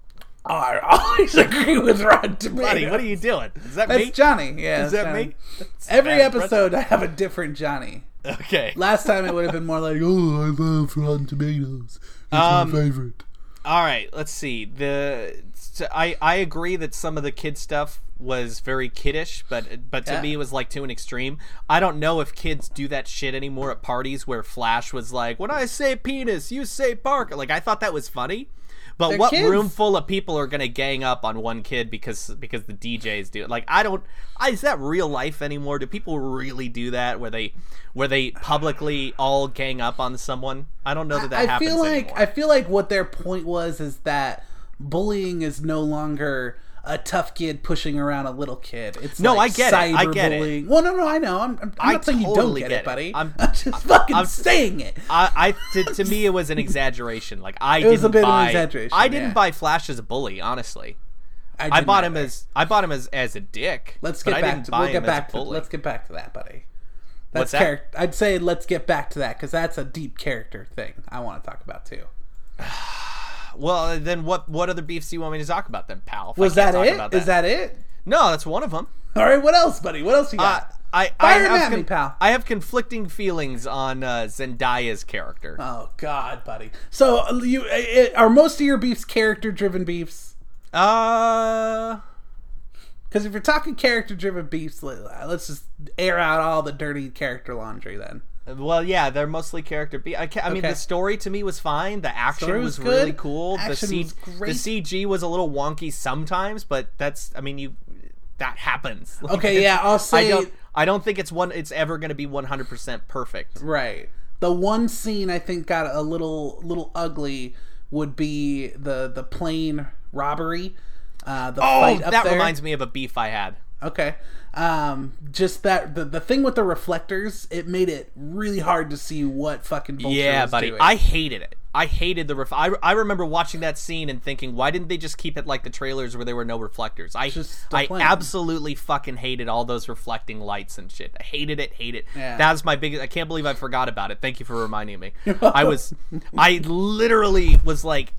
I always [LAUGHS] agree with Rotten Tomatoes.
Buddy, what are you doing? Is that
That's
me?
Johnny. Yeah,
Is
that's
that
Johnny.
me? That's
Every
bad impression.
episode, I have a different Johnny.
Okay.
Last time it would have been more like, oh, I love Rotten Tomatoes. It's
Um,
my favorite.
All right, let's see. The so I I agree that some of the kid stuff was very kiddish, but but to
Yeah.
me it was like to an extreme. I don't know if kids do that shit anymore at parties where Flash was like, "When I say penis, you say bark." Like I thought that was funny. But
They're
what
kids.
room full of people are going to gang up on one kid because because the DJs do it? Like I don't I, is that real life anymore? Do people really do that where they where they publicly all gang up on someone? I don't know that that
I
happens
feel like
anymore.
I feel like what their point was is that bullying is no longer a tough kid pushing around a little kid. It's
No,
like
I get it. I get it.
cyberbullying. Well, no, no, I know. I'm, I'm, I'm
I
not saying you don't
totally
get,
get
it,
it.
buddy.
I'm-
[LAUGHS] I'm, just fucking
I'm-
saying it.
I, I to, to me it was an exaggeration. Like I
was a
didn't
bit of an
buy,
exaggeration,
I didn't
yeah.
buy Flash as a bully, honestly.
did
I bought
not
him
like-
as I bought him as as a dick.
Let's
but
get
I
back.
didn't
To,
buy
we'll
him
get
as
back
a
to.
bully.
Let's get back to that, buddy.
What's
That's
that?
character. I'd say let's get back to that because that's a deep character thing I want to talk about too.
Well, then what what other beefs do you want me to talk about then, pal? if I
Was
can't
that
talk
it? Is
about
that it?
no? That's one of them.
All right, what else, buddy? What else you
Uh,
got?
I I
Fire him
have
at me, pal.
I have conflicting feelings on uh, Zendaya's character.
oh God, buddy. So uh, you i- i are most of your beefs character-driven beefs?
Uh,
Because if you're talking character-driven beefs, let- let's just air out all the dirty character laundry then.
well, yeah, they're mostly character beat. I, ca- I mean,
Okay.
the story to me was fine. The action
Story
was,
was
really
good.
cool. The,
Action
C-
was great.
the CG was a little wonky sometimes, but that's I mean, you that happens. [LAUGHS] Like,
Okay, yeah, I'll say.
I don't I don't think it's one it's ever going to be 100% perfect.
Right. The one scene I think got a little little ugly would be the the plane robbery. Uh, the
Oh,
fight up
that
there.
reminds me of a beef I had.
Okay. Um, just that the, the thing with the reflectors, it made it really hard to see what fucking Vulture
yeah,
was
buddy.
doing.
I hated it. I hated the ref. I, I remember watching that scene and thinking, why didn't they just keep it like the trailers where there were no reflectors? I
Just the
I
plane.
absolutely fucking hated all those reflecting lights and shit. I hated it. Hate it.
Yeah.
That's my biggest. I can't believe I forgot about it. Thank you for reminding
[LAUGHS]
me. I was. I literally was like,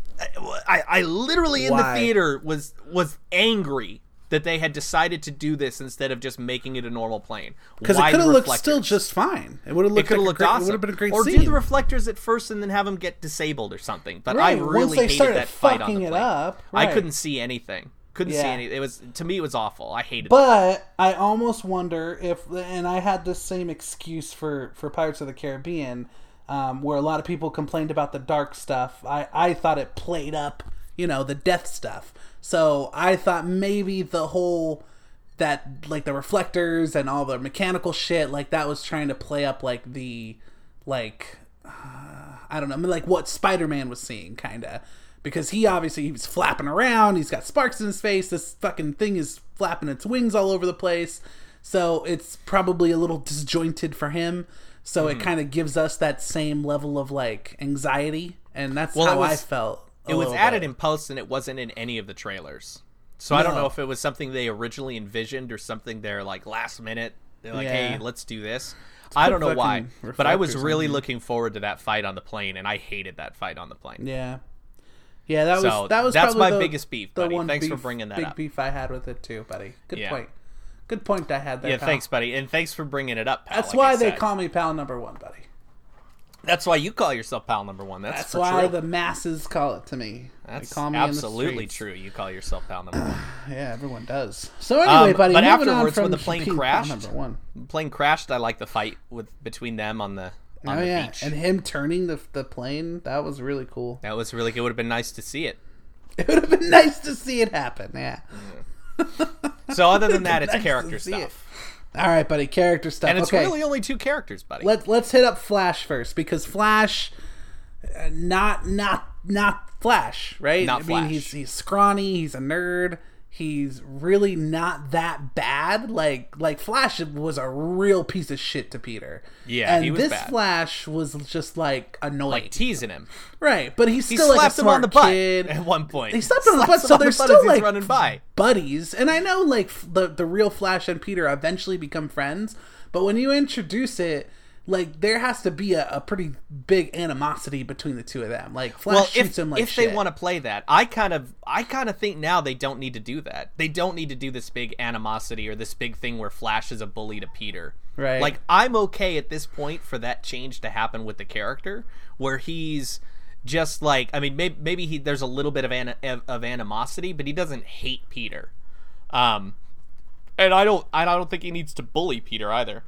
I I literally in the
Why?
theater was was angry. That they had decided to do this instead of just making it a normal plane.
because it
Why the
could have looked
reflectors?
still just fine. It would have
It
looked.
could have
like a
looked
great-
awesome.
It would have been a great
or
scene.
do the reflectors at first and then have them get disabled or something. But I
Right,
really
once they
hated
started
that fight on
fucking
the
it
plane.
up,
I
right.
couldn't see anything. Couldn't see
Yeah.
any. It was to me it was awful. I hated. it.
But I almost wonder if, and I had the same excuse for for Pirates of the Caribbean, um, where a lot of people complained about the dark stuff. I I thought it played up, you know, the death stuff. So I thought maybe the whole that like the reflectors and all the mechanical shit like that was trying to play up like the like I don't know, I mean, like what Spider Man was seeing, kind of. Because he obviously he was flapping around, he's got sparks in his face, this fucking thing is flapping its wings all over the place. So it's probably a little disjointed for him. So
Hmm.
it kind of gives us that same level of like anxiety, and that's
Well, it
how I
was-
felt. a
It was
little
added
bit.
in post and it wasn't in any of the trailers. So I don't
No.
know if it was something they originally envisioned or something they're like last minute. They're like,
Yeah.
hey, let's do this. I
put
don't know why,
fucking
but I was
reflectors
really
on.
looking forward to that fight on the plane, and I hated that fight on the plane.
Yeah, yeah, that
So
was that was
that's
probably
my
the-
biggest beef,
the
buddy.
one
Thanks for
beef-
bringing that
big
up.
beef I had with it too, buddy. Good
Yeah.
point. Good point I had there.
Yeah,
pal.
thanks, buddy, and thanks for bringing it up. Pal, like
That's
I
why they
said.
call me pal number one, buddy.
That's why you call yourself pal number one. That's,
That's
for
why
true.
the masses call it to me.
That's
they call me in the
absolutely
streets.
true. You call yourself pal number [CLEARS THROAT] one.
Yeah, everyone does. So anyway,
Um,
buddy,
but
moving on
afterwards,
from
when the plane
being pal
crashed-
number one.
plane crashed. I like the fight with between them on the on
oh
the
yeah,
beach.
and him turning the the plane that was really cool. [LAUGHS]
that was really. It would have been nice to see it.
It would have been nice to see it happen. Yeah.
So other than that, it's
Nice to
character
see it.
stuff,
All right, buddy. Character stuff.
and it's
okay.
really only two characters, buddy.
Let's let's hit up Flash first because Flash, uh, not not not Flash, right?
Not
I mean,
Flash.
he's he's scrawny. He's a nerd. He's really not that bad. Like like Flash was a real piece of shit to Peter.
Yeah,
and
he was
this
bad.
Flash was just like annoying,
like teasing him.
right? But he's
He
still like a
slapped him on
smart
the butt
kid.
at one point.
He slapped him on the
Slaps
butt,
him
so
on
they're
the butt
still,
as he's
like,
running by.
buddies and i know like f- the the real flash and peter eventually become friends but when you introduce it like there has to be a, a pretty big animosity between the two of them like flash
Well, if,
shoots him like
if
shit.
they want to play that, I kind of I kind of think now they don't need to do that. They don't need to do this big animosity or this big thing where Flash is a bully to Peter.
Right.
Like I'm okay at this point for that change to happen with the character where he's just like I mean maybe, maybe he there's a little bit of ana- of of animosity, but he doesn't hate Peter. Um and I don't I don't think he needs to bully Peter either.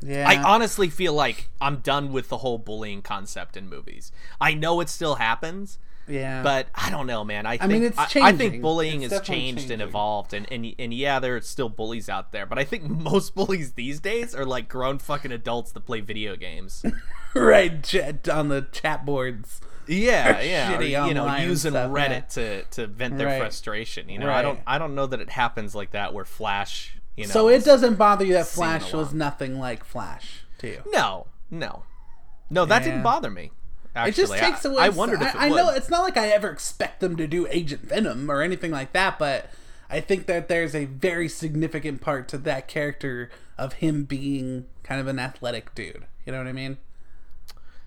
yeah
I honestly feel like I'm done with the whole bullying concept in movies. I know it still happens,
yeah
but I don't know, man. I think I,
mean, it's
I
changing.
think bullying
It's
has
definitely
changed and
changing.
evolved, and, and and yeah, there are still bullies out there, but I think [LAUGHS] most bullies these days are like grown fucking adults that play video
[LAUGHS]
games.
[LAUGHS] right jet on the chat boards
yeah, yeah, or,
shitty
you know,
online
using
stuff,
Reddit
yeah.
to to vent their
Right.
frustration. You know,
Right.
I don't I don't know that it happens like that where Flash. You know,
so it
is-
doesn't bother you that
seen
flash
a lot.
was nothing like flash to you
no, no, no, that
Yeah.
didn't bother me.
it just
Actually, I-
takes away
I wondered if it
I, I
would.
know it's not like I ever expect them to do Agent Venom or anything like that, but I think that there's a very significant part to that character of him being kind of an athletic dude. You know what I mean?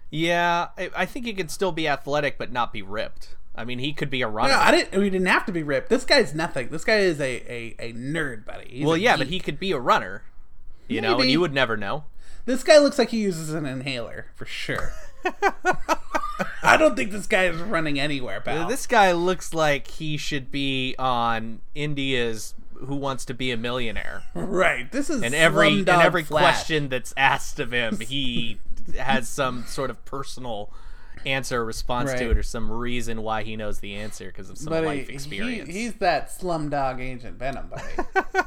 Yeah, I, I think he could still be athletic but not be ripped. I mean, he could be a runner.
No, I didn't. We didn't have to be ripped. This guy's nothing. This guy is a a, a nerd, buddy. He's
well,
a
yeah, but
geek.
he could be a runner. You know, and
Maybe.
you would never know.
This guy looks like he uses an inhaler
[LAUGHS]
for sure. I don't think this guy is running anywhere, pal.
This guy looks like he should be on India's Who Wants to Be a
[LAUGHS]
Millionaire.
right. This is
And every and
Slumdog
every
Flash.
question that's asked of him, he has some sort of personal answer or response
Right.
to it or some reason why he knows the answer because of some
Buddy,
life
he-
experience.
he's that slumdog agent
[LAUGHS]
Venom, buddy.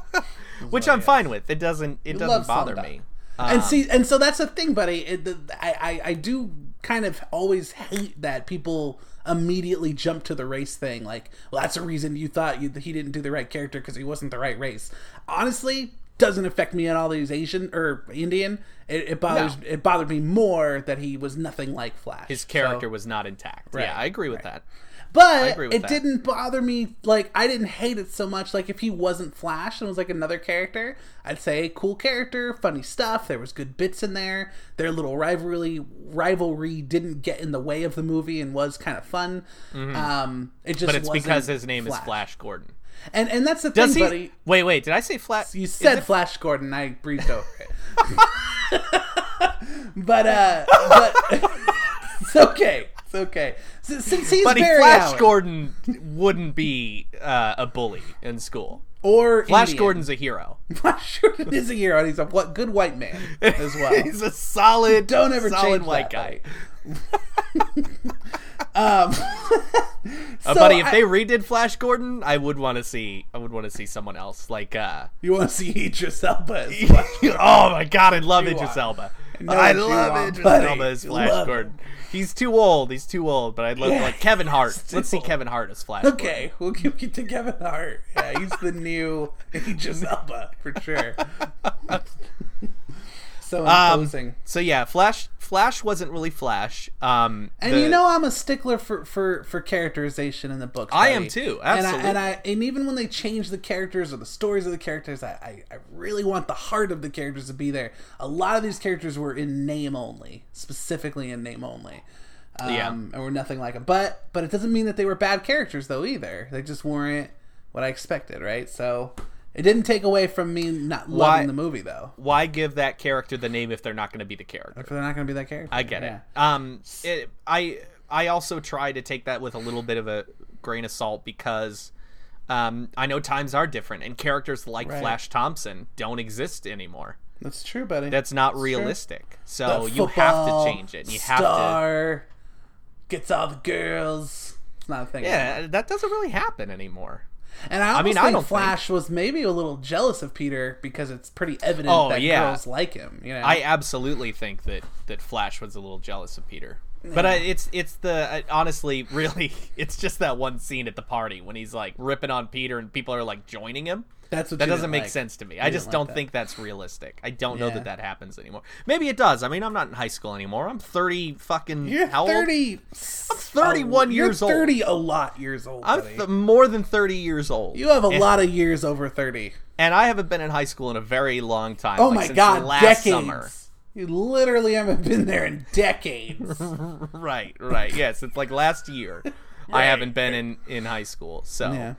which I'm fine with. It doesn't it
love
doesn't bother
Slumdog.
me. Um,
and see, and so that's the thing, buddy. It, the, I, I I do kind of always hate that people immediately jump to the race thing. Like, well, that's the reason you thought you, he didn't do the right character because he wasn't the right race. Honestly, doesn't affect me at all. That he's Asian or Indian. It, it bothers it bothered me more that he was nothing like Flash.
His character was not intact. Yeah, I agree with that.
But
agree
it
with that.
didn't bother me. Like I didn't hate it so much. Like if he wasn't Flash and was like another character, I'd say cool character, funny stuff. There was good bits in there. Their little rivalry rivalry didn't get in the way of the movie and was kind of fun. Um, it just
Mm-hmm. But it's
wasn't
because his name is Flash Gordon.
And and that's the
Does
thing,
he?
buddy.
Wait, wait. Did I say Flash?
You said Flash Gordon. I breezed over it.
[LAUGHS]
[LAUGHS] but uh, but [LAUGHS] it's okay. It's okay. S- Since he's
Buddy,
Barry
Flash
Allen,
Gordon wouldn't be uh, a bully in school.
or
Flash
Indian.
Gordon's a
[LAUGHS]
hero.
Flash Gordon is a hero, and he's a what good white man as well.
[LAUGHS] He's a solid,
Don't ever
solid
change
white
that,
guy. Uh,
So
buddy, if
I-
they redid Flash Gordon, I would want to see. I would want to see someone else. Like,
[LAUGHS]
uh,
You want to see
[LAUGHS]
Idris Elba? as Flash Gordon.
oh my god, I love Idris
want.
Elba.
know
I
what you
love
want,
Idris
buddy.
Elba as
You
Flash
love
Gordon. He's too old. He's too old. But I'd love
Yeah,
like Kevin Hart.
he's too
Let's see
old.
Kevin Hart as Flash.
Okay, we'll give it to Kevin Hart. Yeah, he's the new Idris Elba for
[LAUGHS]
sure. so
Um,
imposing.
So yeah, Flash. Flash wasn't really Flash. Um,
and
the-
you know I'm a stickler for, for, for characterization in the books.
I
buddy.
am too,
And I, and I
absolutely.
and even when they change the characters or the stories of the characters, I, I, I really want the heart of the characters to be there. A lot of these characters were in name only, specifically in name only. Um,
Yeah.
and were nothing like it. But but it doesn't mean that they were bad characters though either. They just weren't what I expected, right? So it didn't take away from me not loving
Why-
the movie though.
why give that character the name if they're not going to be the character?
If they're not going to be that character,
I get
Yeah.
it. Um, it, I I also try to take that with a little bit of a grain of salt because um, I know times are different and characters like
Right.
Flash Thompson don't exist anymore.
That's true, buddy.
That's not realistic. So you have to change it. You have to.
to. Gets all the girls. It's not a thing.
Yeah, that doesn't really happen anymore.
And I, almost
mean, I
think
don't think-
Flash was maybe a little jealous of Peter because it's pretty evident
Oh,
that
yeah.
girls like him. You know,
I absolutely think that that Flash was a little jealous of Peter. But uh, it's it's the uh, honestly [LAUGHS] really it's just that one scene at the party when he's like ripping on Peter and people are like joining him.
that's what
that
you
doesn't
didn't
make
like.
sense to me.
You
I
didn't
just
like
don't
that.
think that's realistic. I don't know
Yeah.
that that happens anymore. Maybe it does. I mean, I'm not in high school anymore. I'm 30 fucking
You're
how old?
thirty. I'm
31 years old.
You're thirty a lot years old.
I'm
buddy.
th- eh. more than 30 years old.
you have a
and,
lot of years over thirty.
and I haven't been in high school in a very long time.
Oh
like,
my
since
god,
last
decades.
summer. [LAUGHS]
You literally haven't been there in
[LAUGHS]
decades.
Right, right. Yes, it's like last
[LAUGHS]
year. I haven't been in in high school. So,
yeah,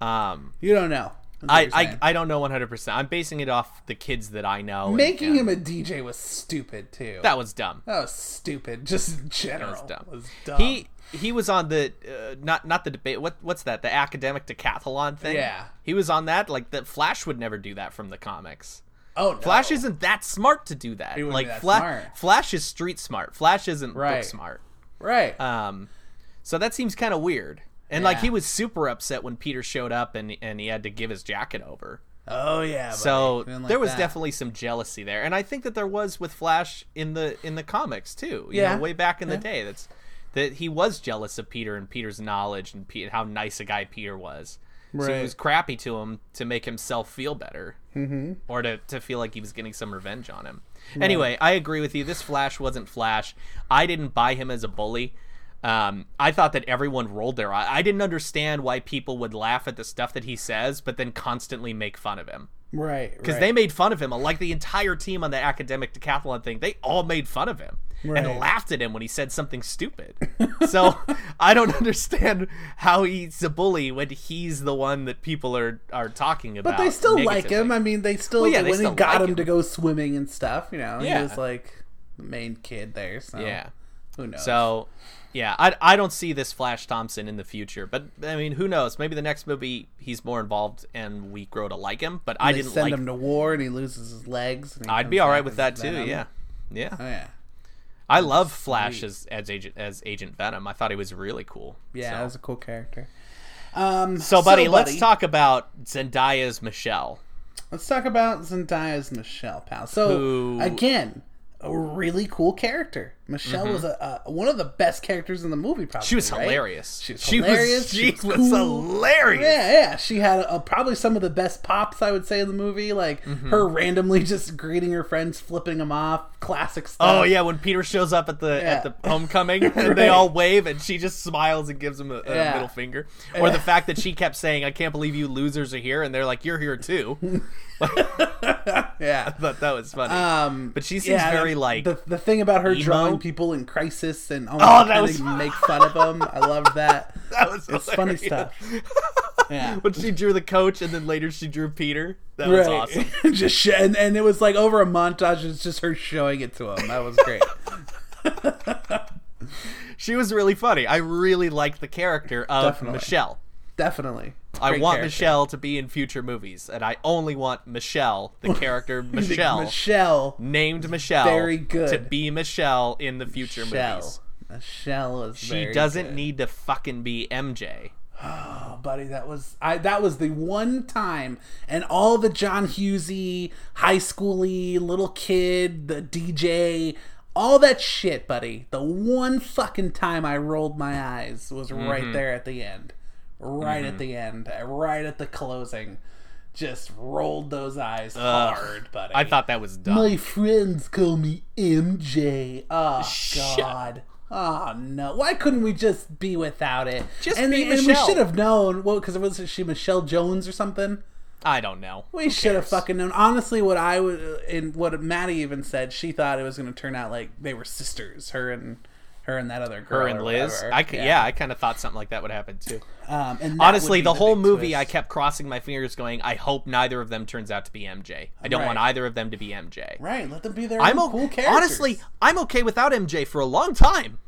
um
you don't know. That's what
I,
you're
I
saying.
I don't know 100%. I'm basing it off the kids that I know. and-
making
and
him a DJ was stupid too.
That was dumb.
That was stupid. [LAUGHS] Just in general.
was dumb.
was dumb.
He he was on the uh, not not the debate. What what's that? The academic decathlon thing.
Yeah.
he was on that. Like that Flash would never do that from the comics.
oh, no.
Flash isn't that smart to do that.
wouldn't
Like
be that
Fla-
smart.
Flash is street smart. Flash isn't book
Right.
smart.
right.
Um, so that seems kind of weird. And like
Yeah.
he was super upset when Peter showed up and and he had to give his jacket over.
oh yeah. buddy.
So
Didn't like
there was
that.
definitely some jealousy there, and I think that there was with Flash in the in the comics too. You
Yeah.
know, way back in
Yeah.
the day, that's that he was jealous of Peter and Peter's knowledge and Pe- how nice a guy Peter was. So
Right.
he was crappy to him to make himself feel better, mm-hmm. or to to feel like he was getting some revenge on him. Anyway, I agree with you. This Flash wasn't Flash. I didn't buy him as a bully. Um, I thought that everyone rolled their eye. I didn't understand why people would laugh at the stuff that he says, but then constantly make fun of him
Right.
because they made fun of him. Like the entire team on the academic decathlon thing, they all made fun of him
Right.
and laughed at him when he said something stupid. so [LAUGHS] I don't understand how he's a bully when he's the one that people are are talking about.
But they still like him.
negatively.
I mean, they still
Well, yeah, they
when
still
he got
like
him,
him.
to go swimming and stuff. You know,
Yeah.
he was like the main kid there. So
Yeah.
who knows?
So yeah, I, I don't see this Flash Thompson in the future, but I mean, who knows? Maybe the next movie he's more involved and we grow to like him. But I
they
didn't
send
like.
him to war, and he loses his legs. and he
I'd
comes
be all right
back
with
as
that too.
Venom.
Yeah, yeah.
Oh, yeah.
I love Flash as, as agent as Agent Venom. I thought he was really cool.
Yeah, that
So,
was a cool character. Um,
So, buddy, let's talk about Zendaya's Michelle.
Let's talk about Zendaya's Michelle, pal. So
Who-
again, a really cool character. Michelle was a, a one of the best characters in the movie. Probably
Mm-hmm. She was
right?
hilarious.
She was
She was- [LAUGHS]
hilarious.
she was hilarious.
Yeah, yeah. She had uh probably some of the best pops I would say in the movie. Like
Mm-hmm.
her randomly just greeting her friends, flipping them off. Classic stuff.
Oh yeah, when Peter shows up at the at
Yeah.
the
[LAUGHS]
homecoming, and they
Right.
all wave, and she just smiles and gives him a, a
Yeah.
middle finger. Or the fact that she kept saying, "I can't believe you losers are here," and they're like, "You're here
[LAUGHS]
too."
yeah.
But that was funny.
Um,
but she seems
yeah,
very
the,
like
the, the thing about her
emo.
drawing people in crisis and almost
Oh, that
trying
was- [LAUGHS]
to make fun of them. I love that.
that was
It's funny
hilarious.
stuff.
[LAUGHS]
Yeah.
When she drew the coach, and then later she drew Peter. That was awesome.
[LAUGHS] just sh- and, and it was like over a montage. It's just her showing it to him. That was
[LAUGHS]
great.
She was really funny. I really liked the character of
Definitely.
Michelle.
Definitely.
I
Great
want
character.
Michelle to be in future movies, and I only want Michelle,
[LAUGHS]
the character Michelle,
Michelle.
named Michelle,
Very good.
to be Michelle in the future
Michelle.
movies.
Michelle was.
She
very
doesn't
good.
need to fucking be MJ.
Oh, buddy, that was I. That was the one time, and all the John Hughesy, high schooly little kid, the DJ, all that shit, buddy. The one fucking time I rolled my eyes was
Mm-hmm.
right there at the end, right at the end, right at the closing. Just rolled those eyes hard, buddy.
I thought that was dumb.
My friends call me MJ. Oh
Shut
God. Oh no! Why couldn't we just be without it?
Just
and,
be
and we
Michelle.
should have known. Well, because it was she Michelle Jones or something.
I don't know.
We should have fucking known. Honestly, what I would and what Maddie even said, she thought it was going to turn out like they were sisters. Her and her and that other girl.
her and
or
Liz.
whatever.
I c- yeah. I kind of thought something like that would happen too.
Um, and that
Honestly,
would be
the, whole
big
movie,
twist.
I kept crossing my fingers, going, "I hope neither of them turns out to be MJ. I don't
Right.
want either of them to be MJ."
right. Let them be their
I'm
own
okay.
cool characters.
honestly, I'm okay without MJ for a long time.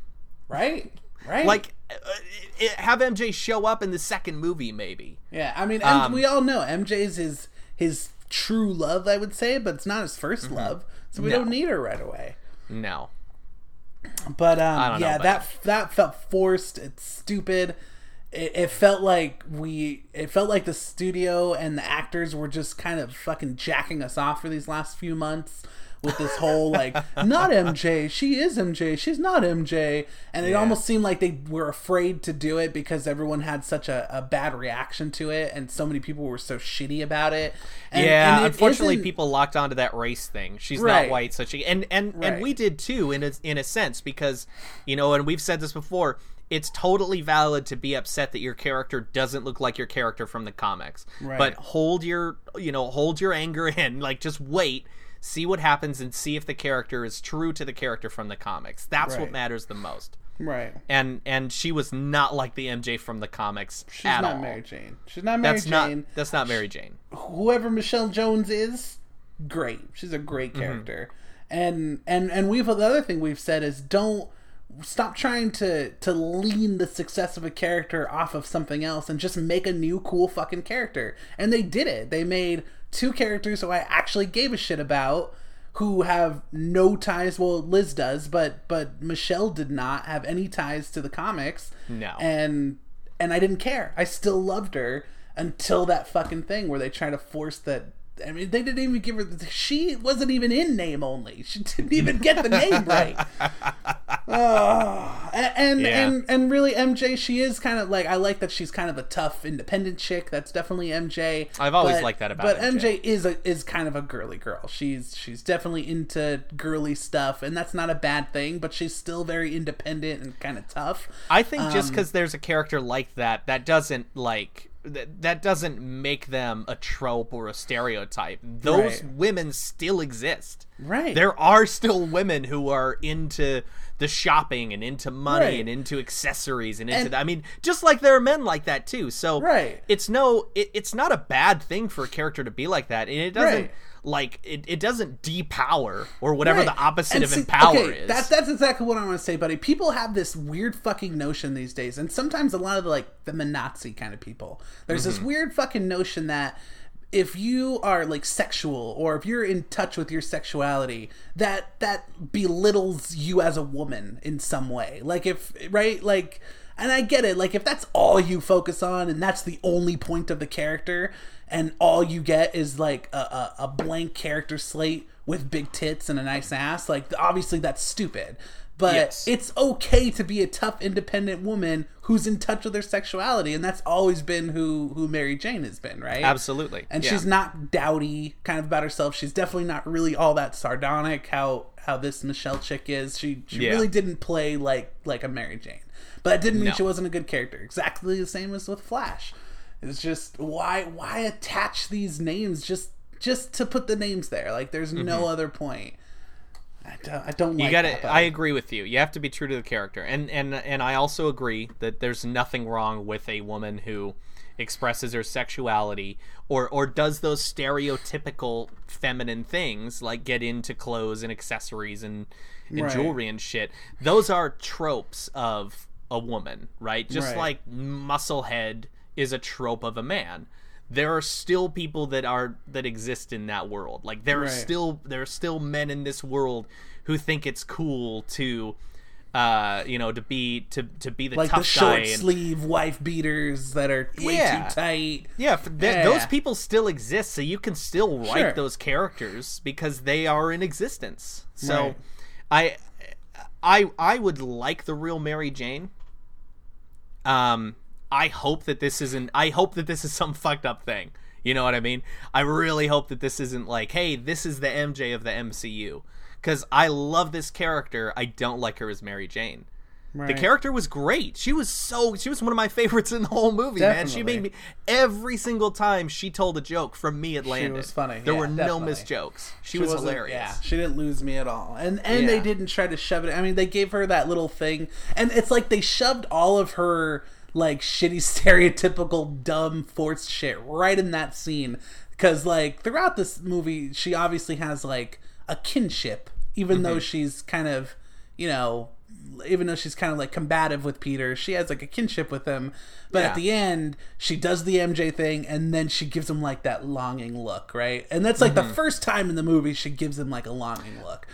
right, right.
Like, uh, uh, have MJ show up in the second movie, maybe.
Yeah, I mean, M-
Um,
we all know MJ's his his true love, I would say, but it's not his 1st love, so we
Mm-hmm. No.
don't need her right away.
No,
But um,
don't know
yeah,
about
that that felt forced. It's stupid. It, it felt like we. It felt like the studio and the actors were just kind of fucking jacking us off for these last few months with this whole
[LAUGHS]
like not MJ, she is MJ, she's not MJ, and it almost seemed like they were afraid to do it because everyone had such a, a bad reaction to it, and so many people were so shitty about it. And,
yeah.
and it
unfortunately,
isn't-
people locked onto that race thing. She's
Right.
not white, so she and and
Right.
and we did too in a, in a sense because you know, and we've said this before. It's totally valid to be upset that your character doesn't look like your character from the comics.
Right.
But hold your you know hold your anger in, [LAUGHS] like just wait. See what happens and see if the character is true to the character from the comics. That's
Right.
what matters the most.
right.
And and she was not like the MJ from the comics
She's
at
not
all.
Mary Jane. She's not Mary
that's
Jane.
not that's not Mary Jane.
whoever Michelle Jones is, great. She's a great character. And and and we've the other thing we've said is don't stop trying to to lean the success of a character off of something else and just make a new cool fucking character. And they did it. They made two characters who I actually gave a shit about who have no ties well Liz does but but Michelle did not have any ties to the comics
No.
and and I didn't care. I still loved her until that fucking thing where they try to force that. I mean, they didn't even give her. The, she wasn't even in name only. She didn't even get the
[LAUGHS]
name right. Oh, and and,
Yeah.
and and really, MJ. She is kind of like I like that she's kind of a tough, independent chick. That's definitely MJ.
I've always
But-
liked that about
But
MJ.
MJ is a is kind of a girly girl. She's she's definitely into girly stuff, and that's not a bad thing. But she's still very independent and kind of tough.
I think just
Um,
because there's a character like that, that doesn't like that, that doesn't make them a trope or a stereotype. Those
Right.
women still exist.
Right.
There are still women who are into the shopping and into money
Right.
and into accessories and into
And-
that. I mean, just like there are men like that too. So
Right.
it's no it, it's not a bad thing for a character to be like that. And it doesn't
Right.
like it, it doesn't depower or whatever
Right.
the opposite
And
of
see-
empower
okay,
is.
That's that's exactly what I want to say, buddy. People have this weird fucking notion these days, and sometimes a lot of the, like feminazi kind of people. There's this
Mm-hmm.
weird fucking notion that if you are like sexual or if you're in touch with your sexuality that that belittles you as a woman in some way like if right like and I get it. Like if that's all you focus on, and that's the only point of the character, and all you get is like a, a, a blank character slate with big tits and a nice ass, like obviously that's stupid. But
Yes.
it's okay to be a tough, independent woman who's in touch with her sexuality, and that's always been who who Mary Jane has been, right?
Absolutely.
And
Yeah.
she's not dowdy kind of about herself. She's definitely not really all that sardonic how how this Michelle chick is. She she
Yeah.
really didn't play like like a Mary Jane. But that didn't mean
No.
she wasn't a good character. Exactly the same as with Flash. It's just why why attach these names just just to put the names there? Like there's no other point. I don't I don't like
Mm-hmm. you gotta
that,
i
buddy.
agree with you you have to be true to the character and and and i also agree that there's nothing wrong with a woman who expresses her sexuality or or does those stereotypical feminine things like get into clothes and accessories and, and
Right.
jewelry and shit those are tropes of a woman right just
Right.
like musclehead is a trope of a man there are still people that are that exist in that world like there are
Right.
still there are still men in this world who think it's cool to uh, you know, to be to to be the
like
tough guy.
the short
and-
sleeve wife beaters that are way
Yeah.
too tight.
yeah, f- th-
Yeah.
those people still exist, so you can still write
Sure.
those characters because they are in existence. So,
Right.
I, I, I would like the real Mary Jane. Um, I hope that this isn't. I hope that this is some fucked up thing. You know what I mean? I really hope that this isn't like, hey, this is the MJ of the MCU. Because I love this character. I don't like her as Mary Jane. The
Right.
character was great. She was so she was one of my [LAUGHS] favorites in the whole movie, man. She made
Definitely.
me every single time she told a joke from me it landed.
was funny.
There
Yeah,
were no
definitely.
missed jokes. She, was
wasn't-
hilarious.
Yeah, she didn't lose me at all, and and
Yeah.
they didn't try to shove it. I mean, they gave her that little thing, and it's like they shoved all of her like shitty, [LAUGHS] stereotypical, dumb, forced shit right in that scene. Because like throughout this movie, she obviously has like a kinship, even though
Mm-hmm.
she's kind of you know. Even though she's kind of like combative with Peter, she has like a kinship with him. But
Yeah.
at the end, she does the MJ thing, and then she gives him like that longing look, right? And that's like
Mm-hmm.
the first time in the movie she gives him like a longing look.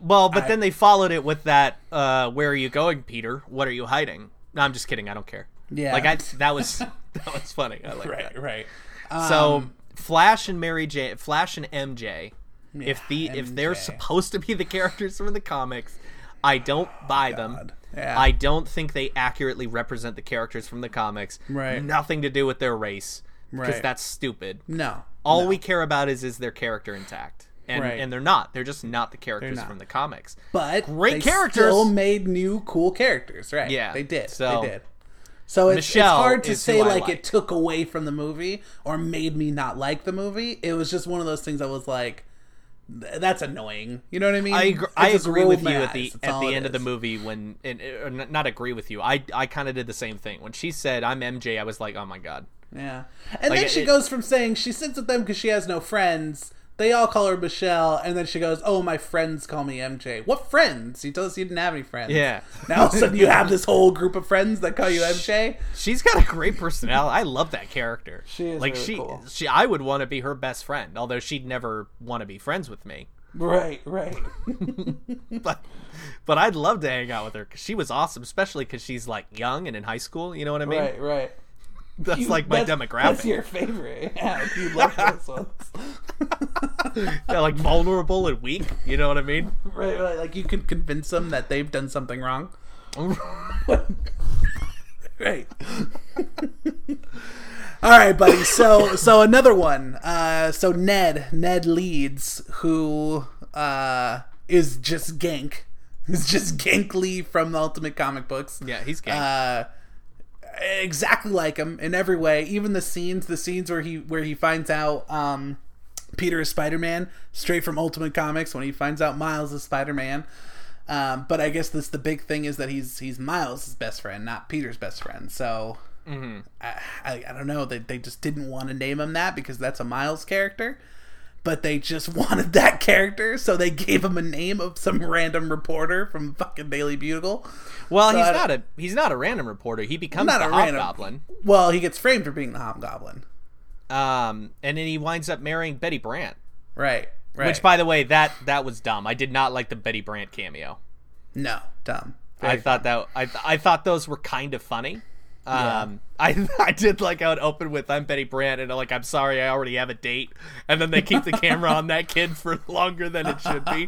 Well, but then they followed it with that uh where are you going, Peter? What are you hiding? No, I'm just kidding. I don't care.
Yeah.
Like
[LAUGHS]
I that was that was funny. I [LAUGHS] like that.
right. Um,
So Flash and Mary J, Flash and MJ, if the if they're
MJ.
supposed to be the characters from the comics, I don't buy them.
Yeah.
I don't think they accurately represent the characters from the comics.
Right.
Nothing to do with their race because
Right.
that's stupid.
um, No.
All we care about is is their character intact. And,
Right.
and they're not. They're just not the characters
not.
from the comics.
But
Great
they
characters.
still made new cool characters, right?
Yeah.
they did.
So-
they did. So it's, it's
Michelle
hard to
is
say
who I
like,
like.
it took away from the movie or made me not like the movie. It was just one of those things I was like, th- that's annoying. You know what I mean?
I agr-
It
I
just
agree
rolled
with you
my
at
eyes.
the
That's
at
all
the
it
end of the
is.
movie when and, or n- not agree with you. I I kind of did the same thing when she said I'm MJ. I was like, oh my god.
Yeah. And
Like,
then she
it-
goes from saying she sits with them because she has no friends. They all call her Michelle, and then she goes, "Oh, my friends call me MJ." What friends? She told us you didn't have any friends.
Yeah.
Now all of a sudden you have this whole group of friends that call you MJ.
She's got a great personality. I love that character.
[LAUGHS] She is
like
really
she
cool.
she. I would want to be her best friend, although she'd never want to be friends with me. [LAUGHS]
Right. Right.
But but I'd love to hang out with her because she was awesome, especially because she's like young and in high school. You know what I mean?
Right.
[LAUGHS] That's like my demographic.
favorite. Yeah. You love those ones.
They're like vulnerable and weak. You know what I mean?
right. Right. Like you can convince them that they've done something wrong. Right. [LAUGHS] All right, buddy. So so another one. Uh, so Ned Ned Leeds, who uh, is just Gank, is just Gank Lee from the Ultimate Comic Books.
yeah, he's gay.
Uh, exactly like him in every way. Even the scenes, the scenes where he where he finds out um, Peter is Spider Man, straight from Ultimate Comics. When he finds out Miles is Spider Man, um, but I guess this the big thing is that he's he's Miles' best friend, not Peter's best friend. So I, I I don't know. They they just didn't want to name him that because that's a Miles character. But they just [LAUGHS] wanted that character, so they gave him a name of some random reporter from fucking Daily Bugle.
well, he's
I-
not a he's not a random reporter. He becomes
Not
the
a random-
Hobgoblin.
Well, he gets framed for being the Hobgoblin.
um, and then he winds up marrying Betty Brant.
Right. Right.
Which, by the way, that that was dumb. I did not like the Betty Brant cameo.
no, dumb.
I thought that I th- I thought those were kind of funny. Um, I [LAUGHS] I did like how it opened with I'm Betty Brant and like I'm sorry I already have a date, and then they keep the camera on that kid for [LAUGHS] longer than it should
[LAUGHS]
be.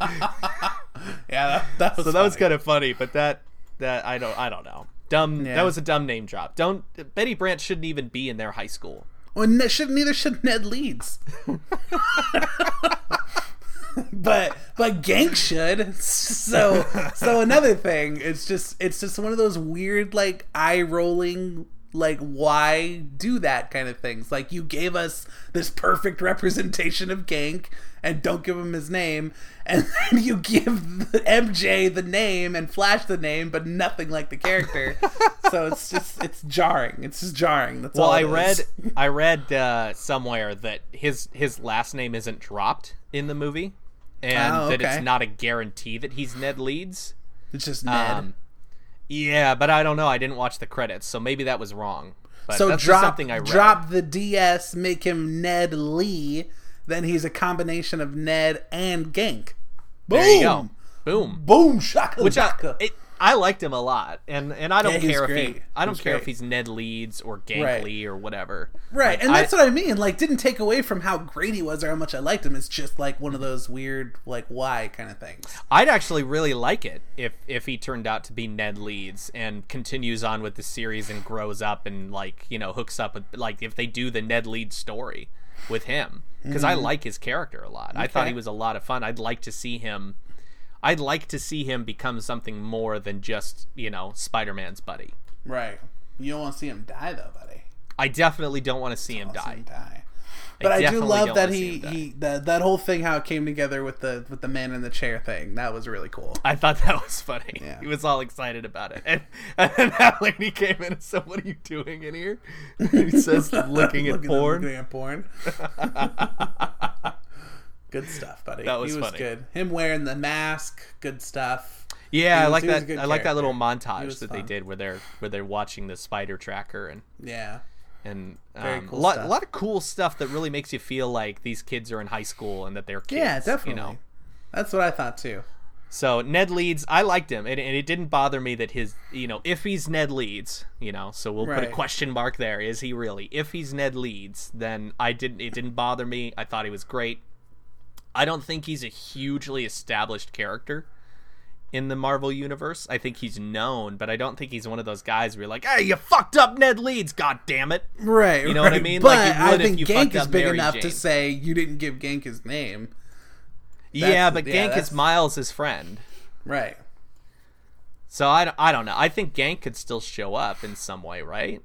Yeah, that, that was
So that was kind of funny, but that that I don't I don't know. Dumb.
Yeah.
That was a dumb name drop. Don't Betty Brant shouldn't even be in their high school.
Well, ne- should, neither should Ned Leeds. [LAUGHS] but but Gank should. So so another thing, it's just it's just one of those weird like eye rolling like why do that kind of things. Like you gave us this perfect representation of Gank and don't give him his name and then you give the MJ the name and Flash the name but nothing like the character. so it's just it's jarring. It's just jarring. That's
Well,
all
I
it is.
read
[LAUGHS]
I read uh, somewhere that his his last name isn't dropped in the movie, and
Oh,
that it's
okay.
not a guarantee that he's Ned Leeds.
It's just Ned.
Um, yeah, but I don't know. I didn't watch the credits, so maybe that was wrong. But
so
that's just
drop
something I read.
drop the DS, make him Ned Lee. Then he's a combination of Ned and Gank. Boom,
There you go. Boom.
boom, shaka.
Which I,
laka.
it I liked him a lot, and and I don't
Yeah, he's
care if he
great.
I don't
He's
care if
great.
he's Ned Leeds or Gank
Right.
Lee or whatever.
Right,
Like,
and
I-
that's what I mean. Like, didn't take away from how great he was or how much I liked him. It's just like one of those weird, like, why kind of things.
I'd actually really like it if if he turned out to be Ned Leeds and continues on with the series and grows up and like you know hooks up with like if they do the Ned Leeds story with him because I like his character a lot. I thought
Okay.
he was a lot of fun. I'd like to see him. I'd like to see him become something more than just you know Spider-Man's buddy.
Right. You don't want to see him die, though, buddy.
I definitely don't want to see him
Don't see
die.
him die. But I, do
definitely
love
don't
that
wanna see
he
him die.
he that that whole thing how it came together with the with the man in the chair thing. That was really cool.
I thought that was funny.
Yeah.
He was all excited about it. And, and then that lady came in and said, What are you doing in here? [LAUGHS] he
[LAUGHS]
says, Looking at porn.
Looking at [LAUGHS] porn. good stuff, buddy.
That was
he was
funny.
good. Him wearing the mask. Good stuff.
Yeah, I
was-
like
he was a
that.
good
I like that little
He
montage
was
that they
fun.
did where they're where they're watching the spider tracker and
Yeah.
and
Very
um,
cool
a lot a
stuff.
lot of cool stuff that really makes you feel like these kids are in high school and that they're kids.
Yeah, definitely.
You know,
That's what I thought too.
So Ned Leeds, I liked him, and, and it didn't bother me that his, you know, if he's Ned Leeds, you know, so we'll put a
Right.
question mark there. Is he really? If he's Ned Leeds, then I didn't. It didn't bother me. I thought he was great. I don't think he's a hugely established character in the Marvel universe. I think he's known, but I don't think he's one of those guys where you're like, "Hey, you fucked up Ned Leeds, god damn it!"
Right.
You know what I
right.
mean?
But
Like, you
I
would if
think
you
Gank
fucked
is
up
big
Mary
enough to
Jane.
say you didn't give Gank his name.
yeah,
That's-
but
yeah,
Gank
that's-
is Miles' friend.
Right.
So I, I don't know. I think Gank could still show up in some way, right?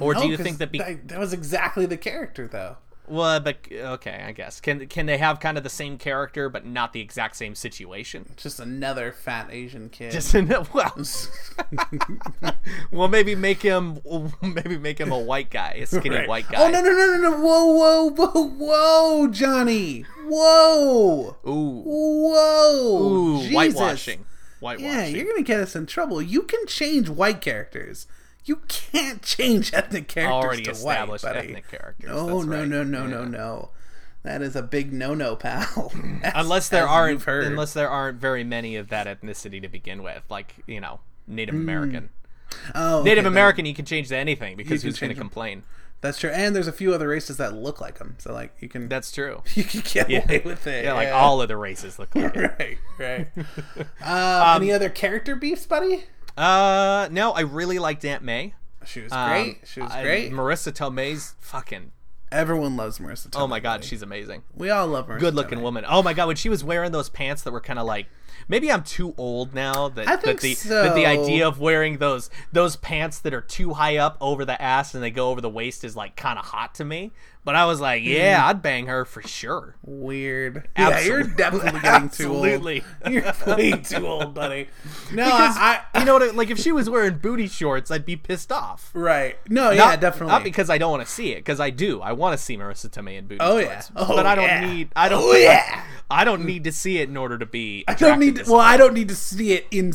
Or
No,
do you
Oh, 'cause
think that? Be-
that that was exactly the character though?
well, but okay, I guess can can they have kind of the same character but not the exact same situation? [LAUGHS]
Just another fat Asian kid.
Just in a, well, [LAUGHS] well, maybe make him [LAUGHS] maybe make him a white guy, a skinny
Right.
white guy.
Oh no no no no no! Whoa whoa whoa whoa, Johnny! Whoa
Ooh,
whoa!
ooh,
Jesus.
whitewashing,
Yeah,
whitewashing.
you're gonna get us in trouble. You can change white characters. You can't [LAUGHS] change ethnic characters
Already
to
established
white, buddy.
ethnic characters.
No
that's
no
right.
no no no
Yeah.
no. That is a big no no, pal. [LAUGHS] As-
Unless there
as
aren't
you've heard.
unless there aren't very many of that ethnicity to begin with, like you know, Native American. Native
oh, okay, Hmm, then
American, you can change to anything because
can
who's going to
change 'em.
complain?
That's true. And there's a few other races that look like them. So like you can
That's true.
[LAUGHS] you can get away with it.
Yeah, like all of the races look like it.
[LAUGHS] right,
[LAUGHS]
right. um, any other character beefs, buddy?
Uh, no, I really liked Aunt May.
She was
Um,
great. She was
I-
great.
Marissa Tomei's fucking.
Everyone loves Marissa.
Oh
Tomei,
my god,
buddy.
she's amazing.
we all love Marissa.
Good looking
Tomei.
woman. Oh my god, when she was wearing those pants that were kind of like. Maybe I'm too old now that,
I
that
think
the that the
so.
idea of wearing those those pants that are too high up over the ass and they go over the waist is like kind of hot to me. But I was like,
Mm.
yeah, I'd bang her for sure.
Weird. Yeah,
Absolutely.
you're definitely getting
Absolutely.
too old. [LAUGHS] You're way too old, buddy. No,
Because,
I, I
you know what? I- Like if she was wearing booty shorts, I'd be pissed off.
right. No, yeah,
Not-
definitely.
Not because I don't want to see it, because I do. I want to see Marissa Tomei in booty
Oh, yeah.
shorts.
Oh,
but I don't
yeah.
need. I don't.
Oh, yeah.
I don't need to see it in order to be.
I don't need. well, I don't need to see it in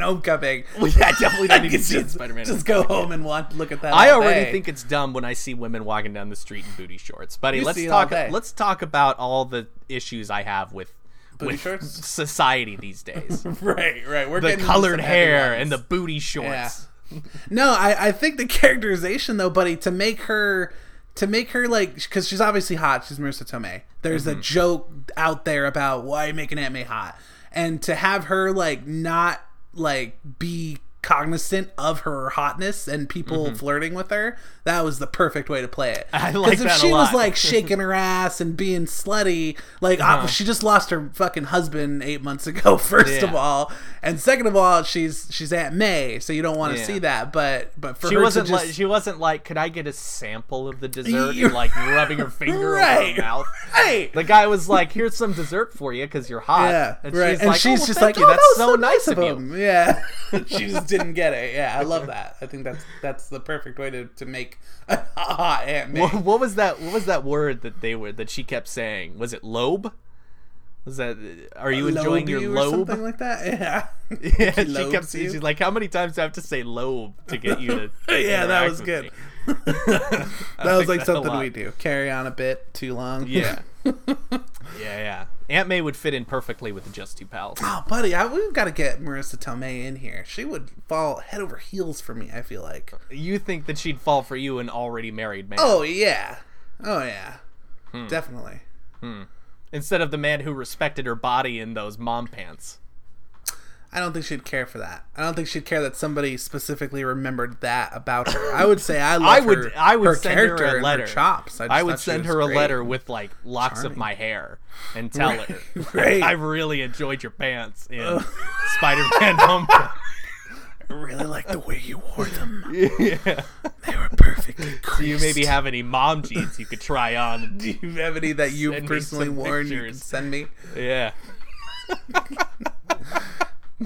[LAUGHS]
Homecoming.
yeah, I definitely don't need to
could
see it in
just-
Spider-Man
Just go home and watch. Look at that.
I
all
already
day. [LAUGHS]
think it's dumb when I see women walking down the street in booty shorts. Buddy,
You
let's
see it all
talk.
day.
Let's talk about all the issues I have with
Booty
with
shorts?
society these
[LAUGHS]
days.
Right, right. We're
the
getting into
colored
some
hair
heavy
and the
ones.
booty shorts.
No, I, I think the [LAUGHS] characterization though, buddy, to make her to make her like because she's obviously hot. She's Marissa Tomei. There's
Mm-hmm.
a joke out there about why are you making Aunt May hot, and to have her like not like be cognizant of her hotness and people flirting with her that was the perfect way to play it
Mm-hmm. I like
'Cause if
that a
she was
lot.
like shaking her ass and being slutty like
Uh-huh.
I- she just lost her fucking husband eight months ago [LAUGHS] first of
Yeah.
all and second of all she's she's aunt may so you don't want to
Yeah.
see that but but for
She
her
wasn't
to just
like she wasn't like. Could I get a sample of the
[LAUGHS]
dessert?
You're-
And, like rubbing her finger over
Right.
her mouth.
hey
The guy was like, "Here's some dessert for you because you're hot."
[LAUGHS] yeah
and
right
she's
and
like,
she's
"Oh, well,
just
thank
like
you.
"Oh,
That's
that
so
was
nice of you."
him. [LAUGHS] yeah she just didn't get it yeah i love that i think that's that's the perfect way to to make a hot aunt
[LAUGHS]
may
What, what was that? What was that word that they were that she kept saying? Was it lobe? Was that? Are you enjoying your
Lobe you or
lobe?
something like that [LAUGHS] yeah
[LAUGHS] yeah, she
lobes
kept saying,
you? [LAUGHS]
she's like, "How many times do I have to say lobe to get you to?"
yeah, that
interact
was
with
[LAUGHS] good.
me?"
that was
think
like
that's a
something
lot.
we do. Carry on a bit too long. [LAUGHS]
Yeah. yeah, yeah. Aunt May would fit in perfectly with the Just Two Pals.
Oh, buddy, I, we've got to get Marissa Tomei in here. She would fall head over heels for me. I feel like.
You think that she'd fall for you, an already married man,
Oh yeah. Oh yeah. Hmm. Definitely.
instead of the man who respected her body in those mom pants.
I don't think she'd care for that. I don't think she'd care that somebody specifically remembered that about her. I would say I
[COUGHS]
love
I would,
her,
I would
her
send her
character
a
and
letter.
chops.
I,
just
would
thought she
send
was
her a
great. [LAUGHS]
letter with like locks of my hair and tell her,
[LAUGHS] Right.
"I really enjoyed your pants in
[LAUGHS]
Spider-Man: Homecoming."
I really like the way you wore them.
[LAUGHS] yeah.
They were perfectly creased.
Do [LAUGHS] you maybe have any mom jeans you could try on?
[LAUGHS] Do [LAUGHS] you have any that you
Send me
personally
some
worn? You can
pictures. [LAUGHS]
send me.
Yeah.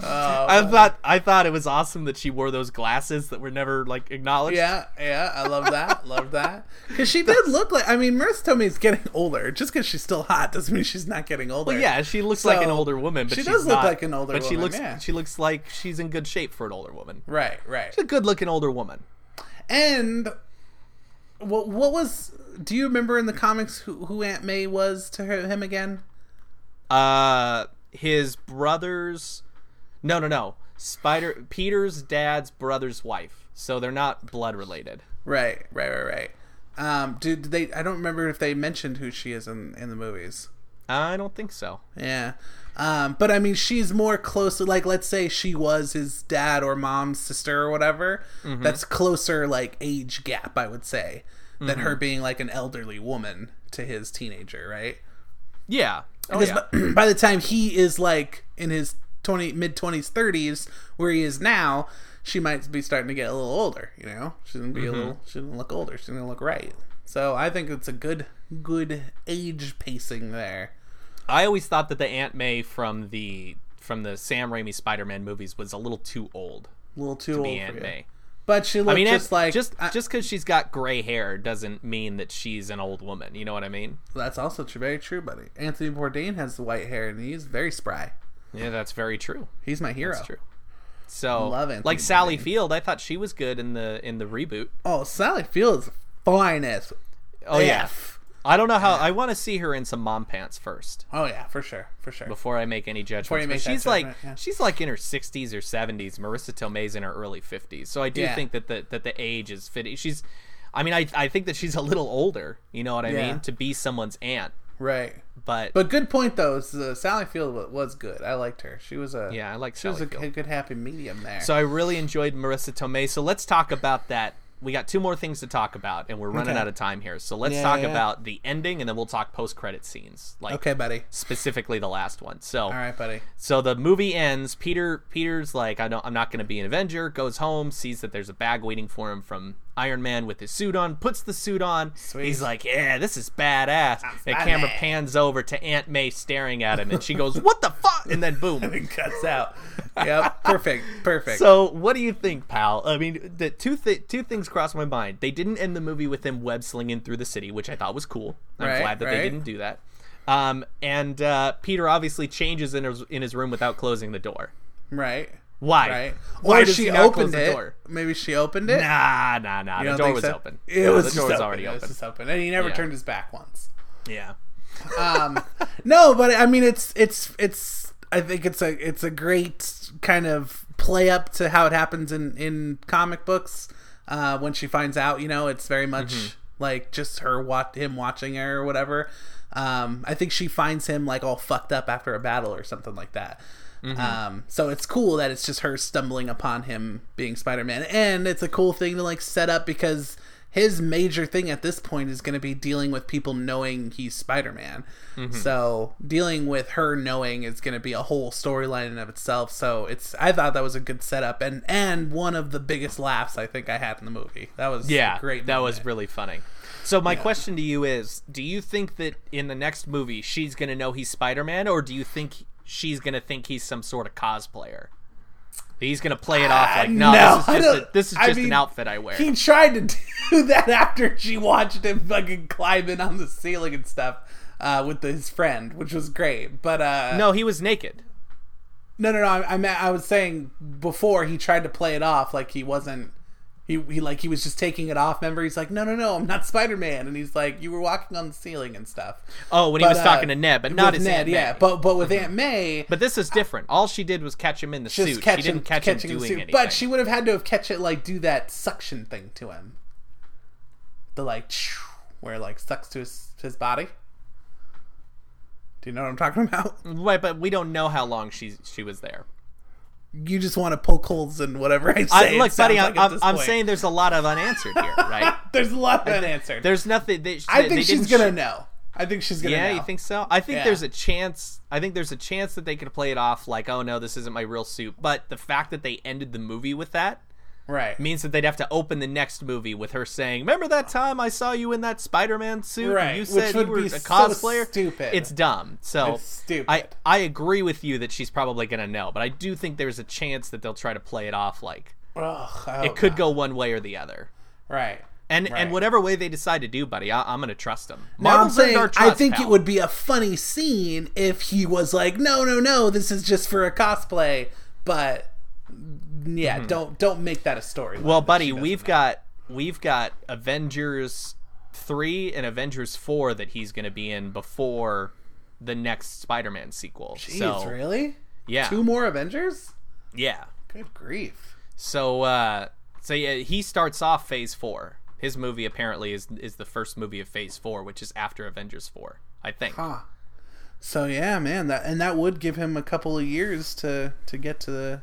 Oh,
I thought I thought it was awesome that she wore those glasses that were never like acknowledged.
Yeah, yeah, I love that. love that. Because
[LAUGHS]
she did look like, I mean, Marissa Tomei's getting older. Just because she's still hot doesn't mean she's not getting older.
Well, yeah, she looks like an
So,
older woman, but
she
she's
does look
not.
like an older
But she
woman,
looks
yeah.
she looks like she's in good shape for an older woman.
Right, right.
She's a good-looking older woman.
And what what was, do you remember in the comics who, who Aunt May was to her, him again?
Uh, his brother's no, no, no. Spider Peter's dad's brother's wife, so they're not blood related.
Right, right, right, right. Um, dude, did they, I don't remember if they mentioned who she is in, in the movies.
I don't think so.
Yeah. Um, but I mean, she's more closer. Like, let's say she was his dad or mom's sister or whatever. That's closer, like age gap, I would say, than her being like an elderly woman to his teenager, right?
Yeah. Oh,
Because
yeah.
by, [CLEARS THROAT] by the time he is like in his twenty mid twenties, thirties, where he is now, she might be starting to get a little older. You know, she's gonna be
Mm-hmm.
a little. She's gonna look older. She's gonna look right. So I think it's a good, good age pacing there.
I always thought that the Aunt May from the from the Sam Raimi Spider-Man movies was a little too old.
A little too old
Be
for
Aunt
you.
May.
But she looked
I mean,
just
Aunt-
like
just
I-
just because she's got gray hair doesn't mean that she's an old woman. You know what I mean?
that's also true, very true, buddy. Anthony Bourdain has the white hair and he's very spry.
Yeah, that's very true.
He's my hero.
That's true. So,
Love Anthony
like Sally
Bourdain.
Field, I thought she was good in the in the reboot.
Oh, Sally Field is fine as
Oh yeah.
F.
I don't know how. I want to see her in some mom pants first
Oh yeah, for sure, for sure.
before I make any judgments.
you
But
make that
she's like
judgment, yeah.
she's like in her 60s or 70s. Marissa Tomei's in her early 50s. So I do
Yeah.
think that the that the age is fitting. She's, I mean, I I think that she's a little older. You know what I
Yeah.
mean? To be someone's aunt,
Right.
but,
But good point though. Is, uh, Sally Field wa- was good. I liked her. She was a
yeah, I like
She was
Sally
a,
Field.
a good happy medium there.
So I really enjoyed Marissa Tomei. So let's talk about that. We got two more things to talk about, and we're running
Okay.
out of time here. So let's
Yeah,
talk
yeah, yeah.
about the ending, and then we'll talk post-credit scenes, like
okay, buddy.
specifically the last one. So,
All right,
[LAUGHS]
buddy.
so the movie ends. Peter, Peter's like, I don't, I'm not going to be an Avenger. Goes home, sees that there's a bag waiting for him from Iron Man with his suit on. Puts the suit on. He's like, Yeah, this is badass. The camera
badass.
pans over to Aunt May staring at him, and she goes, What the fuck? And then
[LAUGHS]
boom,
It cuts out. yep. Perfect. Perfect.
so, what do you think, pal? I mean, the two th- two things crossed my mind. They didn't end the movie with him web slinging through the city, which I thought was cool. I'm
Right,
glad that
right.
they didn't do that. Um, and uh, Peter obviously changes in his in his room without closing the door.
right.
Why?
Right.
Why
or
does
she
he not
opened
close
it.
the door?
Maybe she opened it.
Nah, nah, nah.
You
The
don't
door
think
was
so?
open.
It
No,
was
the door was
just open.
already
It was
open.
just open, and he never
Yeah.
turned his back once.
Yeah.
Um, [LAUGHS] no, but I mean, it's it's it's. I think it's a it's a great kind of play up to how it happens in in comic books. Uh, when she finds out, you know, it's very much like just her wat him watching her or whatever. Um, I think she finds him like all fucked up after a battle or something like that. Um, so it's cool that it's just her stumbling upon him being Spider Man, and it's a cool thing to like set up because his major thing at this point is going to be dealing with people knowing he's Spider Man.
Mm-hmm.
So dealing with her knowing is going to be a whole storyline in and of itself. So it's I thought that was a good setup and and one of the biggest laughs I think I had in the movie. That was
Yeah,
a great.
That was
moment.
really funny. So my question to you is: Do you think that in the next movie she's gonna know he's Spider Man, or do you think she's gonna think he's some sort of cosplayer? He's gonna play it off like, no,
Uh,
this
no, I
is just, a,
don't-
this is
I
just
mean,
an outfit I wear.
He tried to [LAUGHS] do that after she watched him fucking climbing on the ceiling and stuff uh, with his friend, which was great. But uh,
no, he was naked.
no, no, no. I, I meant I was saying before he tried to play it off like he wasn't. He, he like he was just taking it off. Remember, he's like, no, no, no, I'm not Spider Man, and he's like, you were walking on the ceiling and stuff. uh,
Oh, when he was talking to Ned, but not
with
his
Ned,
Aunt
yeah.
May. Mm-hmm.
But but with Aunt May,
But this is different. All she did was catch him in the
just
suit.
catch
she didn't
him,
catch him
catching
doing
the suit.
anything.
But she would have had to have catch it like do that suction thing to him. The like [SNIFFS] where it, like sucks to his his body. Do you know what I'm talking about?
Wait, but we don't know how long she she was there.
You just want to poke holes in whatever I say.
I,
it
look,
sounds
buddy,
like
I'm,
at
I'm,
this
I'm
point.
saying there's a lot of unanswered
[LAUGHS]
here, right?
there's a lot unanswered.
There's nothing. They,
I
they
think she's
didn't
gonna know. I think she's gonna.
Yeah,
know.
you think so? I think
Yeah.
there's a chance. I think there's a chance that they could play it off like, oh no, this isn't my real suit. But the fact that they ended the movie with that
right?
means that they'd have to open the next movie with her saying, "Remember that time I saw you in that Spider-Man suit?
Right,
You
which
said
would
you were
be
a
so
cosplayer."
stupid.
It's dumb. So
It's stupid.
I I agree with you that she's probably gonna know, but I do think there's a chance that they'll try to play it off like
Ugh, I
it
hope
could
not.
go one way or the other.
right.
And
Right.
and whatever way they decide to do, buddy, I, I'm gonna trust them.
Now I'm
Marvel's earned
saying
our
I
trust,
think it
pal.
would be a funny scene if he was like, no, no, no, this is just for a cosplay. But yeah, don't don't make that a story.
Mm-hmm. Well, buddy, we've got we've got Avengers three and Avengers four that he's going to be in before the next Spider-Man sequel.
Jeez,
so
really?
yeah,
Two more Avengers?
yeah.
Good grief.
So uh, so yeah, he starts off Phase four. His movie apparently is is the first movie of Phase four, which is after Avengers four, I think.
So yeah, man, that and that would give him a couple of years to to get to the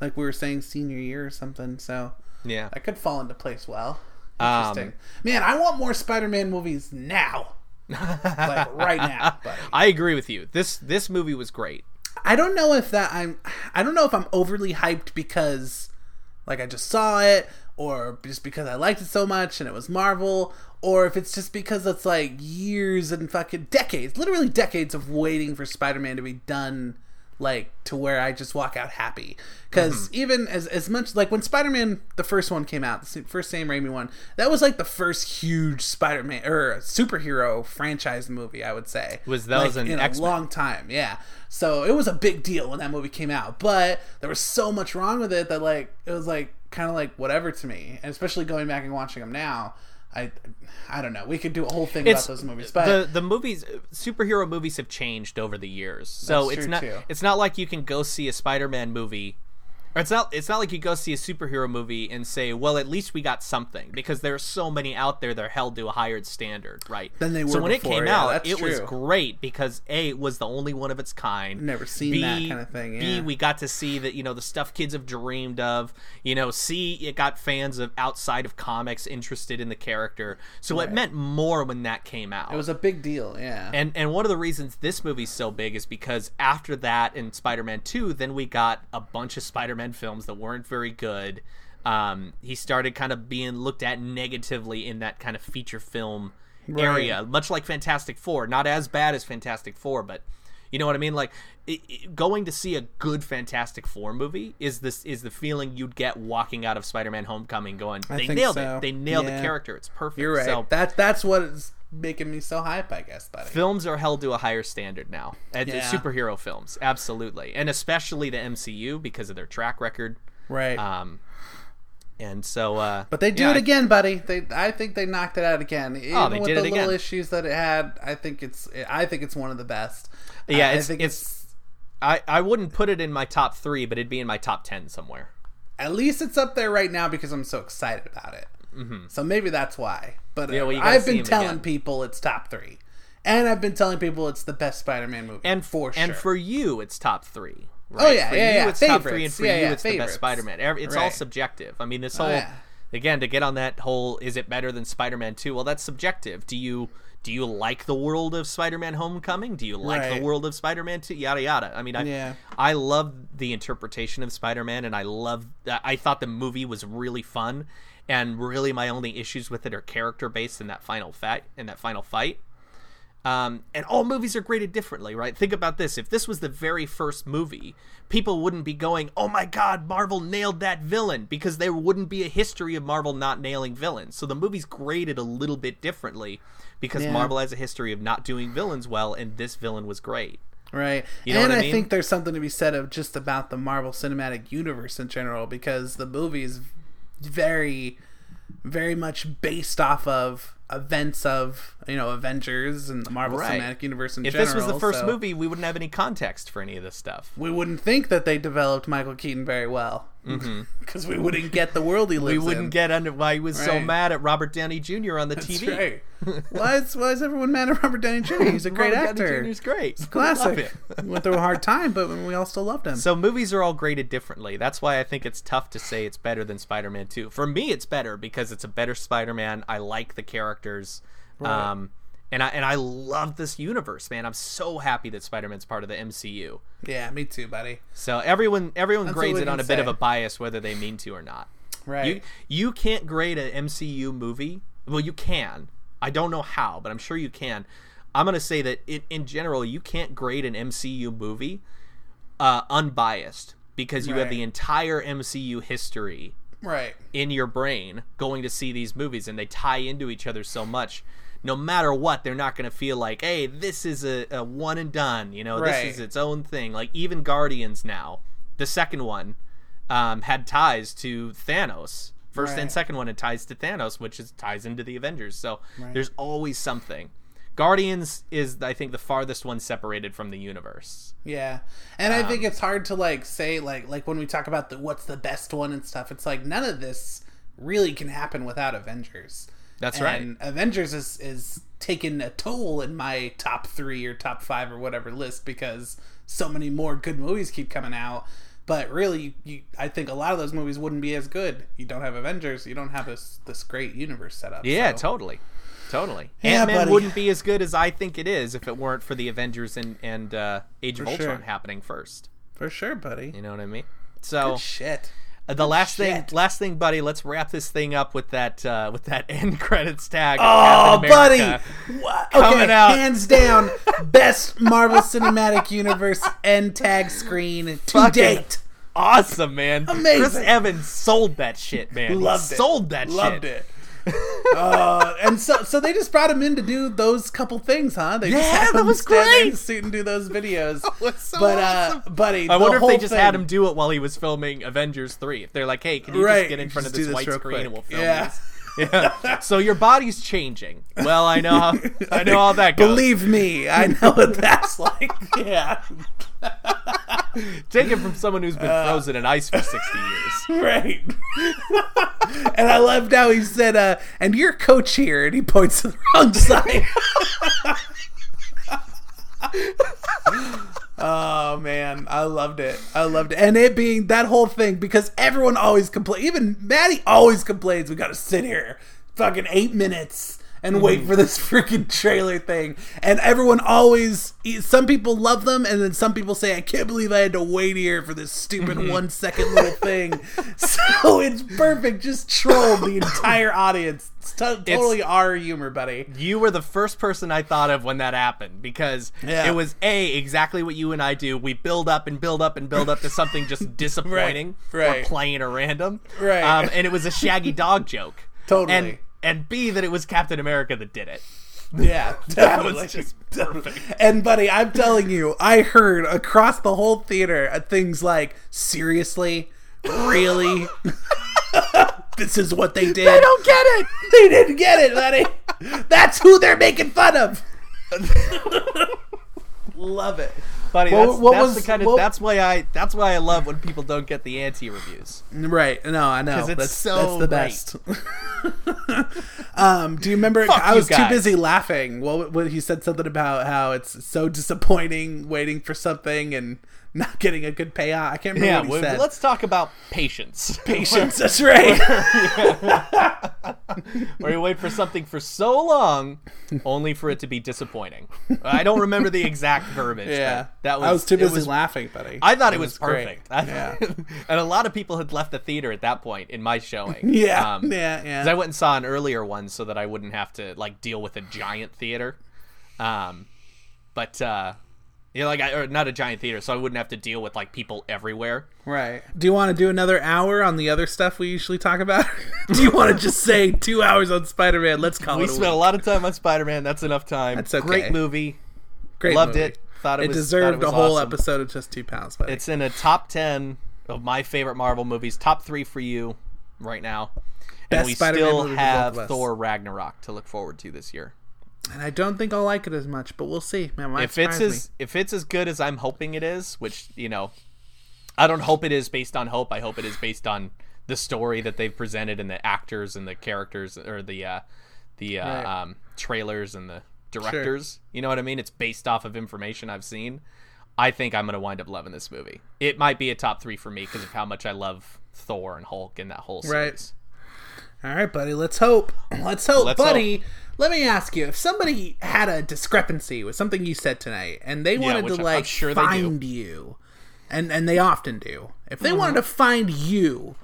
like we were saying senior year or something. So
Yeah.
that could fall into place well.
Um,
Interesting. man, I want more Spider-Man movies now. like right now. buddy.
I agree with you. This this movie was great.
I don't know if that I'm I don't know if I'm overly hyped because like I just saw it or just because I liked it so much and it was Marvel or if it's just because it's like years and fucking decades, literally decades of waiting for Spider-Man to be done like to where I just walk out happy because
Mm-hmm.
even as as much like when Spider-Man the first one came out, the s- first Sam Raimi one, that was like the first huge Spider-Man or superhero franchise movie I would say
Was those
like,
and
in
X-Men?
a long time. Yeah, so it was a big deal when that movie came out, but there was so much wrong with it that like it was like kind of like whatever to me, and especially going back and watching them now. I, I don't know. We could do a whole thing
It's-
about those movies, but
the the movies superhero movies have changed over the years so
That's
it's
true,
not
too.
it's not like you can go see a spider-man movie or it's not it's not like you go see a superhero movie and say well at least we got something because there are so many out there that are held to a higher standard right
Than they
so
were
when it
before,
came
yeah,
out
that's
it was
true.
great because a it was the only one of its kind
Never seen
B,
that kinda thing,
b
yeah.
we got to see that you know the stuff kids have dreamed of you know c it got fans of outside of comics interested in the character so it meant more when that came out
it was a big deal. Yeah,
and and one of the reasons this movie's so big is because after that in Spider-Man 2, then we got a bunch of Spider-Man films that weren't very good. Um, he started kind of being looked at negatively in that kind of feature film area, much like Fantastic 4. Not as bad as Fantastic 4, but you know what I mean? Like it, it- going to see a good Fantastic 4 movie is this is the feeling you'd get walking out of Spider-Man Homecoming going, they
think
nailed
so.
it. They nailed
Yeah.
the character. It's perfect.
you're right.
So-
that that's what is making me so hype. I guess, buddy.
films are held to a higher standard now. And the
Yeah.
Superhero films, absolutely, and especially the MCU because of their track record.
Right.
Um, and so, uh,
But they do
yeah, Oh,
it again, buddy. They, I think they knocked it out again. Even
they
with
did
the
it
little
again.
issues that it had, I think it's, I think it's one of the best.
Yeah,
I- I
it's-
think
it's- I I wouldn't put it in my top three, but it'd be in my top ten somewhere.
at least it's up there right now because I'm so excited about it. Mm-hmm. So maybe that's why. But uh,
Yeah, well, you gotta
I've
see
been
him
telling
again.
people it's top three, and I've been telling people it's the best Spider-Man movie.
And
for sure.
and for you, it's top three. Right?
Oh, yeah,
for
yeah,
you,
yeah.
It's top three, and
Favorites.
for
Yeah,
you,
yeah,
it's the
favorites.
best Spider-Man. Ev- It's all
Right. Oh,
subjective. I mean, this whole
yeah.
again to get on that whole is it better than Spider-Man Two? Well, that's subjective. Do you do you like the world of Spider-Man Homecoming? Do you like
Right.
the world of Spider-Man Two? Yada yada. I mean, I
Yeah.
I love the interpretation of Spider-Man, and I love. I thought the movie was really fun, and really my only issues with it are character-based in that final fight. In that final fight. Um, and all movies are graded differently, right? Think about this. If this was the very first movie, people wouldn't be going, oh my God, Marvel nailed that villain, because there wouldn't be a history of Marvel not nailing villains. So the movie's graded a little bit differently because
Yeah.
Marvel has a history of not doing villains well, and this villain was great.
Right.
You know
and
what I
I
mean?
think there's something to be said of just about the Marvel Cinematic Universe in general because the movies very, very much based off of events of you know Avengers and the Marvel
Right.
Cinematic Universe in
If
general.
this was the first
so
movie, we wouldn't have any context for any of this stuff.
we wouldn't think that they developed Michael Keaton very well [LAUGHS] because we wouldn't get the world he lives
Mm-hmm. We
in.
wouldn't get under why he was so
Right.
mad at Robert Downey Jr. on the
That's
TV.
right.
[LAUGHS]
why, is, why is everyone mad at Robert Downey Jr.? He's a great
Robert Downey
actor.
Jr. is great. [LAUGHS] Love
Classic.
it.
Went through a hard time, but we all still loved him.
So movies are all graded differently. That's why I think it's tough to say it's better than Spider-Man 2. For me, it's better because it's a better Spider-Man. I like the characters. Um and I and I love this universe, man. I'm so happy that Spider-Man's part of the MCU.
yeah, me too, buddy.
So everyone everyone
That's
grades
all we
it on a
can
bit of
say.
a bias whether they mean to or not.
Right.
You you can't grade an MCU movie. Well, you can. I don't know how, but I'm sure you can. I'm gonna say that in, in general, you can't grade an MCU movie uh, unbiased because you have
Right.
the entire MCU history
right.
in your brain going to see these movies, and they tie into each other so much. No matter what, they're not gonna feel like, hey, this is a, a one and done. You know,
Right.
this is its own thing. Like even Guardians now, the second one, um, had ties to Thanos. First and
Right.
second one had ties to Thanos, which is ties into the Avengers. So there's always something. Guardians is I think the farthest one separated from the universe.
Yeah, and I
Um,
think it's hard to like say like like when we talk about the what's the best one and stuff. It's like none of this really can happen without Avengers.
That's
and Avengers is is taking a toll in my top three or top five or whatever list because so many more good movies keep coming out. But really, you, I think a lot of those movies wouldn't be as good. You don't have Avengers. You don't have this this great universe set up.
Yeah,
so-
totally. Totally.
Yeah,
Ant-Man
buddy.
wouldn't be as good as I think it is if it weren't for the Avengers and, and uh, Age of
For
Ultron
sure.
happening first.
for sure, buddy.
You know what I mean? So
Shit.
uh, the last thing,
shit.
last thing, buddy. Let's wrap this thing up with that uh, with that [LAUGHS] end credits tag. of
Oh,
Captain
buddy!
America.
Wha-
Coming
okay,
out.
hands down, best Marvel Cinematic Universe end tag screen to
Fucking
date.
Awesome, man.
Amazing.
Chris Evans sold that shit, man. He
Loved it.
Sold that
Loved
shit.
it. uh, and so, so they just brought him in to do those couple things, huh? They just
Yeah,
had
that
him
was
stand there in
great.
his suit and do
[LAUGHS]
those videos.
was so
but uh,
awesome.
buddy,
I
the
wonder if they
whole
just
thing-
had him do it while he was filming Avengers 3. If they're like, hey, can you
Right,
just get in front of
just do
this white
this real
screen and we'll
quick.
film
Yeah.
this? Yeah. so your body's changing. Well, I know how, I know how that goes.
Believe me, I know what that's [LAUGHS] like. Yeah,
Take it from someone who's been
Uh.
frozen in ice for 60 years.
[LAUGHS] right. and I loved how he said, uh, "And your coach here," and he points to the wrong [LAUGHS] side. Oh man, I loved it. I loved it, and it being that whole thing because everyone always complains. Even Maddie always complains. We gotta sit here, fucking eight minutes, and wait for this freaking trailer thing. And everyone always. e, Some people love them, and then some people say, "I can't believe I had to wait here for this stupid one second little thing." so it's perfect. Just troll the entire audience. It's to- totally our humor, buddy.
You were the first person I thought of when that happened because
Yeah.
it was A, exactly what you and I do. We build up and build up and build up to something
[LAUGHS]
just disappointing
right.
or plain or random.
Right.
Um, and it was a shaggy dog joke.
Totally.
And, and B, that it was Captain America that did it.
[LAUGHS] Yeah,
That was
definitely.
just perfect.
And buddy, I'm telling you, I heard across the whole theater uh, things like, "Seriously,
[LAUGHS]
really, this is what they did." They
don't get it.
They didn't get it, buddy. That's who they're making
[LAUGHS]
fun of. Love it.
Buddy,
What-
that's,
what
that's
was-
the kind of
what-
that's why I that's why I love when people don't get the anti reviews.
Right? No, I know.
'Cause it's
that's,
so
that's the
right.
best. [LAUGHS] um, do you remember?
Fuck
I
you
was too
guys.
busy laughing. Well, when he said something about how it's so disappointing waiting for something and not getting a good payoff. I can't remember
Yeah,
what he
well,
said.
let's talk about patience.
[LAUGHS] patience. That's [LAUGHS] right.
Where you wait for something for so long, only for it to be disappointing. I don't remember the exact verbiage. but
yeah,
that was.
I was too
it
busy
was-
laughing, buddy.
I thought it, was,
great.
perfect. I-
Yeah.
[LAUGHS] and a lot of people had left the theater at that point in my showing.
[LAUGHS] [LAUGHS] Yeah,
Um,
yeah, yeah.
'cause I went and saw an earlier one so that I wouldn't have to like deal with a giant theater. Um, but uh, you know, like I, or not a giant theater, so I wouldn't have to deal with like people everywhere.
Right. Do you want to do another hour on the other stuff we usually talk about? [LAUGHS] do you want to just say two hours on Spider Man? Let's call
We
it. a
spent a
week.
lot of time on Spider Man. That's enough time.
That's okay.
Great movie.
Great
Loved
movie.
it. Thought it,
It,
was, thought
deserved
it
a
was
whole
awesome.
episode of just two pounds, buddy.
It's in a top ten of my favorite Marvel movies. Top three for you. right now.
Best
and we
Spider-Man
still
movie for both
have
of us.
Thor Ragnarok to look forward to this year.
and I don't think I'll like it as much, but we'll see. Man, might
if it's
surprise
as if it's as good as I'm hoping it is, which you know, I don't hope it is based on hope. I hope it is based on the story that they've presented and the actors and the characters or the uh, the uh,
Right.
um, trailers and the directors. You know what I mean? It's based off of information I've seen. I think I'm gonna wind up loving this movie. It might be a top three for me because of how much I love Thor and Hulk and that whole
Right.
series.
All right, buddy. Let's hope. [CLEARS THROAT] Let's hope,
Let's
buddy. Let me ask you: If somebody had a discrepancy with something you said tonight, and they wanted
which
to
I'm
like
sure they do.
find you, and and they often do, if they
Mm-hmm.
wanted to find you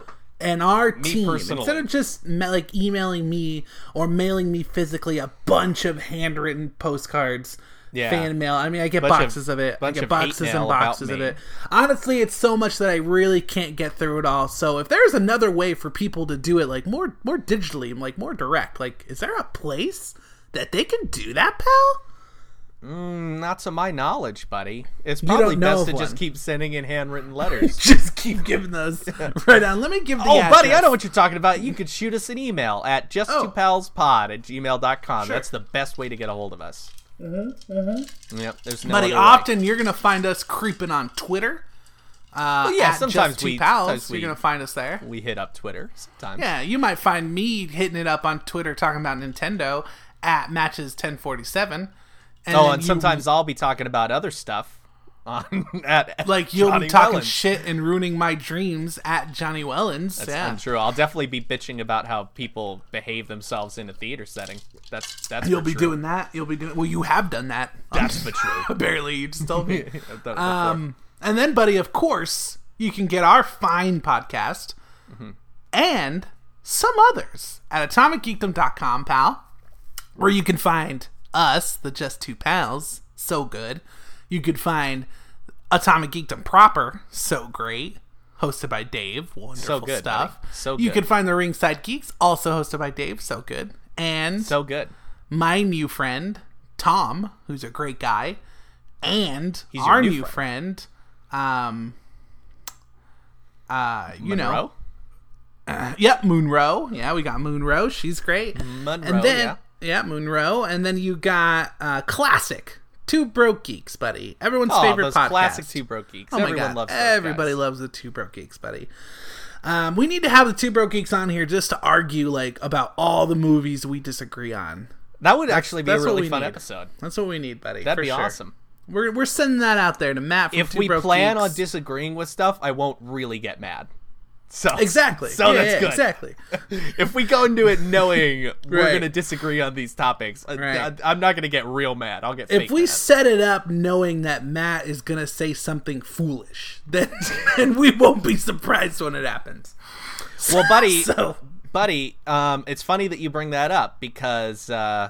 and our team
personally.
instead of just ma- like emailing me or mailing me physically a bunch of handwritten postcards.
Yeah.
Fan mail. I mean, I get
Bunch of-
boxes of, it. I
bunch
get
of hate
boxes
mail
and
about
boxes of
me.
it. Honestly, it's so much that I really can't get through it all. So if there's another way for people to do it, like more more digitally, like more direct, like is there a place that they can do that, pal? [LAUGHS]
Not to my knowledge, buddy. It's probably
don't know
best
of
to just
one.
keep sending in handwritten [LAUGHS] letters.
Just keep
[LAUGHS]
giving those right on. Let me give the
Oh, buddy, I
address.
know what you're talking about. You could shoot us an email at just
Oh.
two pals pod at gmail.com. That's the best way to get a hold of us. Mm-hmm. Yep, there's no
[LAUGHS] buddy.
other way.
Often you're gonna find us creeping on Twitter. Uh,
yeah,
at Just
sometimes
Two
we-
pals.
sometimes
you're
we-
gonna find us there.
we hit up Twitter sometimes.
Yeah, you might find me hitting it up on Twitter talking about Nintendo at matches 1047. And
Oh,
then
and
you-
sometimes I'll be talking about other stuff on [LAUGHS] at
like you'll
Johnny
be talking
Wellens.
shit and ruining my dreams at Johnny Wellens.
That's
yeah.
untrue. I'll definitely be bitching about how people behave themselves in a theater setting. That's that's
You'll
for
be
sure. [LAUGHS]
doing that. You'll be doing. Well, you have done that.
That's
[LAUGHS]
for true.
Barely, you
[LAUGHS]
just told me.
I've done it before.
um, and then, buddy, of course, you can get our fine podcast and some others at atomicgeekdom.com, pal, where you can find us, the Just Two Pals, so good. You could find Atomic Geekdom proper, so great, hosted by Dave, wonderful
good,
stuff.
buddy. So
You
good.
could find the Ringside Geeks, also hosted by Dave, so good. And
so good.
my new friend Tom, who's a great guy, and
He's your
our
new
new friend, um, uh, you know,
Monroe?
yep, Moonrow. Yeah, we got Moonrow. She's great.
Monroe,
and then
yeah.
yeah, Moonrow, and then you got uh, classic two broke geeks, buddy. Everyone's
Oh,
favorite
those
podcast.
classic two broke geeks.
Oh my
Everyone
god!
loves those
Everybody
guys.
loves the two broke geeks, buddy. Um, we need to have the two broke geeks on here just to argue like about all the movies we disagree on.
That would actually be a
that's what
really
we
fun
need.
episode.
That's what we need, buddy.
That'd
for
be
sure.
awesome.
We're, we're sending that out there to Matt. From
if
Two
we
Broke
plan
Geeks.
on disagreeing with stuff, I won't really get mad. So
exactly,
So
Yeah,
that's
yeah,
good. [LAUGHS]
Exactly.
If we go into it knowing
[LAUGHS] Right.
we're going to disagree on these topics, I-
Right.
I, am not going to get real mad. I'll get.
If
fake
we
mad.
set it up knowing that Matt is gonna say something foolish, [LAUGHS] then then we won't be surprised when it happens.
well, buddy,
[LAUGHS] So
buddy, um, it's funny that you bring that up because uh,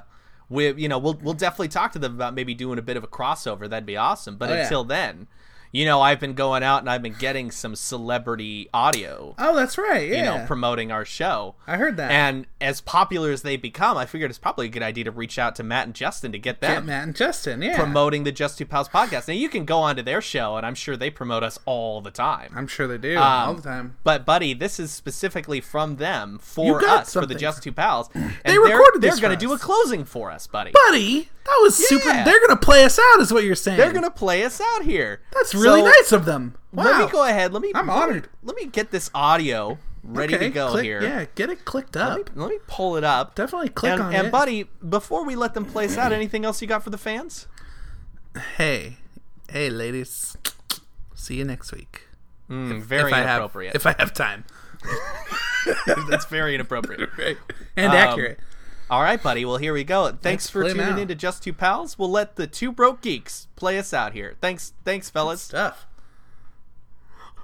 we, you know, we'll we'll definitely talk to them about maybe doing a bit of a crossover. That'd be awesome. But
Oh, yeah.
until then, you know, I've been going out and I've been getting some celebrity audio
oh, that's right. Yeah,
you know promoting our show
I heard that.
and as popular as they become i figured it's probably a good idea to reach out to matt and justin to get
yeah,
them
Matt and Justin. Yeah,
promoting the just two pals podcast now you can go onto their show and i'm sure they promote us all the time
I'm sure they do
Um,
all the time.
but buddy this is specifically from them
You
for
got
us for
something.
the just two
[CLEARS THROAT]
pals and
They
they're,
recorded
they're
this
gonna
for
do a
us.
closing for us buddy
Buddy, that was super.
Yeah.
They're gonna play us out, is what you're saying.
they're gonna play us out here
That's really
So,
nice of them. Wow.
let me go ahead let me
I'm
let me-
honored.
let me get this audio ready
Okay,
to go
click-
here
Yeah, get it clicked
let me,
up.
let me pull it up
Definitely click
and,
on
and
it.
buddy, before we let them place out, anything else you got for the fans?
hey, hey, ladies. See you next week.
Hmm, very
if I have
[LAUGHS]
inappropriate.
if I have time
That's very inappropriate.
and accurate.
All right, buddy. Well, here we go. Thanks
Let's
for
play 'em
tuning
out.
in to Just Two Pals. We'll let the two broke geeks play us out here. Thanks, thanks, fellas.
Stuff.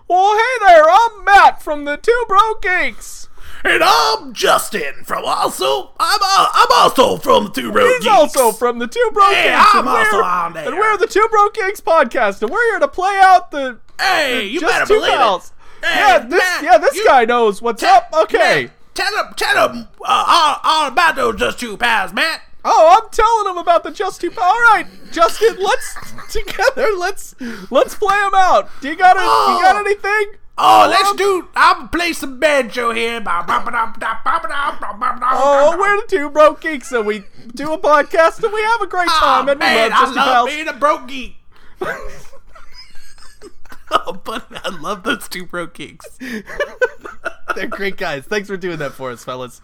Well, hey there. I'm Matt from the Two Broke Geeks.
And I'm Justin from also I'm al- I'm also from the Two Road
He's
Geeks.
also from the Two Broke
Yeah,
Geeks.
I'm
and
also
we're-
on there.
And we're the Two Broke Geeks podcast, and we're here to play out the
hey, you
Just
better
Two
believe it.
Pals.
Hey,
yeah, this
Matt,
yeah this
you-
guy knows what's up. Okay.
Matt, tell him tell him uh, all, all about those Just Two Pals, Matt.
Oh, I'm telling him about the Just Two. All right, [LAUGHS] Justin, let's together. Let's let's play him out. Do you got it? You got
Oh.
anything?
Oh, let's do. I'll play some banjo here. Ba- ba- ba- da- da- ba- ba- da- ba- ba- da-
Oh, we're the two broke geeks, and we do a podcast, and we have a great time, and we
Oh, Ah, man,
love Justin
I love
Pals.
being a broke geek. [LAUGHS] oh, but I love those two broke geeks.
[LAUGHS] They're great guys. Thanks for doing that for us, fellas.